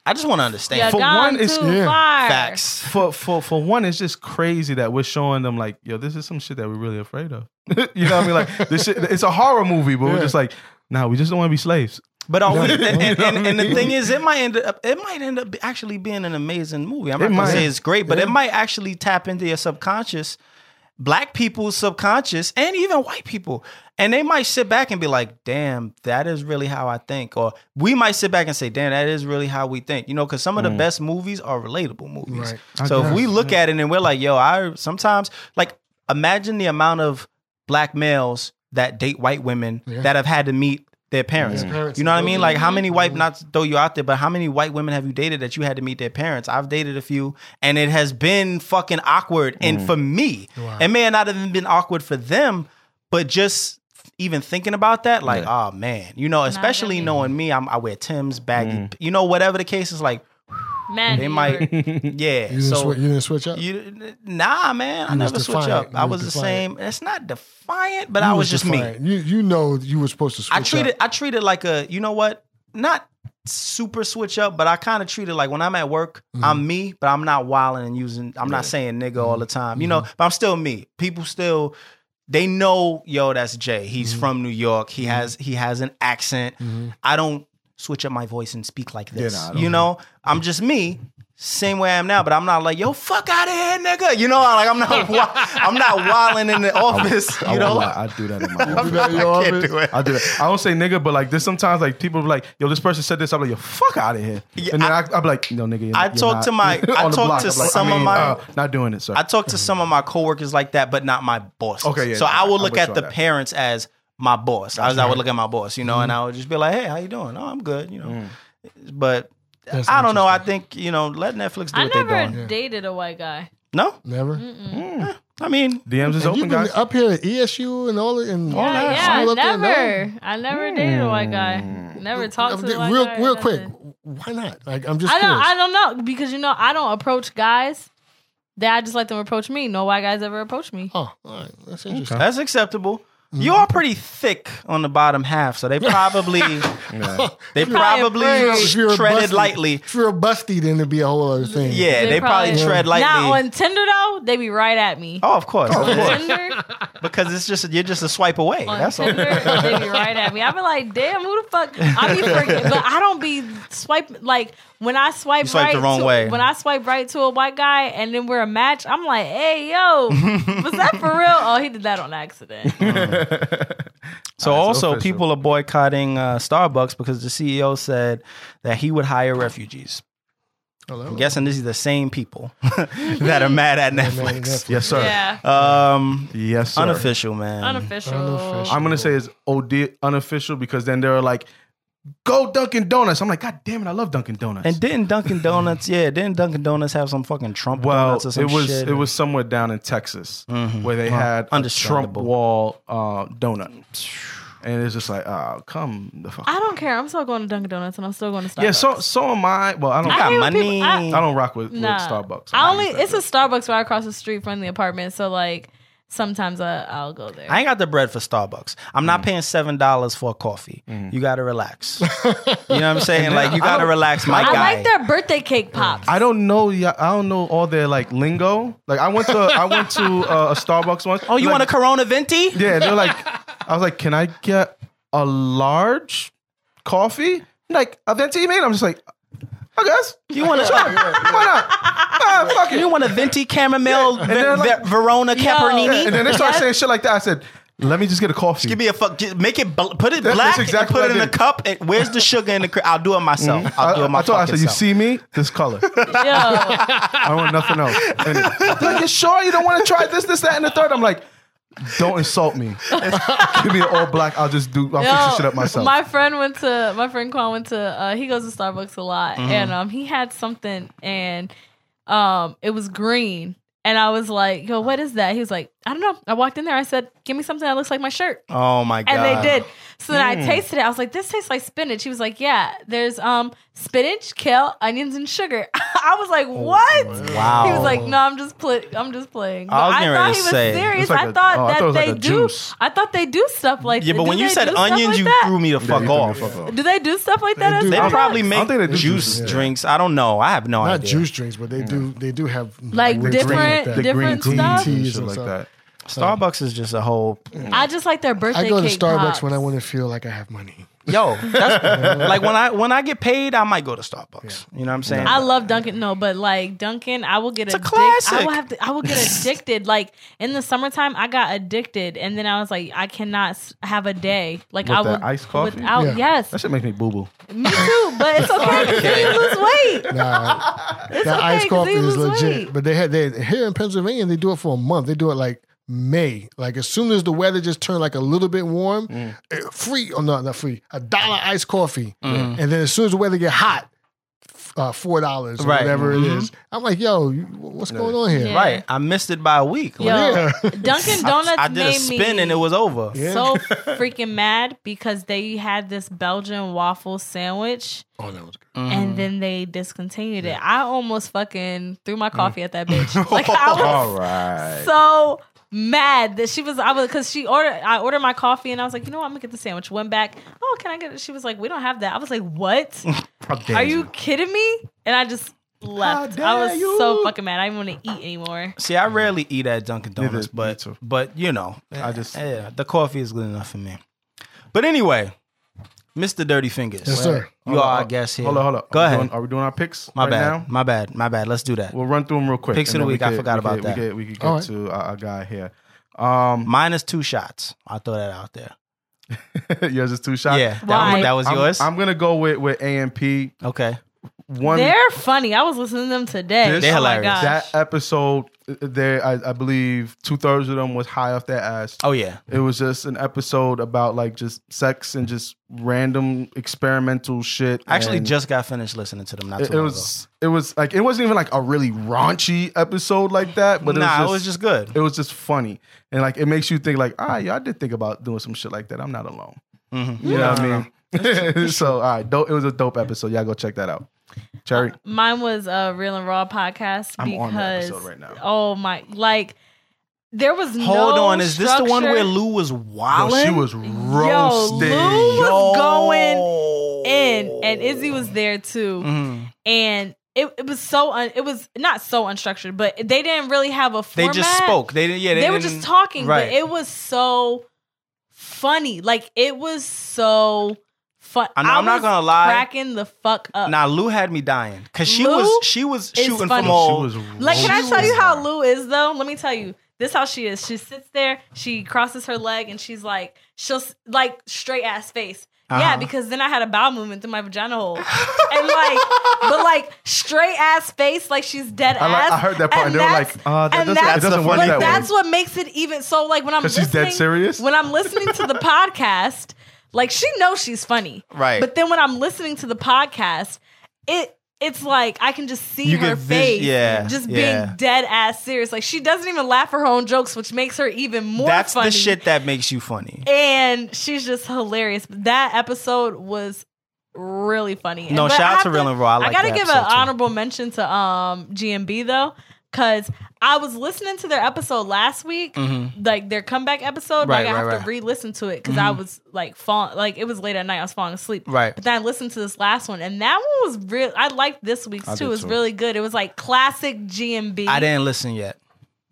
S1: I just want to understand
S4: Yeah,
S3: For
S4: gone
S3: one, it's-
S4: too
S2: Yeah.
S4: far.
S1: facts.
S3: for for for one, it's just crazy that we're showing them like, yo, this is some shit that we're really afraid of. you know what I mean? Like this shit, it's a horror movie, but
S2: Yeah.
S3: we're just like, nah, we just don't want to be slaves.
S1: But are we, and,
S3: You
S1: and,
S3: know
S1: and,
S3: what I
S1: the
S3: mean?
S1: thing is, it might end up it might end up actually being an amazing movie. I'm
S3: It
S1: not gonna
S3: might.
S1: say it's great, but it might actually tap into your subconscious, black people's subconscious, and even white people, and they might sit back and be like, "Damn, that is really how I think," or we might sit back and say, "Damn, that is really how we think." You know, because some of the best movies are relatable movies.
S2: Right.
S3: Mm. I
S1: So if we
S3: guess,
S1: look at it and we're like, "Yo, I sometimes like imagine the amount of black males that date white women
S2: Yeah.
S1: that have had to meet." Their parents.
S2: Their parents.
S1: You know what I mean? Like how
S2: Mhm.
S1: many white
S2: Mhm.
S1: not to throw you out there, but how many white women have you dated that you had to meet their parents? I've dated a few and it has been fucking awkward. And for me,
S2: Mm. Wow.
S1: it may not have been awkward for them, but just even thinking about that, like, oh man, you know, especially
S4: me.
S1: knowing me, I'm, I wear Tim's baggy,
S2: Mm.
S1: you know, whatever the case is, like,
S4: Man,
S1: They
S4: you
S1: might-
S4: were-
S1: yeah.
S2: You didn't,
S1: so
S2: swi- you didn't switch up.
S1: you, nah, man, I
S2: You was
S1: never switch
S2: defiant.
S1: up.
S2: You
S1: I
S2: was
S1: was the
S2: defiant.
S1: same. It's not defiant, but
S2: You
S1: I was just me.
S2: defiant. You you know you were supposed to switch
S1: I treat
S2: up.
S1: it. I treat it like a. You know what? Not super switch up, but I kind of treat it like when I'm at work, I'm me, but I'm not wilding and using. I'm not saying nigga all the time. You know, but I'm still me. People still. They know, yo, that's Jay. He's from New York. He has he has an accent. I don't switch up my voice and speak like this.
S2: nah, I
S1: you know, I'm just me. Same way I am now, but I'm not like yo, fuck out of here, nigga. You know, like I'm not, wi- I'm not wilding in the office.
S3: I
S1: You
S3: won't
S1: know,
S3: lie, I do that in my
S2: You
S3: office.
S2: know, your
S1: I can't
S2: office-
S1: do it.
S3: I do that. I don't say nigga, but like this sometimes like people be like, yo, this person said this. I'm like, yo, fuck out of here.
S1: Yeah,
S3: and then I, I, am like, no, nigga. You're,
S1: I
S3: you're
S1: talk
S3: not-
S1: to my- I
S3: on the
S1: talk
S3: block.
S1: to
S3: I'm like,
S1: some
S3: I
S1: of
S3: mean,
S1: my-
S3: uh, not doing it, sir.
S1: I talk to some of my coworkers like that, but not my boss.
S3: Okay, yeah,
S1: So
S3: yeah,
S1: I will
S3: I'm
S1: look
S3: with you
S1: at
S3: on
S1: the
S3: that.
S1: parents as my boss. I, was, I would look at my boss, you know, and I would just be like, "Hey, how you doing? Oh, I'm good," you know. But
S2: That's
S1: I don't know. I think you know, let Netflix do
S4: I
S1: what they're
S4: never
S1: doing.
S4: dated a white guy.
S1: No,
S2: Never.
S1: I mean,
S3: DMs is
S2: And
S3: open,
S2: You've been
S3: guys.
S2: up here at ESU and all and all
S4: Yeah,
S2: that.
S4: yeah,
S2: all
S4: I
S2: up there, no.
S4: never. I never dated a white guy.
S1: Mm.
S4: Never talked to a white
S2: Mm. real
S4: guy or
S2: real quick.
S4: nothing.
S2: Why not? Like I'm just
S4: I don't.
S2: curious.
S4: I don't know because you know I don't approach guys. That I just let them approach me. No white guys ever approach me.
S2: oh, all right. That's interesting.
S1: that's acceptable. You are pretty thick on the bottom half, so they probably they
S4: Probably
S1: probably
S4: afraid.
S2: If you're a
S1: treaded
S2: busty-
S1: lightly.
S2: If you're a busty, then it'd be a whole other thing.
S1: Yeah, they,
S4: They
S1: probably,
S4: probably-
S1: tread lightly.
S4: Now on Tinder though, they be right at me.
S1: oh, of course, of course,
S4: Tinder,
S1: because it's just you're just a swipe away.
S4: on
S1: That's all.
S4: Tinder, they be right at me. I be like, damn, who the fuck? I be forgetting, but I don't be swipe like when I swipe
S1: You swipe
S4: right
S1: the wrong
S4: to,
S1: way.
S4: When I swipe right to a white guy and then we're a match, I'm like, hey yo, was that for real? Oh, he did that on accident.
S1: So
S3: Alright, so
S1: also,
S3: official.
S1: people are boycotting uh, Starbucks because the CEO said that he would hire refugees.
S2: Hello?
S1: I'm guessing these are the same people that are mad at
S2: Man,
S1: Netflix.
S2: that's-
S3: Yes, sir.
S4: yeah,
S1: Um,
S3: Yes, sir.
S1: unofficial man.
S4: unofficial.
S2: Unofficial.
S3: I'm gonna say it's OD unofficial because then they're like, go Dunkin' Donuts. I'm like, God damn it, I love Dunkin' Donuts.
S1: And didn't Dunkin' Donuts? Yeah, didn't Dunkin' Donuts have some fucking Trump
S3: well,
S1: donuts or some
S3: it was
S1: shit?
S3: it was somewhere down in Texas where they had a Trump
S1: understandable.
S3: wall uh, donut, and it's just like, oh, come the fuck.
S4: I don't care. I'm still going to Dunkin' Donuts and I'm still going to Starbucks.
S3: yeah, so so am I. Well, I don't.
S1: I
S4: I
S1: got
S4: hate when
S1: money.
S4: people- I-
S3: I don't rock with, with
S4: Nah.
S3: Starbucks.
S4: I only it's a Starbucks right across the street from the apartment, so like sometimes I, I'll go there.
S1: I ain't got the bread for Starbucks. I'm
S3: Mm.
S1: not paying seven dollars for a coffee. You gotta relax. you know what I'm saying? Like you gotta relax, my
S4: I
S1: guy.
S4: like their birthday cake pops.
S3: I don't know. yeah, I don't know all their like lingo. Like I went to I went to uh, a Starbucks once.
S1: oh, you
S3: like,
S1: want a Corona Venti?
S3: Yeah, they're like, I was like, can I get a large coffee? Like a venti made? I'm just like, I guess.
S1: You want a
S3: Why not? Ah, fuck it.
S1: you want a Venti Caramel Ve-
S3: they're like-
S1: Ve- Verona Caperini?
S3: And then they started saying shit like that. I said, let me just get a coffee.
S1: Give me a fuck. Just make it. Bl- put it
S3: That-
S1: black.
S3: that's exactly
S1: and put
S3: what
S1: it in
S3: I
S1: a
S3: did. Mm-hmm.
S1: cup. And where's the sugar in the? Cr- I'll do it myself. I'll do
S3: I,
S1: it
S3: I
S1: myself.
S3: told her, I said, you see me? This color.
S4: Yo,
S3: I want nothing else. And they're like, you sure you don't want to try this, this, that, and the third? I'm like, don't insult me. Give me an all black. I'll just do, I'll fix
S4: yo,
S3: this shit up myself.
S4: my friend went to my friend Quan went to uh, he goes to Starbucks a lot,
S3: Mm-hmm.
S4: and um he had something and um it was green. And I was like, yo, what is that? He was like, I don't know. I walked in there. I said, "Give me something that looks like my shirt,"
S1: Oh my god!
S4: and they did. So then
S1: Hmm.
S4: I tasted it. I was like, "This tastes like spinach." He was like, "Yeah, there's um spinach, kale, onions, and sugar." I was like, "What?"
S1: Oh, Wow.
S4: He was like, "No, I'm just play- I'm just playing." But
S1: I was getting
S4: thought
S1: ready
S4: he
S1: to
S4: was
S1: say,
S4: serious.
S3: it's like
S4: I
S3: a-
S4: thought
S3: oh, I
S4: that
S3: thought it was
S4: they
S3: like a
S4: do.
S3: juice.
S4: I thought they do stuff like
S1: Yeah,
S4: that.
S1: but
S4: Do
S1: when you
S4: they
S1: said
S4: do stuff
S1: onions,
S4: like
S1: you
S4: that?
S1: threw me the fuck off.
S4: Do they do stuff like that?
S2: They do.
S4: at
S1: They
S2: I
S4: Starbucks?
S1: probably make
S3: think they do
S1: juice
S3: juice, yeah.
S1: drinks. I don't know. I have no
S2: Not
S1: idea.
S2: juice drinks, but they do. They do have
S4: Like
S2: weird
S4: different-
S2: drinks like that.
S4: different stuff?
S3: and
S2: Teas
S3: shit
S2: and
S3: like
S2: stuff.
S3: that.
S1: Starbucks is just a whole
S4: I just like their birthday.
S2: I go to
S4: cake
S2: Starbucks
S4: pops.
S2: when I want to feel like I have money.
S1: yo. That's, like when I when I get paid, I might go to Starbucks. You know what I'm saying?
S4: I love Dunkin'. No, but like Dunkin', I will get
S1: a
S4: addicted. I
S1: classic.
S4: will have to. I will get addicted. Like in the summertime, I got addicted, and then I was like, I cannot s- have a day. Like
S3: With
S4: I
S3: that
S4: would
S3: iced coffee?
S4: without.
S2: Yeah.
S4: Yes,
S3: That shit makes me boo boo.
S4: me too. But it's okay because you lose weight.
S2: Nah,
S4: It's
S2: that
S4: okay
S2: iced
S4: because
S2: coffee
S4: you
S2: is
S4: lose
S2: legit.
S4: weight.
S2: But they had they here in Pennsylvania. They do it for a month. They do it like May. Like as soon as the weather just turned like a little bit warm,
S4: Mm.
S2: eh, free or no, not free, a dollar iced coffee. And then as soon as the weather get hot, f- uh, four dollars or
S1: Right.
S2: whatever it is. I'm like, yo, you- what's going on here?
S4: Mm-hmm. Yeah.
S1: Right. I missed it by a week.
S4: Yo,
S1: Like,
S4: Dunkin' Donuts
S1: I did a
S4: made
S1: spin
S4: me
S1: and it was over.
S4: so freaking mad because they had this Belgian waffle sandwich.
S2: Oh, that was good.
S1: Mm.
S4: and then they discontinued it. I almost fucking threw
S2: Mm.
S4: my coffee at that bitch. Like I
S3: All
S2: Oh,
S4: was
S3: right.
S4: so mad that she was. I was because she ordered. I ordered my coffee and I was like, you know what? I'm gonna get the sandwich. Went back. Oh, can I get it? She was like, we don't have that. I was like, what? Are you kidding me? And I just left.
S3: dare
S4: I was
S3: you.
S4: so fucking mad. I didn't want to eat anymore.
S1: See, I rarely eat at Dunkin'
S3: Neither-
S1: Donuts,
S3: me
S1: but
S3: too.
S1: but you know,
S3: I just-
S1: yeah, the coffee is good enough for me. But anyway, Mr. Dirty Fingers,
S2: Yes, sir.
S1: you
S3: Hold
S1: are
S3: on,
S1: our guest here.
S3: Hold on, hold on.
S1: Go
S3: Are we
S1: ahead.
S3: doing- are we doing our picks?
S1: my
S3: right
S1: bad,
S3: Now?
S1: my bad, my bad. Let's do that.
S3: We'll run through them real quick.
S1: Picks of
S3: and
S1: the
S3: then
S1: week, I
S3: could-
S1: forgot
S3: we
S1: about
S3: could-
S1: that.
S3: We could, we could get
S2: All right.
S3: to our, our guy here. Um,
S1: Minus two shots. I'll throw that out there.
S3: yours is two shots.
S1: Yeah, that,
S4: Why?
S1: Was, that was
S3: I'm,
S1: yours.
S3: I'm gonna go with with AMP.
S1: okay,
S3: One
S4: They're funny. I was listening to them today.
S3: This-
S1: They're
S4: oh my
S1: hilarious.
S4: gosh.
S3: that episode, there I, I believe two thirds of them was high off their ass.
S1: oh yeah,
S3: It was just an episode about like just sex and just random experimental shit.
S1: I actually
S3: and
S1: just got finished listening to them. Not too
S3: it, it
S1: long
S3: was it was like it wasn't even like a really raunchy episode like that, but
S1: ago. Nah,
S3: it was just,
S1: good.
S3: it was just funny and like it makes you think like ah yeah I did think about doing some shit like that. I'm not alone.
S1: Mhm.
S3: You know what I mean? so all right, dope. It was a dope episode. Y'all go check that out. Cherry,
S4: Mine was a Real and Raw podcast
S3: I'm
S4: because
S3: on that episode right now.
S4: oh my like there was no
S1: Hold on, is this the one where
S4: structure.
S1: Lou was
S3: Yo,
S1: wilding?
S3: she was roasted.
S4: Lou was
S1: Yo.
S4: going in and Izzy was there too
S1: Mhm.
S4: and it, it was so un, it was not so unstructured but they didn't really have a
S1: They
S4: format
S1: just spoke. They didn't. Yeah,
S4: they,
S1: they,
S4: were
S1: didn't-
S4: just talking
S1: Right.
S4: but it was so funny like it was so fun
S1: I know, I'm not
S4: was
S1: gonna lie.
S4: cracking the fuck up
S1: Now Lou had me dying because she
S4: Lou
S1: was she was
S4: is
S1: shooting
S4: funny.
S1: from all.
S3: She was
S4: Like, can I
S3: roasted.
S4: tell you how Lou is though? Let me tell you. This how she is. She sits there. She crosses her leg, and she's like, she'll s- like straight ass face. Yeah,
S1: Uh-huh.
S4: because then I had a bowel movement through my vagina hole, and like, but like straight ass face, like she's dead
S3: I, like,
S4: ass.
S3: I heard that part.
S4: And
S3: And they were like,
S4: that's-
S3: uh, that
S4: and
S3: doesn't,
S4: that's-
S3: it doesn't work
S4: but
S3: that
S4: that's
S3: way.
S4: what makes it even so. Like when I'm
S3: 'Cause she's dead
S4: listening-
S3: serious?
S4: When I'm listening to the podcast, like she knows she's funny,
S1: Right.
S4: But then when I'm listening to the podcast, it it's like I can just see
S1: You
S4: her
S1: get vis-
S4: face,
S1: yeah,
S4: just
S1: yeah.
S4: being dead ass serious. Like she doesn't even laugh her own jokes, which makes her even more
S1: That's
S4: funny.
S1: the shit that makes you funny.
S4: and she's just hilarious. But That episode was really funny.
S1: No,
S4: But
S1: shout
S4: I
S1: out
S4: have
S1: to Real and Raw. I like
S4: gotta
S1: that
S4: give
S1: episode,
S4: an
S1: too.
S4: honorable mention to um GMB though, because I was listening to their episode last week,
S1: Mm-hmm.
S4: like their comeback episode.
S1: Mm. Right,
S4: like I
S1: right,
S4: have
S1: right. Mm-hmm.
S4: to re-listen to it because I was like falling, like it was late at night. I was falling asleep.
S1: Right.
S4: But then I listened to this last one, and that one was real. I liked this week's
S3: I
S4: too.
S3: did,
S4: It was
S3: too.
S4: really good. It was like classic GMB.
S1: I didn't listen yet.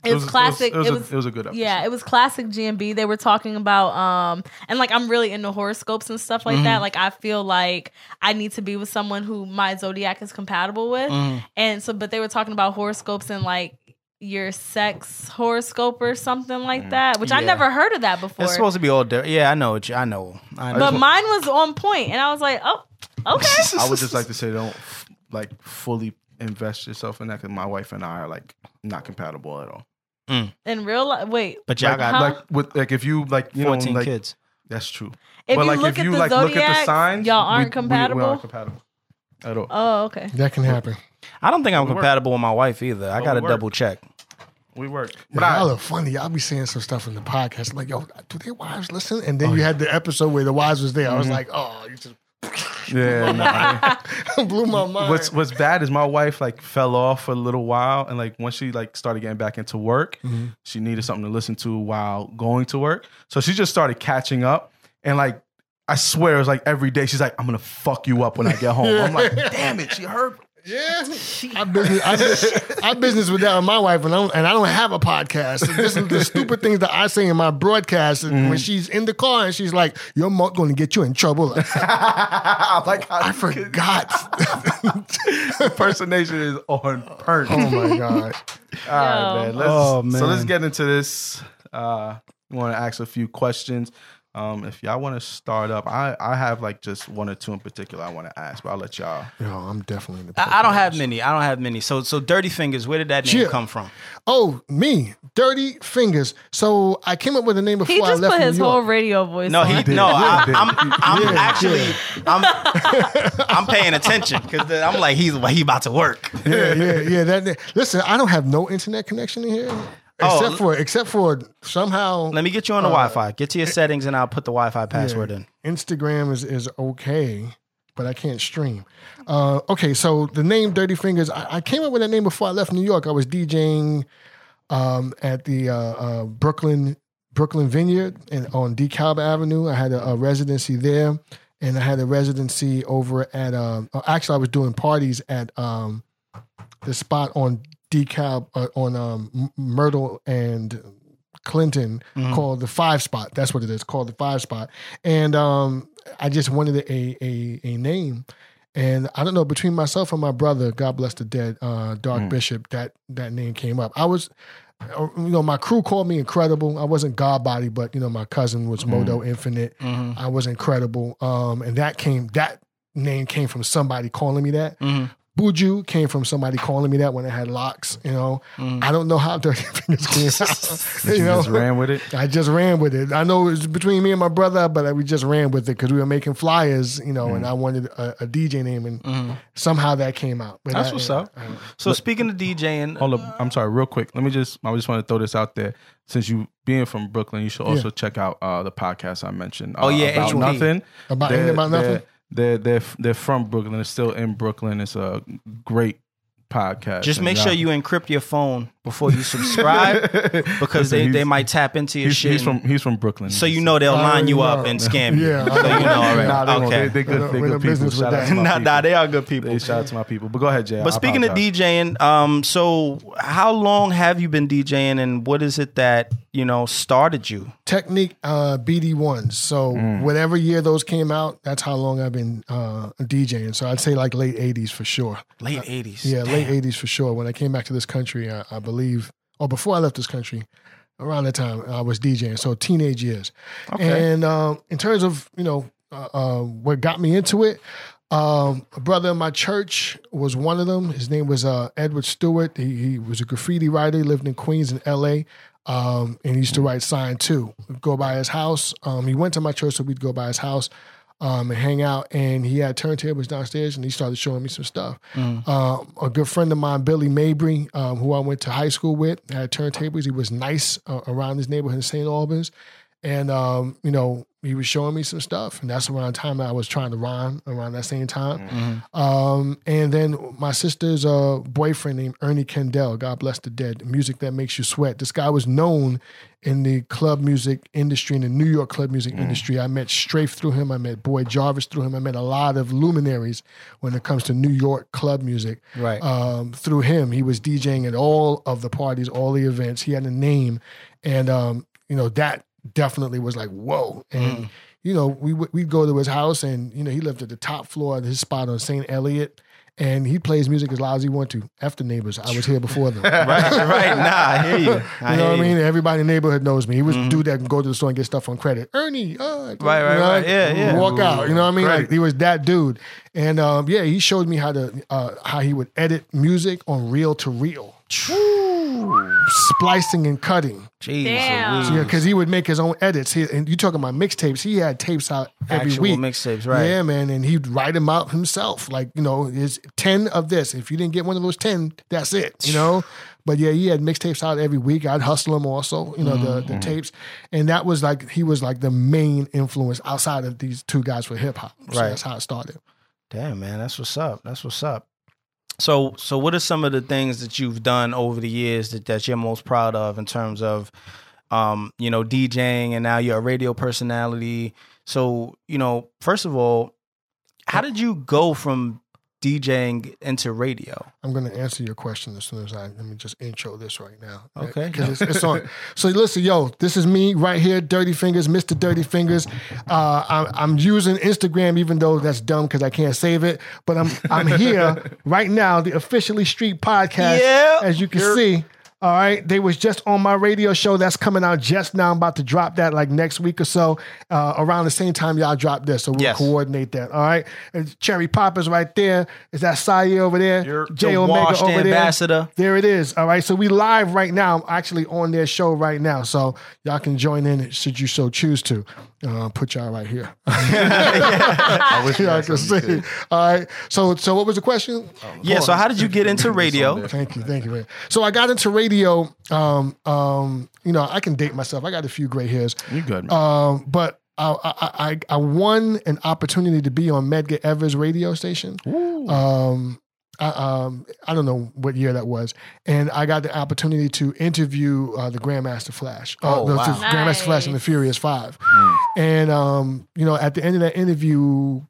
S4: It was classic.
S3: It was, a, it was a good episode.
S4: Yeah, it was classic GMB. They were talking about um and like I'm really into horoscopes and stuff like that. Like I feel like I need to be with someone who my zodiac is compatible with. And so but they were talking about horoscopes and like your sex horoscope or something like that, which I
S1: Yeah.
S4: never heard of that before.
S1: It's supposed to be all dirty. Yeah, I know. what you- I know. I know.
S4: but mine was on point and I was like, "Oh, okay."
S3: I would just like to say don't like fully invest yourself in that because my wife and I are like not compatible at all.
S4: In real life, wait.
S1: but y'all
S3: like,
S1: got
S4: how-
S1: like
S3: like with like if you like you
S1: 14
S3: know like
S1: kids.
S3: that's true.
S4: If
S3: but
S4: you
S3: like
S4: look
S3: if
S4: at
S3: you
S4: the
S3: like look at the
S4: zodiacs,
S3: signs,
S4: y'all aren't
S3: we- we- We,
S4: compatible?
S3: aren't compatible at all.
S4: Oh, okay.
S2: That can happen.
S1: I don't think I'm
S3: It worked.
S1: compatible with my wife either. I
S3: It
S1: gotta
S3: worked.
S1: double check.
S3: We work.
S2: But y'all are funny. Y'all be saying some stuff in the podcast. I'm like, yo, do their wives listen? And then you had the episode where the wives was there. I
S4: Mm-hmm.
S2: was like, oh, you just
S3: Yeah. nah.
S2: blew my mind.
S3: What's What's bad is my wife like fell off for a little while, and like once she like started getting back into work, she needed something to listen to while going to work. So she just started catching up, and like I swear, it was like every day she's like, "I'm gonna fuck you up when I get home." I'm like, "Damn it, she heard."
S2: yeah, I business, I, bus- I business with that with my wife, and I don't, and I don't have a podcast. So this is the stupid things that I say in my broadcast. And
S1: Mm-hmm.
S2: when she's in the car and she's like, "Your mom going to get you in trouble."
S3: I like how
S2: I
S3: this kid-
S2: forgot.
S3: impersonation is on perk.
S2: oh my god!
S3: All right,
S4: No.
S3: man. Let's,
S1: Oh,
S3: So let's
S1: man.
S3: get into this. Uh, want to ask a few questions. Um, if y'all want to start up, I, I have like just one or two in particular I want to ask, but I'll let y'all.
S2: Yo, I'm definitely in the.
S1: I, I don't have many. I don't have many. So so dirty fingers. Where did that name
S2: Chill.
S1: come from?
S2: Oh, me, dirty fingers. So I came up with a name before
S4: He
S2: I
S4: just
S2: left
S4: put his
S2: New York.
S4: whole radio voice
S1: No,
S4: on.
S1: he
S3: did.
S1: no.
S3: Yeah,
S1: I,
S3: he did.
S1: I'm I'm
S2: Yeah,
S1: actually
S2: yeah.
S1: I'm I'm paying attention because I'm like he's he about to work.
S2: yeah, yeah, yeah. That, that- listen, I don't have no internet connection in here,
S1: Oh,
S2: except
S1: l-
S2: for except for somehow
S1: Let me get you on the
S3: Uh,
S1: Wi-Fi. Get
S3: eh,
S1: to your settings and I'll put the Wi-Fi password in.
S2: Instagram is is okay, but I can't stream. Uh, okay, so the name Dirty Fingers, I, I came up with that name before I left New York. I was DJing um, at the uh, uh, Brooklyn Brooklyn Vineyard and on DeKalb Avenue. I had a, a residency there, and I had a residency over at. Um, uh, actually, I was doing parties at um, the spot on DeKalb uh, on um, M- Myrtle and Clinton called the Five Spot. That's what it is called the Five Spot. And um, I just wanted a a a name. And I don't know between myself and my brother, God bless the dead, uh, Dark Bishop, that that name came up. I was, uh, you know, my crew called me incredible. I wasn't God body, but you know, my cousin was Modo Infinite. I was incredible. Um, and that came that name came from somebody calling me that. Buju came from somebody calling me that when I had locks. You know, I don't know how dirty fingers came out. you know,
S3: Just ran with it.
S2: I just ran with it. I know it was between me and my brother, but we just ran with it because we were making flyers, you know, and
S3: Mm.
S2: I wanted a, a DJ name, and somehow that came out. But
S3: Mm-hmm. That's
S2: I-
S3: what's up.
S1: So speaking of DJing,
S3: Uh, Hold up. I'm sorry, real quick. Let me just, I just want to throw this out there. Since you being from Brooklyn, you should also check out uh, the podcast I mentioned. Uh,
S1: Oh, yeah,
S3: About
S1: H1P.
S3: Nothing.
S2: About Ain't About Nothing?
S3: They're, they're, they're, they're from Brooklyn. They're still in Brooklyn. It's a great podcast.
S1: just
S3: And
S1: make
S3: y'all-
S1: sure you encrypt your phone before you subscribe because
S3: Listen,
S1: they,
S3: he's-
S1: they might tap into your
S3: He's,
S1: shit.
S3: he's
S1: and-
S3: from he's from Brooklyn.
S1: so you know they'll
S2: I
S1: line you
S2: already
S1: up
S2: know.
S1: and scam you.
S2: Yeah, I
S1: so you
S2: already
S1: know
S2: know.
S1: already.
S3: Nah, they won't.
S1: okay.
S3: They, they good. They
S2: We're
S3: good
S2: in business
S3: people.
S2: with
S3: Shout out
S2: that.
S3: to my
S1: nah,
S3: people.
S1: nah, they are good people.
S3: Hey, shout out to my people. But go ahead, Jay. I
S1: But speaking of
S3: apologize.
S1: DJing, um, so how long have you been DJing, and what is it that you know started you?
S2: Technique uh, BD ones. So
S3: Mm.
S2: whatever year those came out, that's how long I've been uh, DJing. So I'd say like late '80s for sure.
S3: Uh,
S1: Late eighties.
S2: Yeah, late '80s for sure. When I came back to this country, I, I believe, or before I left this country, around that time I was DJing. So teenage years.
S3: Okay.
S2: And um, in terms of you know uh, uh, what got me into it, um, a brother in my church was one of them. His name was uh, Edward Stewart. He, he was a graffiti writer. He lived in Queens in L.A. Um, and he used to write sign too. We'd go by his house. Um, he went to my church, so we'd go by his house um, and hang out. And he had turntables downstairs, and he started showing me some stuff. Um, a good friend of mine, Billy Mabry, um, who I went to high school with, had turntables. He was nice uh, around his neighborhood in St. Albans, and um, you know he was showing me some stuff, and that's around the time that I was trying to rhyme around that same time. Um, and then my sister's uh, boyfriend named Ernie Kendall, God bless the dead, music that makes you sweat. This guy was known in the club music industry, in the New York club music industry. I met Strafe through him, I met Boy Jarvis through him, I met a lot of luminaries when it comes to New York club music.
S1: Right.
S2: Um, through him, he was DJing at all of the parties, all the events. He had a name, and um, you know that definitely was like whoa and you know we would we'd go to his house and you know he lived at the top floor of his spot on St. Elliot and he plays music as loud as he want to after neighbors I was here before them
S1: right, right. Nah, I hear you. I hear
S2: you know what I
S1: you. Mm-hmm.
S2: mean everybody in the neighborhood knows me he was dude that can go to the store and get stuff on credit Ernie uh,
S1: Right, right,
S2: you know,
S1: right. Yeah, yeah.
S2: walk out you know what I mean like
S3: Credit.
S2: he was that dude and um, yeah he showed me how to uh, how he would edit music on reel to reel splicing and cutting.
S1: Jeez,
S4: Damn.
S1: Louise.
S2: Yeah, because he would make his own edits. He, and you talking about mixtapes? He had tapes out every
S1: Actual
S2: week.
S1: mixtapes, right?
S2: Yeah, man, and he'd write them out himself. Like you know, it's ten of this. If you didn't get one of those ten, that's it. You know. But yeah, he had mixtapes out every week. I'd hustle him also, you know, the,
S1: Mm-hmm.
S2: the tapes, and that was like he was like the main influence outside of these two guys for hip hop. So
S1: Right.
S2: that's how it started.
S1: Damn, man, that's what's up. That's what's up. So, so what are some of the things that you've done over the years that, that you're most proud of in terms of, um, you know, DJing and now you're a radio personality. So, you know, first of all, how did you go from DJing into radio?
S2: I'm going to answer your question as soon as I let me just intro this right now.
S1: Okay.
S2: because it's, it's on. So listen, yo, this is me right here, Dirty Fingers, Mister Dirty Fingers. Uh, I'm, I'm using Instagram, even though that's dumb because I can't save it. But I'm I'm here right now, the officially street podcast,
S1: Yeah.
S2: as you can see. All right, they was just on my radio show that's coming out just now. I'm about to drop that like next week or so, uh, around the same time y'all drop this. So we'll
S1: Yes.
S2: coordinate that. All right, and Cherry Poppers right there. Is that Saye over there?
S3: You're-
S2: J
S1: The
S2: Omega
S1: washed
S2: over there.
S1: ambassador.
S2: There it is. All right. So we live right now. I'm actually on their show right now. So y'all can join in should you so choose to. Uh, put y'all right here.
S3: I wish
S2: y'all can see. All right. So so what was the question?
S1: Yeah. So how did you get into radio?
S2: Thank you, thank you, man. So I got into radio. Um, um, you know, I can date myself. I got a few gray hairs.
S3: You good?
S2: Um, but I, I, I, I won an opportunity to be on Medgar Evers radio station. Um, I, um, I don't know what year that was, and I got the opportunity to interview uh, the Grandmaster Flash, uh,
S1: Oh,
S2: the,
S1: wow. Mm.
S2: the Grandmaster Flash and the
S4: Nice.
S2: Furious Five, and um, you know, at the end of that interview.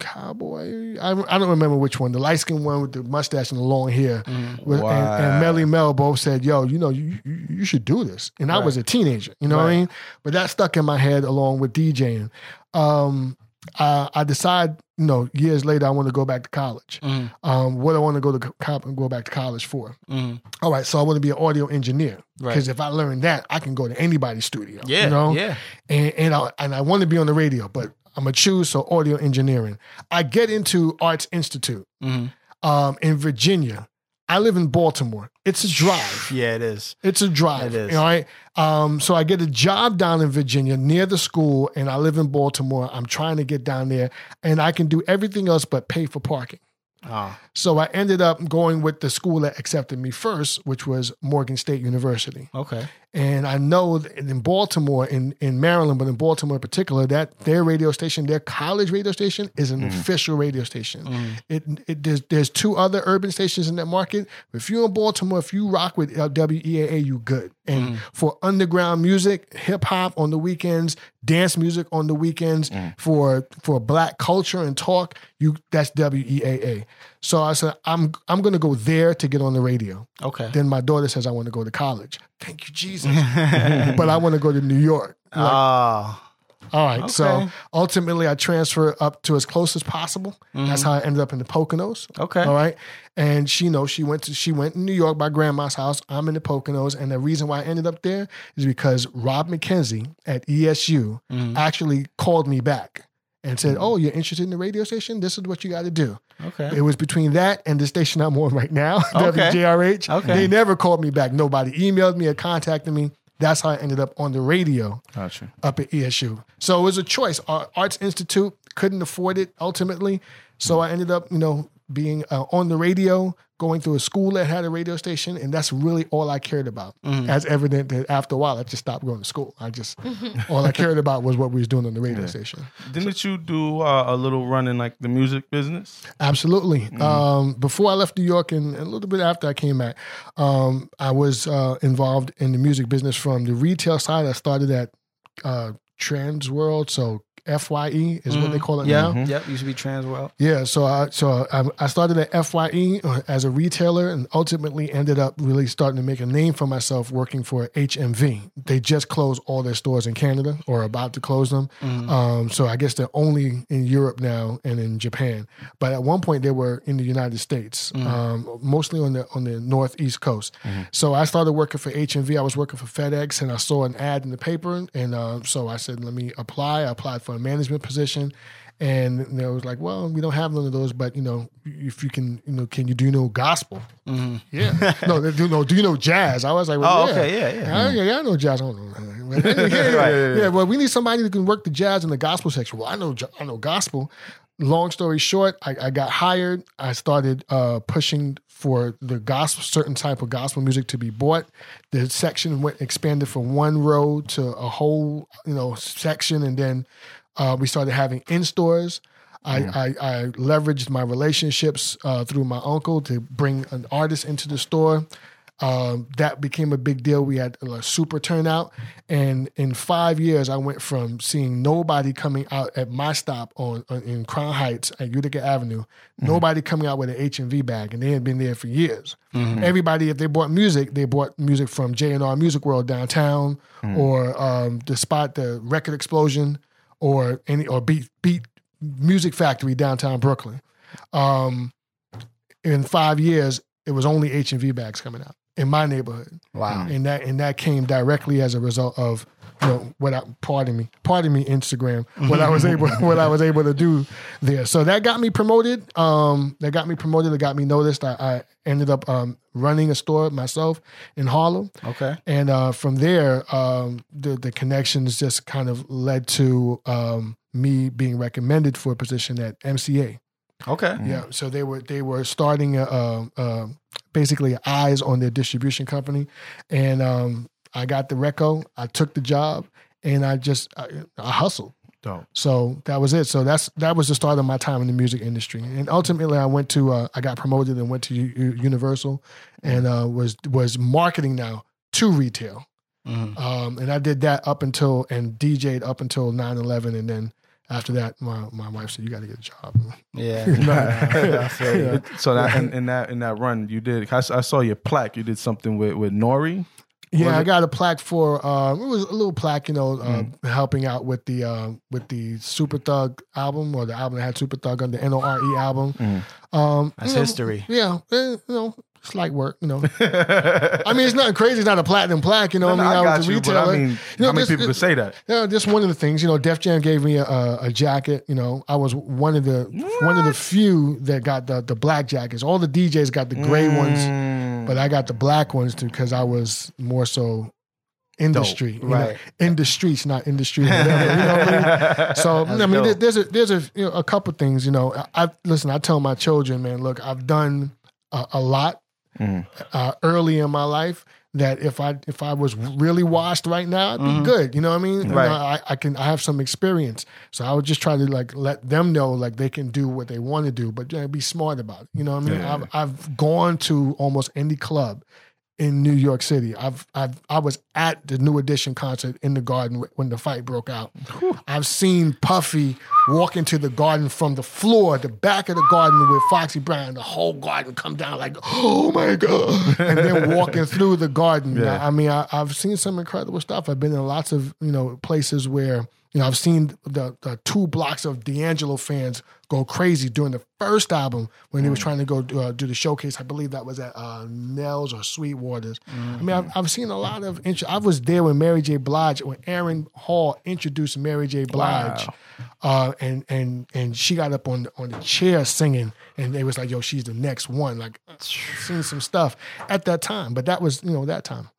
S2: Cowboy, I, I don't remember which one. The light skinned one with the mustache and the long hair, was, and, and Melly Mel both said, "Yo, you know, you you, you should do this." And I was a teenager, you know what I mean? But that stuck in my head along with DJing. Um, I, I decide, you know, years later, I want to go back to college.
S1: Mm.
S2: Um, what I want to go to co- go back to college for?
S1: Mm-hmm.
S2: All right, so I want to be an audio engineer because if I learn that, I can go to anybody's studio.
S1: Yeah,
S2: you know?
S1: yeah.
S2: and and I and I want to be on the radio, but I'm gonna choose so audio engineering. I get into Arts Institute
S1: Mm-hmm.
S2: um, in Virginia. I live in Baltimore. It's a drive.
S1: Yeah, it is.
S2: It's a drive.
S1: It is.
S2: All right. Um, so I get a job down in Virginia near the school, and I live in Baltimore. I'm trying to get down there, and I can do everything else but pay for parking.
S1: Oh,
S2: So I ended up going with the school that accepted me first, which was Morgan State University.
S1: okay.
S2: And I know that in Baltimore, in, in Maryland, but in Baltimore in particular, that their radio station, their college radio station, is an official radio station. It, it there's, there's two other urban stations in that market. If you're in Baltimore, if you rock with uh, WEAA, you good. And for underground music, hip hop on the weekends, dance music on the weekends, for for black culture and talk, you that's WEAA. So I said, I'm I'm gonna go there to get on the radio.
S1: Okay.
S2: Then my daughter says, I want to go to college. Thank you, Jesus. but I want to go to New York.
S1: Oh,
S2: All right. So
S1: Okay.
S2: ultimately, I transfer up to as close as possible. That's how I ended up in the Poconos.
S1: Mm-hmm. Okay.
S2: All right. And she you know she went to she went in New York by grandma's house. I'm in the Poconos, and the reason why I ended up there is because Rob McKenzie at ESU
S1: Mm-hmm.
S2: actually called me back and said, "Oh, you're interested in the radio station? This is what you got to do."
S1: okay.
S2: It was between that and the station I'm on right now,
S1: Okay.
S2: WJRH.
S1: Okay.
S2: They never called me back. Nobody emailed me or contacted me. That's how I ended up on the radio
S3: Gotcha.
S2: up at ESU. So it was a choice. Our Arts Institute couldn't afford it ultimately. So I ended up, you know, being uh, on the radio, going through a school that had a radio station, and that's really all I cared about. As evident that after a while, I just stopped going to school. I just all I cared about was what we was doing on the radio station.
S3: Didn't you do uh, a little run in like the music business?
S2: Absolutely. Um, before I left New York and, and a little bit after I came back, um, I was uh, involved in the music business from the retail side. I started at uh, Trans World, so FYE is what they call it
S1: Yeah.
S2: now.
S1: Yep. Used to be Transworld.
S2: Yeah, so I so I, I started at Fye uh, as a retailer, and ultimately ended up really starting to make a name for myself working for HMV. They just closed all their stores in Canada, or about to close them. Um, so I guess they're only in Europe now and in Japan. But at one point they were in the United States, um, mostly on the on the northeast coast. So I started working for HMV. I was working for FedEx, and I saw an ad in the paper, and uh, so I said, "Let me apply." I applied for a management position And they was like, well, we don't have none of those, but you know, if you can, you know, can you do you know gospel? Yeah. no, they do no. Do you know jazz? I was like, well,
S1: Mm-hmm. Oh,
S2: yeah.
S1: okay, yeah, yeah.
S2: I, yeah, yeah, I know jazz. I don't know. yeah, yeah, yeah,
S1: Right.
S2: yeah, well, we need somebody who can work the jazz and the gospel section. Well, I know, j- I know gospel. Long story short, I, I got hired. I started uh, pushing for the gospel, certain type of gospel music to be bought. The section went expanded from one row to a whole, you know, section, and then uh, we started having in stores. I, I, I leveraged my relationships uh, through my uncle to bring an artist into the store. Um, that became a big deal. We had a super turnout, and in five years, I went from seeing nobody coming out at my stop on, on- in Crown Heights at Utica Avenue, nobody coming out with an H and V bag, and they had been there for years. Everybody, if they bought music, they bought music from J and R Music World downtown, or um, the spot, the Record Explosion, or any or Beat Beat Music Factory downtown Brooklyn. Um, in five years, it was only H and V bags coming out in my neighborhood. Wow! And that and that came directly as a result of you know what I pardon me pardon me Instagram what I was able what I was able to do there. So that got me promoted. Um, that got me promoted. It got me noticed. I, I ended up um, running a store myself in Harlem.
S3: Okay.
S2: And uh, from there, um, the the connections just kind of led to um, me being recommended for a position at MCA.
S3: Okay.
S2: Yeah, so they were they were starting a, um um, basically eyes on their distribution company, and um, I got the reco. I took the job, and I just I, I hustled.
S3: Dope.
S2: So that was it. So that's that was the start of my time in the music industry, and ultimately I went to uh, I got promoted and went to U- U- Universal, and uh, was was marketing now to retail, um, and I did that up until and DJ'd up until 9-11 and then after that my my wife said you got to get a job.
S1: Yeah.
S3: I feel you. So that in, in that in that run you did, I, s- I saw your plaque. You did something with with Nori.
S2: Yeah,
S3: Was
S2: I
S3: it-
S2: got a plaque for uh, it was a little plaque, you know, uh,
S3: Mm.
S2: helping out with the uh, with the Super Thug album or the album that had Super Thug on the N O R E album.
S3: Mm.
S2: Um,
S1: That's
S2: you know,
S1: history.
S2: Yeah, eh, you know, it's like work, you know. I mean, it's nothing crazy. It's not a platinum plaque, you know.
S3: No,
S2: what I mean,
S3: I
S2: I
S3: got
S2: was a
S3: you, but I
S2: retailer.
S3: mean,
S2: know,
S3: how many
S2: this-
S3: people could say that?
S2: Yeah, just one of the things. You know, Def Jam gave me a, a, a jacket. You know, I was one of the one of the few that got the the black jackets. All the DJs got the gray
S3: Mm.
S2: ones, but I got the black ones too because I was more so industry, you know,
S1: right.
S2: in the streets, not industry. Whatever, you know what I mean? So I mean, there- there's a, there's a you know, a couple things. You know, I, I listen. I tell my children, man, look, I've done a, a lot
S1: Mm.
S2: uh, early in my life that if I if I was really washed right now, I'd be good. You know what I mean? You know,
S1: Mm-hmm. Right.
S2: I, I can I have some experience, so I would just try to like let them know like they can do what they want to do, but you know, be smart about it. You know what I mean?
S3: Yeah.
S2: I've I've gone to almost any club in New York City. I've I've I was at the New Edition concert in the Garden wh- when the fight broke out. I've seen Puffy walk into the Garden from the floor, the back of the Garden with Foxy Brown, the whole Garden come down like, oh my god, and then walking through the Garden.
S3: Yeah.
S2: I mean, I, I've seen some incredible stuff. I've been in lots of you know places where. You know, I've seen the, the two blocks of D'Angelo fans go crazy during the first album when they was trying to go uh, do the showcase. I believe that was at uh, Nels or Sweetwater's. I mean, I've, I've seen a lot of. Int- I was there when Mary J. Blige, when Aaron Hall introduced Mary J. Blige, uh, and and and she got up on on the chair singing, and they was like, "Yo, she's the next one." Like, seen some stuff at that time, but that was you know that time.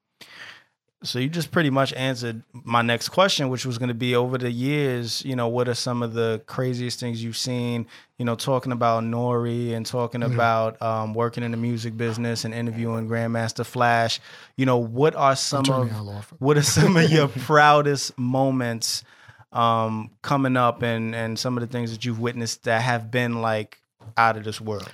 S1: So you just pretty much answered my next question, which was going to be over the years, you know, what are some of the craziest things you've seen? You know, talking about Nori and talking
S2: Mm-hmm.
S1: about um, working in the music business and interviewing Grandmaster Flash. You know, what are some
S2: turning
S1: of
S2: y'all off.
S1: what are some of your proudest moments um, coming up, and and some of the things that you've witnessed that have been like out of this world?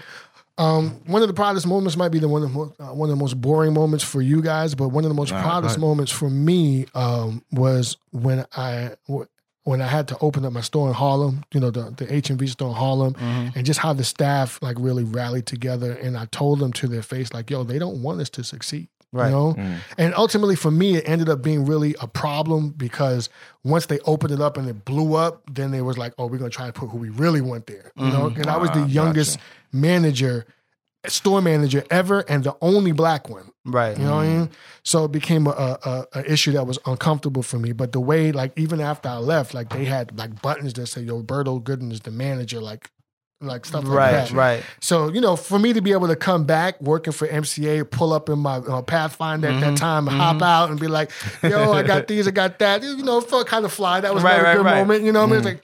S2: Um, one of the proudest moments might be the one of the most, uh, one of the most boring moments for you guys, but one of the most proudest moments for me um, was when I w- when I had to open up my store in Harlem. You know, the the H and V store in Harlem, and just how the staff like really rallied together. And I told them to their face, like, "Yo, they don't want us to succeed."
S1: Right.
S2: You know, and ultimately for me, it ended up being really a problem because once they opened it up and it blew up, then they was like, "Oh, we're gonna try to put who we really want there." You know, and I was the youngest manager store manager ever and the only black one.
S1: Right.
S2: You know what I mean? So it became a, a, a, a issue that was uncomfortable for me. But the way, like, even after I left, like they had like buttons that say, "Yo, Berto Gooden is the manager," like, like stuff like
S1: Right,
S2: that.
S1: right.
S2: So you know, for me to be able to come back working for MCA, pull up in my uh, Pathfinder at
S1: Mm-hmm.
S2: that time, and hop out and be like, "Yo, I got these, I got that." You know, felt kind of fly. That was
S1: Right,
S2: another
S1: right,
S2: good
S1: right. Mm.
S2: moment. You know what I mean? It's like,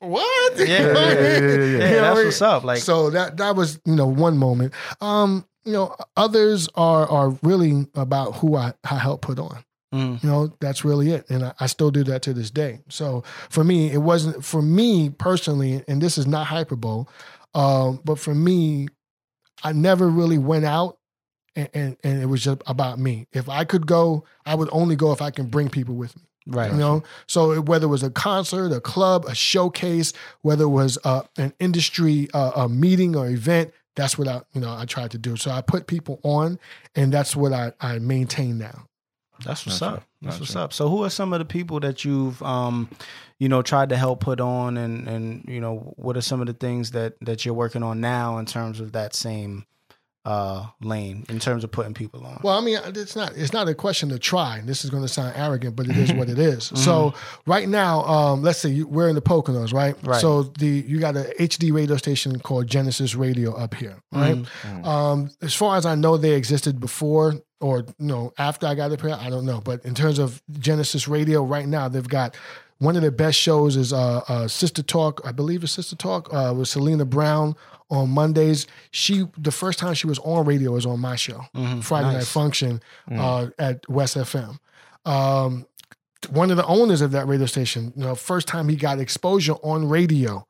S2: what? You
S1: Yeah,
S2: know what
S3: yeah,
S2: I
S3: yeah,
S2: mean?
S3: yeah, yeah,
S1: Yeah,
S2: You know what I
S1: that's
S2: mean?
S1: what's up. Like,
S2: so that that was you know one moment. Um, you know, others are are really about who I, I help put on.
S1: Mm.
S2: You know, that's really it, and I, I still do that to this day. So for me, it wasn't for me personally, and this is not hyperbole, um, but for me, I never really went out. And, and, and it was just about me. If I could go, I would only go if I can bring people with me.
S1: right.
S2: You know, so it, whether it was a concert, a club, a showcase, whether it was uh, an industry uh, a meeting or event, that's what I you know I tried to do. So I put people on, and that's what I I maintain now.
S1: That's what's
S3: Gotcha.
S1: up. That's what's
S3: Gotcha.
S1: up. So, who are some of the people that you've, um, you know, tried to help put on, and and you know, what are some of the things that that you're working on now in terms of that same uh lane, in terms of putting people on?
S2: Well, I mean, it's not it's not a question to try. This is going to sound arrogant, but it is what it is. So right now, um, let's say you, we're in the Poconos, right?
S1: Mm-hmm. Right.
S2: So the you got a HD radio station called Genesis Radio up here, right?
S3: Mm.
S2: Um, as far as I know, they existed before or you know after I got up here. I don't know, but in terms of Genesis Radio, right now they've got. One of the best shows is uh, uh, Sister Talk, I believe it's Sister Talk, uh, with Selena Brown on Mondays. She the first time she was on radio was on my show.
S1: Mhm.
S2: Friday Night
S1: Nice. Mm.
S2: Function uh, at West FM. Um, one of the owners of that radio station, you know, first time he got exposure on radio,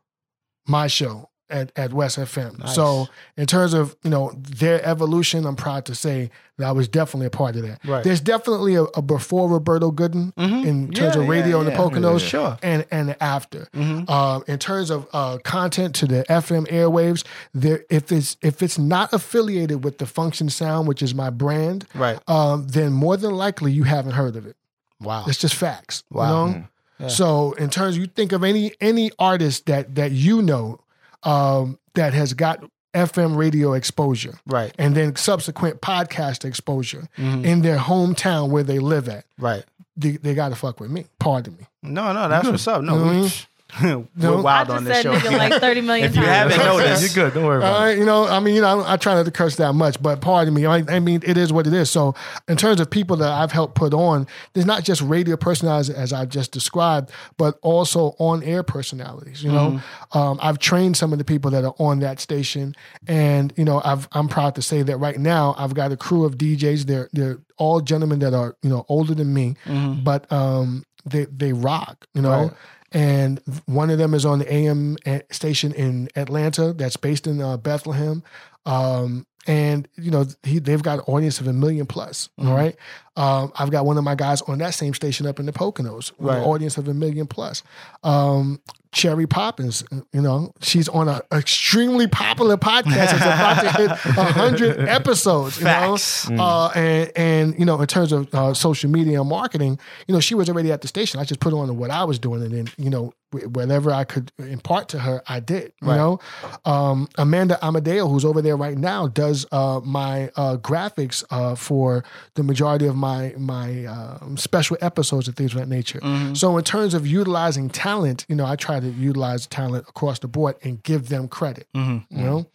S2: my show at, at West FM.
S1: Nice.
S2: So in terms of, you know, their evolution, I'm proud to say that I was definitely a part of that.
S1: Right.
S2: There's definitely a, a before Roberto Gooden
S1: Mhm.
S2: in terms
S1: Yeah,
S2: of radio
S1: yeah,
S2: and the
S1: yeah.
S2: Poconos
S1: Yeah. Sure.
S2: and, and after.
S1: Mhm.
S2: Um, in terms of uh, content to the FM airwaves, there if it's if it's not affiliated with the Function Sound, which is my brand,
S1: Right.
S2: um, then more than likely you haven't heard of it.
S1: Wow.
S2: It's just facts.
S1: Wow. Mm.
S2: You know? So in terms, you think of any any artist that that you know um, that has got FM radio exposure
S1: Right.
S2: and then subsequent podcast exposure
S1: Mhm.
S2: in their hometown where they live at.
S1: Right.
S2: They, they got to fuck with me. Pardon me.
S1: No, no, that's what's up. No,
S2: You know
S1: we,
S2: what
S1: we're
S2: No.
S4: I
S1: wild
S4: just
S1: on this
S4: said
S1: show.
S4: nigga like 30 million
S1: If you
S4: times.
S1: haven't noticed-
S3: You're good. Don't worry about
S2: Uh, you know, I mean, you know, I, don't- I try not to curse that much, but pardon me. I, I mean, it is what it is. So, in terms of people that I've helped put on, there's not just radio personalities as I've just described, but also on-air personalities. You know,
S3: Mm-hmm.
S2: um, I've trained some of the people that are on that station, and you know, I've, I'm proud to say that right now I've got a crew of DJs. They're they're all gentlemen that are you know older than me,
S3: Mm-hmm.
S2: but um, they they rock. You know
S1: Right.
S2: and one of them is on the AM at- station in Atlanta that's based in uh, Bethlehem. Um, and you know he, they've got an audience of a million plus.
S1: Mm-hmm.
S2: all right, um, I've got one of my guys on that same station up in the Poconos, with
S1: Right.
S2: an audience of a million plus. Um, Cherry Poppins, you know she's on an extremely popular podcast that's about to hit hundred episodes. You
S1: Facts.
S2: know, uh, and and you know, in terms of uh, social media and marketing, you know, she was already at the station. I just put on what I was doing, and then you know, wh- whatever I could impart to her, I did. You know, um, Amanda Amadeo, who's over there right now, does uh, my uh, graphics uh, for the majority of my my um special episodes and things of that nature. So, in terms of utilizing talent, you know, I try to utilize talent across the board and give them credit. You know.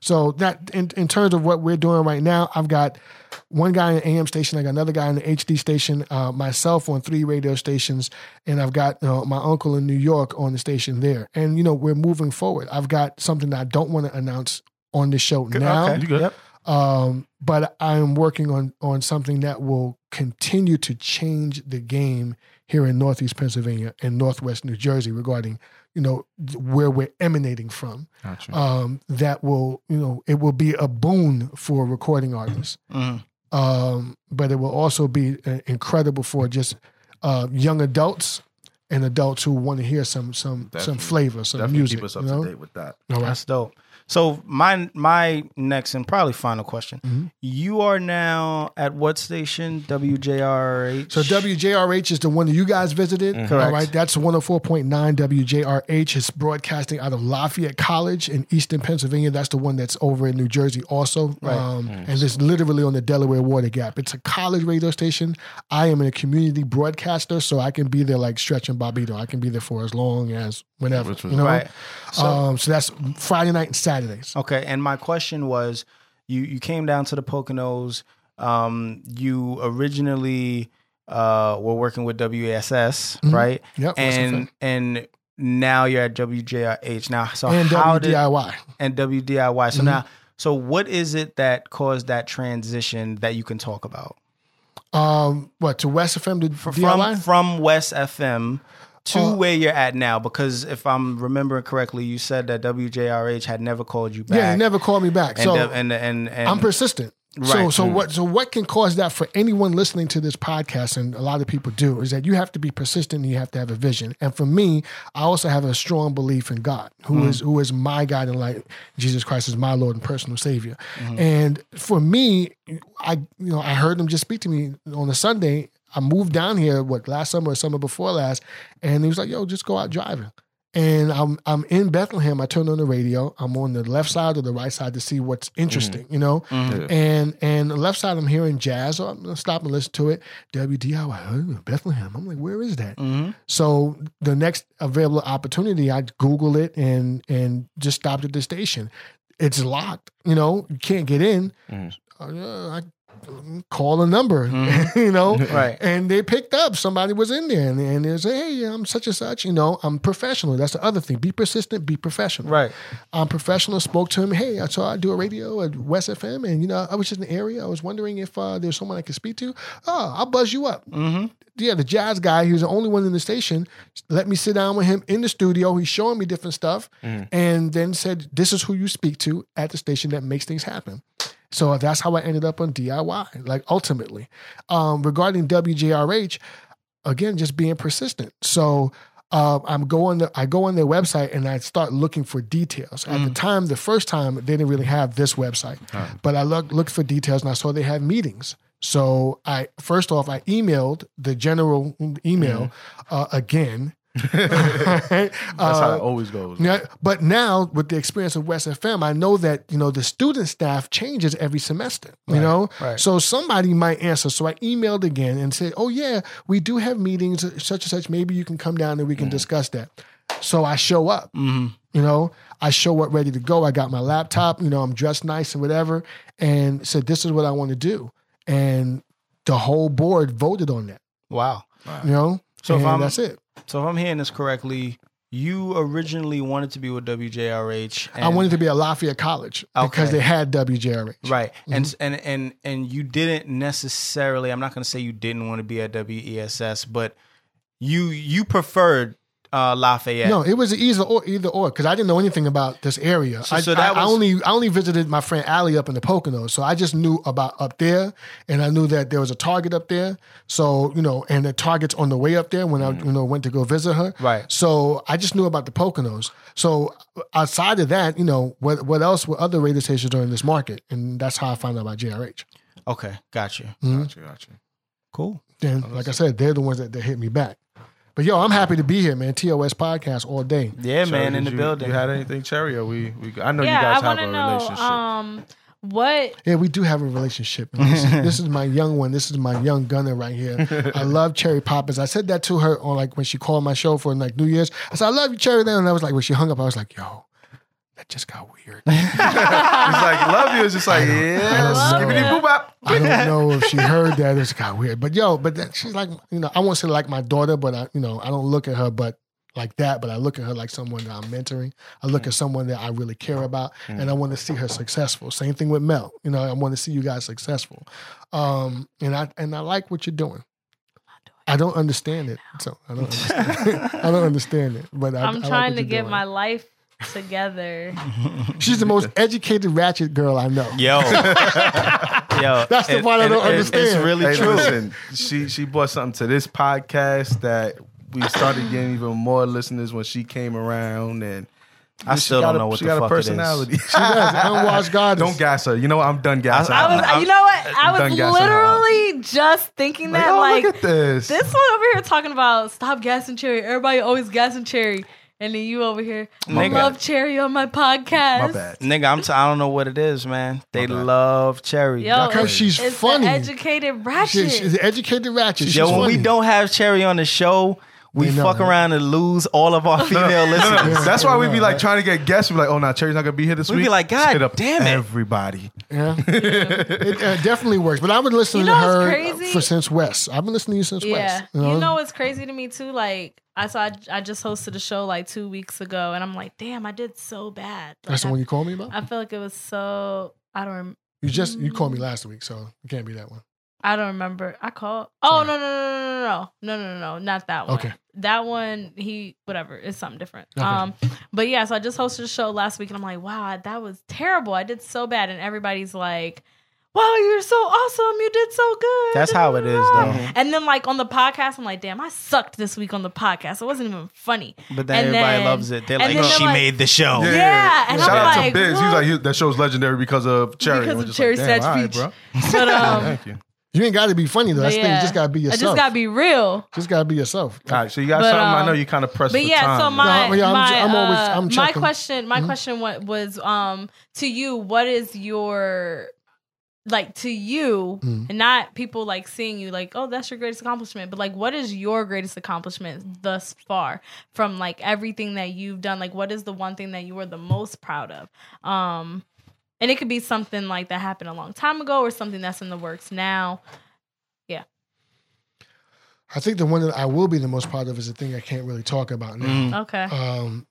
S2: So that in, in terms of what we're doing right now, I've got one guy in the AM station, I got another guy in the HD station, uh, myself on three radio stations, and I've got you know, my uncle in New York on the station there. And you know we're moving forward. I've got something that I don't want to announce on the show now,
S3: You good?
S1: Yep.
S2: um, but I'm working on on something that will continue to change the game here in Northeast Pennsylvania and Northwest New Jersey regarding you know th- where we're emanating from
S3: it. Gotcha.
S2: um, that will, you know, it will be a boon for recording artists,
S1: Mhm.
S2: um, but it will also be uh, incredible for just uh, young adults and adults who want to hear some some some
S3: Definitely.
S2: flavor, some
S3: Definitely
S2: music.
S3: keep us up
S2: you know?
S3: to date with that.
S2: All right.
S1: That's dope. So my my next and probably final question.
S2: Mm-hmm.
S1: You are now at what station? WJRH.
S2: So WJRH is the one that you guys visited. All
S1: Mm-hmm. Correct.
S2: right, that's 104.9 WJRH. It's broadcasting out of Lafayette College in Eastern Pennsylvania. That's the one that's over in New Jersey also. Um,
S1: Mm-hmm.
S2: And it's literally on the Delaware Water Gap. It's a college radio station. I am a community broadcaster, so I can be there like Stretch and Bobito. I can be there for as long as whenever. you know?
S1: Right.
S2: um, so that's Friday night and Saturdays.
S1: Okay, and my question was, you you came down to the Poconos. Um, you originally uh, were working with WASS, right?
S2: Mm-hmm. Yep, that's a
S1: And and now you're at WJRH. Now, so
S2: And
S1: how did
S2: WDIY.
S1: and WDIY?
S2: Mm-hmm.
S1: So now, so what is it that caused that transition that you can talk about
S2: Um, what, to West FM to
S1: from
S2: DIY?
S1: from West FM? To
S2: Uh,
S1: where you're at now, because if I'm remembering correctly, you said that WJRH had never called you back.
S2: yeah, he never called me back.
S1: And,
S2: so
S1: the- and, and, and
S2: I'm persistent. So
S1: Right. Mm.
S2: so what so what can cause that for anyone listening to this podcast and a lot of people do is that you have to be persistent and you have to have a vision. And for me, I also have a strong belief in God, who is
S1: Mm.
S2: who is my guide and light. Jesus Christ is my Lord and personal savior.
S1: Mm-hmm.
S2: And for me, I you know, I heard him just speak to me on a Sunday. I moved down here what last summer or summer before last, and he was like, "Yo, just go out driving." and I'm I'm in Bethlehem. I turn on the radio. I'm on the left side or the right side to see what's
S1: Mm.
S2: interesting, you know.
S3: Mm-hmm.
S2: And and the left side, I'm hearing jazz. So I'm gonna stop and listen to it. WDIY uh, Bethlehem. I'm like, where is that?
S1: Mm-hmm.
S2: So the next available opportunity, I Google it and and just stopped at the station. It's locked. You know, you can't get in.
S1: Mm.
S2: Uh, I call a number. you know,
S1: Mm-hmm. Right.
S2: and they picked up somebody was in there and, and they say hey i'm such and such you know i'm professional that's the other thing be persistent be professional
S1: Right.
S2: i'm professional Um, spoke to him hey i saw i do a radio at west fm and you know i was just in the area i was wondering if uh, there's someone i could speak to oh i'll buzz you up mm-hmm. yeah the jazz guy he was the only one in the station let me sit down with him in the studio he's showing me different stuff and then said this is who you speak to at the station that makes things happen so that's how I ended up on DIY, like ultimately. Um, regarding WJRH, again, just being persistent. So uh, I'm going. The, I go on their website and I start looking for details. At the time, the first time, they didn't really have this website, but I looked looked for details and I saw they had meetings. So I first off, I emailed the general email uh, again. Uh, That's
S3: That's how it always goes.
S2: yeah, but now with the experience of West FM, I know that you know the student staff changes every semester. you know,
S1: right.
S2: so somebody might answer. So I emailed again and said, "Oh yeah, we do have meetings such and such. Maybe you can come down and we can
S1: Mm-hmm.
S2: discuss that." So I show up. You know, I show up ready to go. I got my laptop. You know, I'm dressed nice and whatever, and said, "This is what I want to do." And the whole board voted on that.
S1: Wow.
S2: You know,
S1: So if
S2: And
S1: I'm-
S2: that's it.
S1: So if I'm hearing this correctly, you originally wanted to be with WJRH. And,
S2: I wanted to be at Lafayette College because
S1: Okay.
S2: they had WJRH.
S1: right, and
S2: Mm-hmm.
S1: and and and you didn't necessarily. I'm not going to say you didn't want to be at WESS, but you you preferred uh, Lafayette.
S2: No, it was either or either or because I didn't know anything about this area.
S1: So-
S2: I,
S1: so that
S2: I- I
S1: was-
S2: only I only visited my friend Ali up in the Poconos, so I just knew about up there, and I knew that there was a Target up there. So you know, and the Target's on the way up there when I you know went to go visit her.
S1: Mm-hmm. Right.
S2: So I just knew about the Poconos. So outside of that, you know, what what else were other radio stations are in this market, and that's how I found out about JRH.
S1: Okay, got you.
S2: Mm-hmm.
S3: Gotcha, gotcha.
S1: Cool.
S2: Then, like I said, they're the ones that, that hit me back. But yo, I'm happy to be here, man. TOS podcast all day.
S1: Yeah, man,
S3: Cherry,
S1: in the
S3: did you-
S1: building.
S3: You had anything, Cherry? Or we, we I know
S4: yeah,
S3: you guys
S4: I want
S3: have
S4: to
S3: a
S4: know
S3: relationship.
S4: um, what
S2: Yeah, we do have a relationship. And This, this is my young one. This is my young gunner right here. I love Cherry Poppins. I said that to her on like when she called my show for like New Year's. I said, I love you, Cherry. Then and I was like, when she hung up, I was like, yo, that just got weird. I
S3: It's like love you. It's just like yeah,
S2: I don't
S3: skibbity
S4: know.
S3: boop bop.
S2: don't know if she heard that. It just got weird. But yo, but that, she's like, you know, I won't say like my daughter, but I, you know, I don't look at her, but like that, but I look at her like someone that I'm mentoring. I look
S1: Mm.
S2: at someone that I really care about and I want to see her successful. Same thing with Mel. You know, I want to see you guys successful. Um, and I and I like what you're doing. I don't understand it. So I don't understand it. I don't understand it. But I, I
S4: I'm
S2: like
S4: trying
S2: what
S4: to
S2: you're
S4: get
S2: doing.
S4: my life together.
S2: She's the most educated ratchet girl I know.
S1: Yo, yo,
S2: That's the part I don't
S1: It's
S2: understand.
S1: really
S3: Hey,
S1: true.
S3: listen, she she brought something to this podcast that we started getting even more listeners when she came around, and
S1: I
S3: She
S1: still
S3: got
S1: don't
S3: a-
S1: know what
S3: she
S1: the
S3: got
S1: fuck
S3: a personality.
S1: it is.
S2: She does. Unwashed goddess.
S3: Don't gas her. You know what? I'm done gassing.
S1: I-
S4: I was,
S3: I'm-
S4: you know what? I
S3: I'm
S4: was
S3: done gassing her out.
S4: literally just thinking
S3: Like,
S4: that,
S3: oh,
S4: like,
S3: look at this.
S4: this one over here talking about stop gassing cherry. Everybody always gassing cherry, and then you over here, I
S1: Nigga.
S4: love cherry on my podcast.
S3: My bad.
S1: eh, Nigga, I'm t- I don't know what it is, man. They
S3: bad.
S1: love cherry.
S4: Yo,
S2: Because
S4: it's-
S2: she's
S4: it's the
S2: funny.
S4: educated ratchet.
S2: She, she's an educated ratchet. She's
S1: Yo, when
S2: funny.
S1: we don't have Cherry on the show, we
S2: They know,
S1: fuck
S2: huh?
S1: around and lose all of our female
S2: Mm-hmm.
S1: listeners.
S3: That's why we be like trying to get guests. We're like, oh, no, Cherry's not gonna be here this
S1: We
S3: week.
S1: be like,
S3: Just
S1: God
S3: hit up
S1: damn it.
S3: everybody.
S2: Yeah. it uh, definitely works. But I've been listening
S4: You know
S2: to
S4: what's
S2: her
S4: crazy?
S2: for since West. I've been listening to you since
S4: yeah,
S2: West.
S4: you know what's crazy to me too? Like I saw, I, I just hosted a show like two weeks ago, and I'm like, damn, I did so bad.
S2: That's the
S4: Like,
S2: one you called me about?
S4: I, I feel like it was so. I don't. Rem-
S2: You just you called me last week, so it can't be that one.
S4: I don't remember. I called. Oh
S2: Sorry.
S4: no no no no no no no no no not that one.
S2: Okay.
S4: That one he whatever it's something different.
S2: Okay.
S4: Um, but yeah, so I just hosted a show last week and I'm like, wow, that was terrible. I did so bad, and everybody's like, wow, you're so awesome. You did so good. Uh-huh.
S1: That's how it is, though.
S4: And then like on the podcast, I'm like, damn, I sucked this week on the podcast. It wasn't even funny.
S1: But then
S4: And
S1: everybody
S4: then-
S1: loves it. They're
S4: and
S1: like,
S4: then they're
S1: she
S4: like-
S1: made the show.
S4: Yeah, and
S3: Shout
S4: I'm
S3: out
S4: like,
S3: to Biz. He's
S4: what?
S3: like, he- that show's legendary because of Cherry.
S4: Because
S3: We're
S4: of
S3: just
S4: Cherry
S3: damn,
S4: Satch
S3: all right,
S4: Beach.
S3: bro.
S4: But um,
S3: Thank you.
S2: You ain't gotta be funny though. That's the thing. You
S4: yeah.
S2: just gotta be
S4: I
S2: yourself.
S4: just gotta be real.
S2: Just gotta be yourself.
S1: Uh,
S3: All right, so you got
S4: But,
S3: something. I know
S4: um,
S3: you kind of pressed
S4: But
S3: for
S4: yeah,
S3: time.
S4: so my
S2: No, yeah, I'm
S4: my,
S2: j- I'm always-
S4: uh,
S2: I'm
S4: my
S2: checking.
S4: question my
S2: Mhm.
S4: question wa- was um to you what is your like to you
S2: Mhm.
S4: and not people like seeing you like oh that's your greatest accomplishment but like what is your greatest accomplishment thus far from like everything that you've done like what is the one thing that you are the most proud of um and it could be something like that happened a long time ago or something that's in the works now
S2: I think the one that I will be the most proud of is the thing I can't really talk about now.
S1: Mm.
S4: okay
S2: um,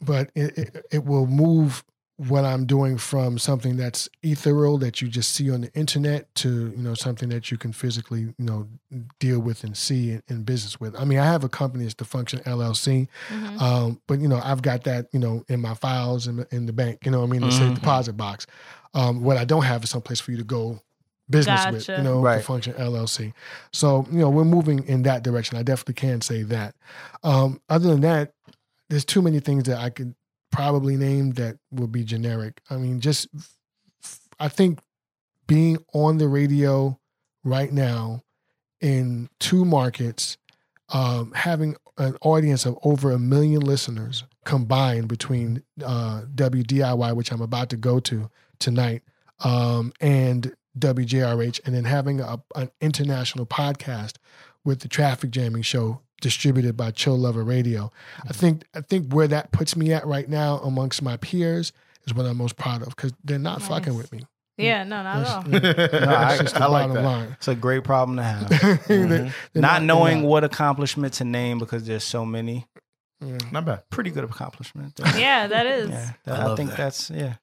S2: but it, it it will move what I'm doing from something that's ethereal that you just see on the internet to you know something that you can physically you know deal with and see in, in business with. I mean, I have a company it's the Function LLC,
S4: Mhm.
S2: um, but you know I've got that you know in my files in, in the bank. You know, what I mean, it's a
S1: Mhm.
S2: deposit box. Um, what I don't have is someplace for you to go business with.
S4: Gotcha.
S2: You know,
S3: Right.
S2: the Function LLC. So you know we're moving in that direction. I definitely can say that. Um, other than that, there's too many things that I could probably name that would be generic. I mean, just I think being on the radio right now in two markets, um, having an audience of over a million listeners combined between uh, WDIY, which I'm about to go to tonight, um, and WJRH, and then having a, an international podcast with the Traffic Jamming Show distributed by Chill Lover Radio. I think I think where that puts me at right now amongst my peers is what I'm most proud of because they're not
S4: Nice.
S2: fucking with me.
S4: yeah no not at all
S2: That's- yeah, that's
S1: I-
S2: just the
S1: I like
S2: bottom
S1: that.
S2: line.
S1: It's a great problem to have.
S4: Mm-hmm.
S2: They're-
S1: Mhm.
S2: they're
S1: Not
S2: they're
S1: knowing
S2: not-
S1: what accomplishment to name because there's so many.
S2: yeah.
S3: Not bad.
S1: Pretty good accomplishment. though.
S4: yeah that is
S1: Yeah, that-
S3: I
S1: I,
S3: love
S1: think
S3: that.
S1: that's yeah.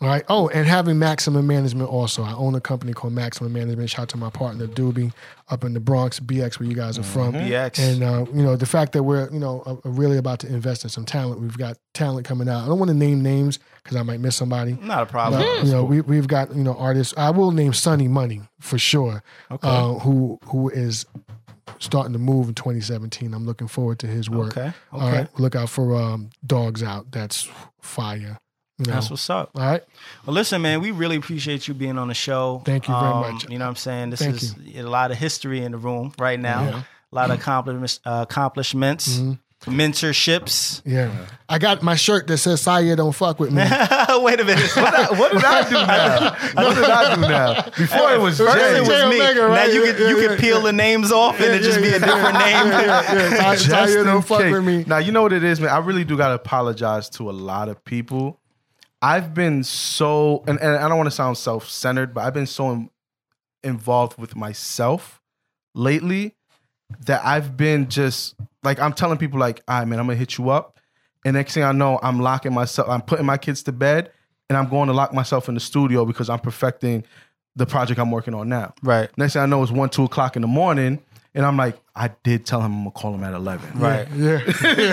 S2: All right. Oh, and having Maximum Management also. I own a company called Maximum Management. Shout out to my partner Doobie up in the Bronx, BX, where you guys are from.
S1: BX.
S2: And uh, you know the fact that we're you know uh, really about to invest in some talent. We've got talent coming out. I don't want to name names because I might miss somebody.
S1: Not a problem.
S2: But, you know we we've got you know artists. I will name Sonny Money for sure.
S1: Okay.
S2: Uh, who who is starting to move in 2017. I'm looking forward to his work.
S1: okay.
S2: All
S1: Okay.
S2: right. Look out for um, Dogs Out. That's fire. You know.
S1: That's what's up.
S2: All right.
S1: Well, listen, man, we really appreciate you being on the show. Um,
S2: Thank you very much.
S1: You know what I'm saying? This
S2: Thank
S1: is a lot of history in the room right now.
S2: Yeah.
S1: A lot of accomplishments, uh, accomplishments
S2: Mhm.
S1: mentorships.
S2: Yeah. I got my shirt that says Saya don't fuck with me.
S1: Wait a minute. What, I- what did I do now?
S3: What did I do now? Before it was
S1: First it
S3: Jay.
S1: was
S2: Jay
S1: me.
S2: Omega,
S1: now
S2: right?
S1: you
S2: Yeah,
S1: could you
S2: yeah,
S1: could
S2: yeah,
S1: peel the names off and it just be a different name.
S2: yeah, yeah, yeah.
S3: Just
S2: Saya
S3: in
S2: don't fuck
S3: case.
S2: with me.
S3: Now you know what it is, man. I really do gotta apologize to a lot of people. I've been so, and, and I don't want to sound self centered, but I've been so in- involved with myself lately that I've been just like I'm telling people like, all right, man, I'm gonna hit you up, and next thing I know, I'm locking myself, I'm putting my kids to bed, and I'm going to lock myself in the studio because I'm perfecting the project I'm working on now.
S1: Right.
S3: Next thing I know, it's one, two o'clock in the morning, and I'm like, I did tell him I'm gonna call him at eleven.
S1: Right.
S2: Yeah.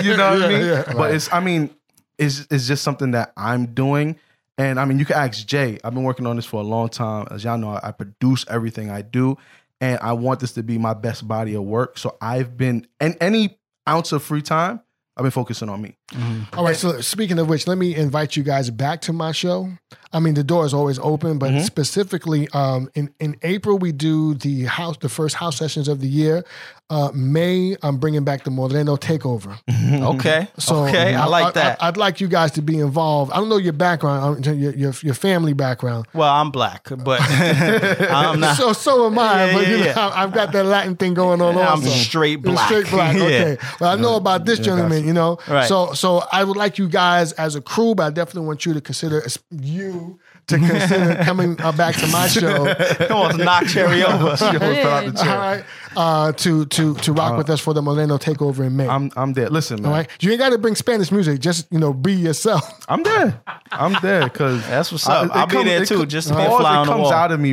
S3: you know what
S2: Yeah,
S3: I mean?
S2: yeah.
S3: But it's, I mean, it's, it's just something that I'm doing. And I mean, you can ask Jay. I've been working on this for a long time. As y'all know, I, I produce everything I do, and I want this to be my best body of work. So I've been, and any ounce of free time, I've been focusing on me.
S2: All right. So speaking of which, let me invite you guys back to my show. I mean, the door is always open, but
S1: Mm-hmm.
S2: specifically um, in in April we do the house, the first house sessions of the year. Uh, May I'm bringing back the Moreno takeover.
S1: Okay.
S2: So uh,
S1: okay. I, like that.
S2: I, would like you guys to be involved. I don't know your background, uh, your your, your family background.
S1: well, I'm black, but I'm not.
S2: So so am I,
S1: Yeah,
S2: but
S1: yeah,
S2: you know,
S1: yeah.
S2: I- I've got that Latin thing going on.
S1: I'm
S2: also.
S1: straight
S2: You're
S1: black.
S2: Straight black.
S1: Yeah.
S2: Okay. Well, I know about this gentleman. You know.
S1: Right.
S2: So so I would like you guys as a crew, but I definitely want you to consider you to consider coming uh, back to my show.
S1: Come on, knock Cherry over.
S3: She almost fell out the
S2: All
S3: chair.
S2: right. Uh, to to to rock with us for the Moreno takeover in May.
S3: I'm I'm there. Listen, man.
S2: all right. You ain't got to bring Spanish music. Just you know, be yourself.
S3: I'm there. I'm there because
S1: That's what's up. I'll be there, too, just to be a fly on
S3: it
S1: the
S3: comes
S1: wall.
S3: out of me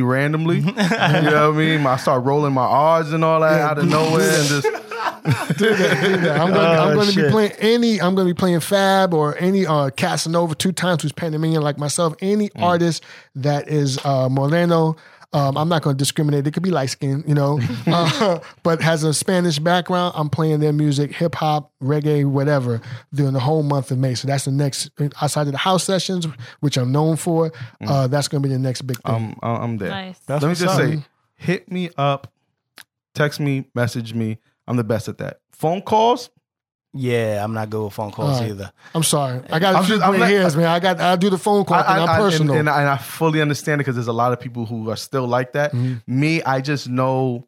S3: randomly. you know what I mean? I start rolling my R's and all that out of nowhere, and just mm,
S2: Yeah, I'm gonna, I'm
S1: Oh,
S2: gonna be
S1: shit.
S2: playing any. I'm gonna be playing Fab or any uh, Casanova two times who's Panamanian like myself. Any artist that is uh, Moreno. Um, I'm not going to discriminate. It could be light skinned, you know, uh, but has a Spanish background. I'm playing their music, hip hop, reggae, whatever, during the whole month of May. So that's the next, outside of the house sessions, which I'm known for, uh, that's going to be the next big thing.
S3: I'm I'm I'm there.
S4: Nice.
S3: Let me just say, hit me up, text me, message me. I'm the best at that. Phone calls.
S1: Yeah, I'm not good with phone calls
S2: All right.
S1: either.
S2: I'm sorry. I got
S3: I'm
S2: to shoot
S3: just- I'm
S2: my
S3: like-
S2: ears, man. I got, I do the phone call and I'm personal.
S3: and, I- and I fully understand it because there's a lot of people who are still like that.
S1: Mm-hmm.
S3: Me, I just know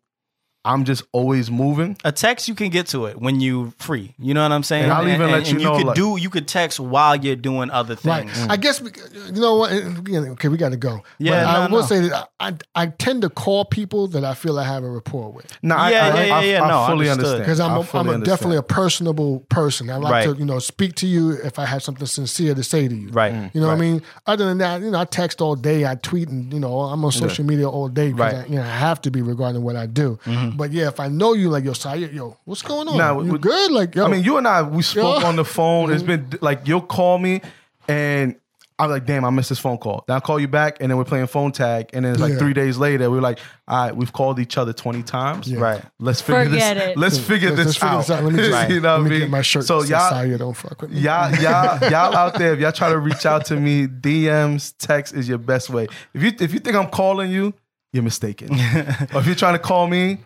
S3: I'm just always moving.
S1: A text you can get to it when you free. You know what I'm saying?
S3: And I'll even let you know,
S1: could
S3: like- Mm.
S1: do you could text while you're doing other
S2: Right.
S1: things.
S2: I guess we, you know what. again, Okay, we got to go.
S1: Yeah,
S2: but I
S1: no,
S2: will
S1: no.
S2: say that I, I tend to call people that I feel I have a rapport with
S3: No, I,
S1: Yeah,
S3: I,
S1: yeah, yeah,
S3: I,
S1: yeah,
S3: I,
S1: no, understood.
S3: fully understand.
S2: because I'm
S3: I
S2: a,
S3: fully
S2: I'm a,
S3: understand.
S2: definitely a personable person. I like
S1: Right.
S2: to you know speak to you if I have something sincere to say to you.
S1: Right.
S2: You know what I mean. Other than that, you know, I text all day. I tweet and you know I'm on social media all day because
S1: Right.
S2: I, you know I have to be regarding what I do. But yeah, if I know you, like yo, Saya, yo, what's going
S3: Mm-hmm.
S2: on?
S3: Nah,
S2: you
S3: with-
S2: good? Like yo, Mm-hmm.
S3: I mean, you and I, we spoke
S2: Yeah.
S3: on the phone. It's been like you'll call me, and I'm like, damn, I missed this phone call. Then I call you back, and then we're playing phone tag, and then it's like
S2: Yeah.
S3: three days later, we're like, all right, we've called each other twenty times,
S1: Right.
S3: Let's figure
S4: Forget
S3: this.
S4: it.
S3: Let's figure
S2: let's-
S3: this
S2: let's figure
S3: out.
S2: this out. Let me just-
S3: you know
S2: let
S3: what I
S2: me
S3: mean?
S2: get my shirt.
S3: So
S2: So
S3: y'all,
S2: Saya, don't fuck with me.
S3: y'all, y'all, y'all out there, if y'all try to reach out to me, DMs, text is your best way. If you if you think I'm calling you, you're mistaken. or if you're trying to call me,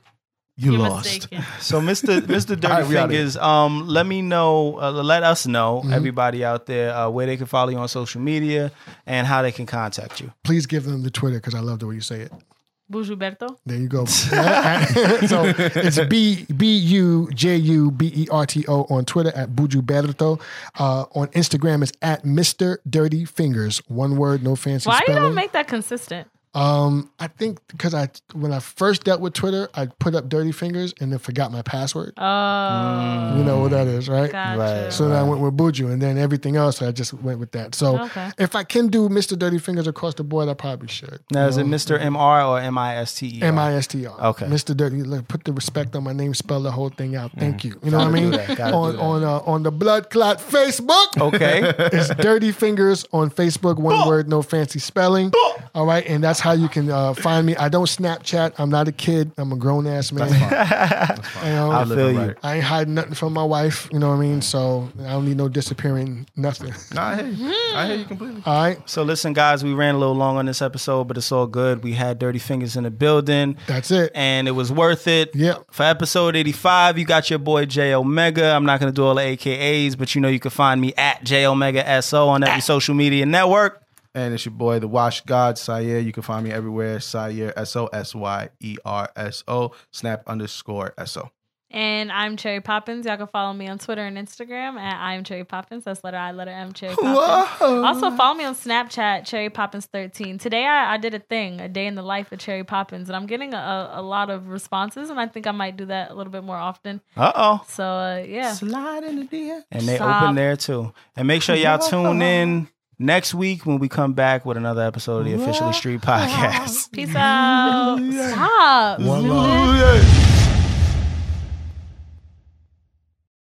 S3: you
S4: You're
S3: lost.
S4: mistaken.
S1: So, Mr. Mr. Dirty
S3: All right, we outta here. Mm-hmm.
S1: Fingers, um, let me know, uh, let us know, everybody out there, uh, where they can follow you on social media and how they can contact you.
S2: Please give them the Twitter because I love the way you say it.
S4: Bujuberto.
S2: There you go. so it's B B U J U B E R T O on Twitter at Bujuberto. Uh, on Instagram it's at Mr. Dirty Fingers. One word, no fancy
S4: Why you
S2: spelling.
S4: don't make that consistent?
S2: um, I think because I when I first dealt with Twitter, I put up Dirty Fingers and then forgot my password.
S4: Oh,
S2: You know what that is, Mm, right?
S4: gotcha.
S1: Right.
S2: So then I went with Buju, and then everything else I just went with that. So
S4: Okay.
S2: if I can do Mr. Dirty Fingers across the board, I probably should.
S1: Now,
S3: Mm-hmm.
S1: is it Mr. MR or M I S T E?
S2: M I S T R.
S1: Okay.
S2: Mr. Dirty. Look, put the respect on my name. Spell the whole thing out. Thank you. You know what I
S1: Mm-hmm. Gotta do that,
S2: mean?
S1: gotta
S2: on
S1: do that.
S2: on uh, on the Blood Clot Facebook.
S1: Okay.
S2: It's Dirty Fingers on Facebook. One word, no fancy spelling. All right, and that's how you can uh, find me. I don't Snapchat. I'm not a kid. I'm a grown ass man. You know?
S1: I feel you.
S3: Right.
S2: I ain't hiding nothing from my wife. You know what I mean? So I don't need no disappearing nothing.
S3: Nah, I hear you. I
S4: Hmm.
S3: hear you completely.
S2: All right.
S1: So, listen, guys, we ran a little long on this episode, but it's all good. We had Dirty Fingers in the building.
S2: That's it.
S1: And it was worth it.
S2: Yep.
S1: For episode 85, you got your boy J Omega. I'm not going to do all the AKAs, but you know you can find me at J Omega SO on every social media network.
S3: And it's your boy, the Wash God, Sayer. You can find me everywhere, Sayer, S O S Y E R S O, snap underscore S O.
S4: And I'm Cherry Poppins. Y'all can follow me on Twitter and Instagram at I'm Cherry Poppins. That's letter I, letter M, Cherry Poppins. Also, follow me on Snapchat, Cherry Poppins13. Today, I, I did a thing, a day in the life of Cherry Poppins, and I'm getting a- a, a lot of responses, and I think I might do that a little bit more often.
S1: Uh oh.
S4: So, uh, yeah.
S3: Slide in the DM.
S1: And they
S4: Stop.
S1: open there too. And make sure y'all tune in next week when we come back with another episode of the Officially Street Podcast.
S4: Peace out. Stop.
S2: One love.
S3: Ooh, yeah.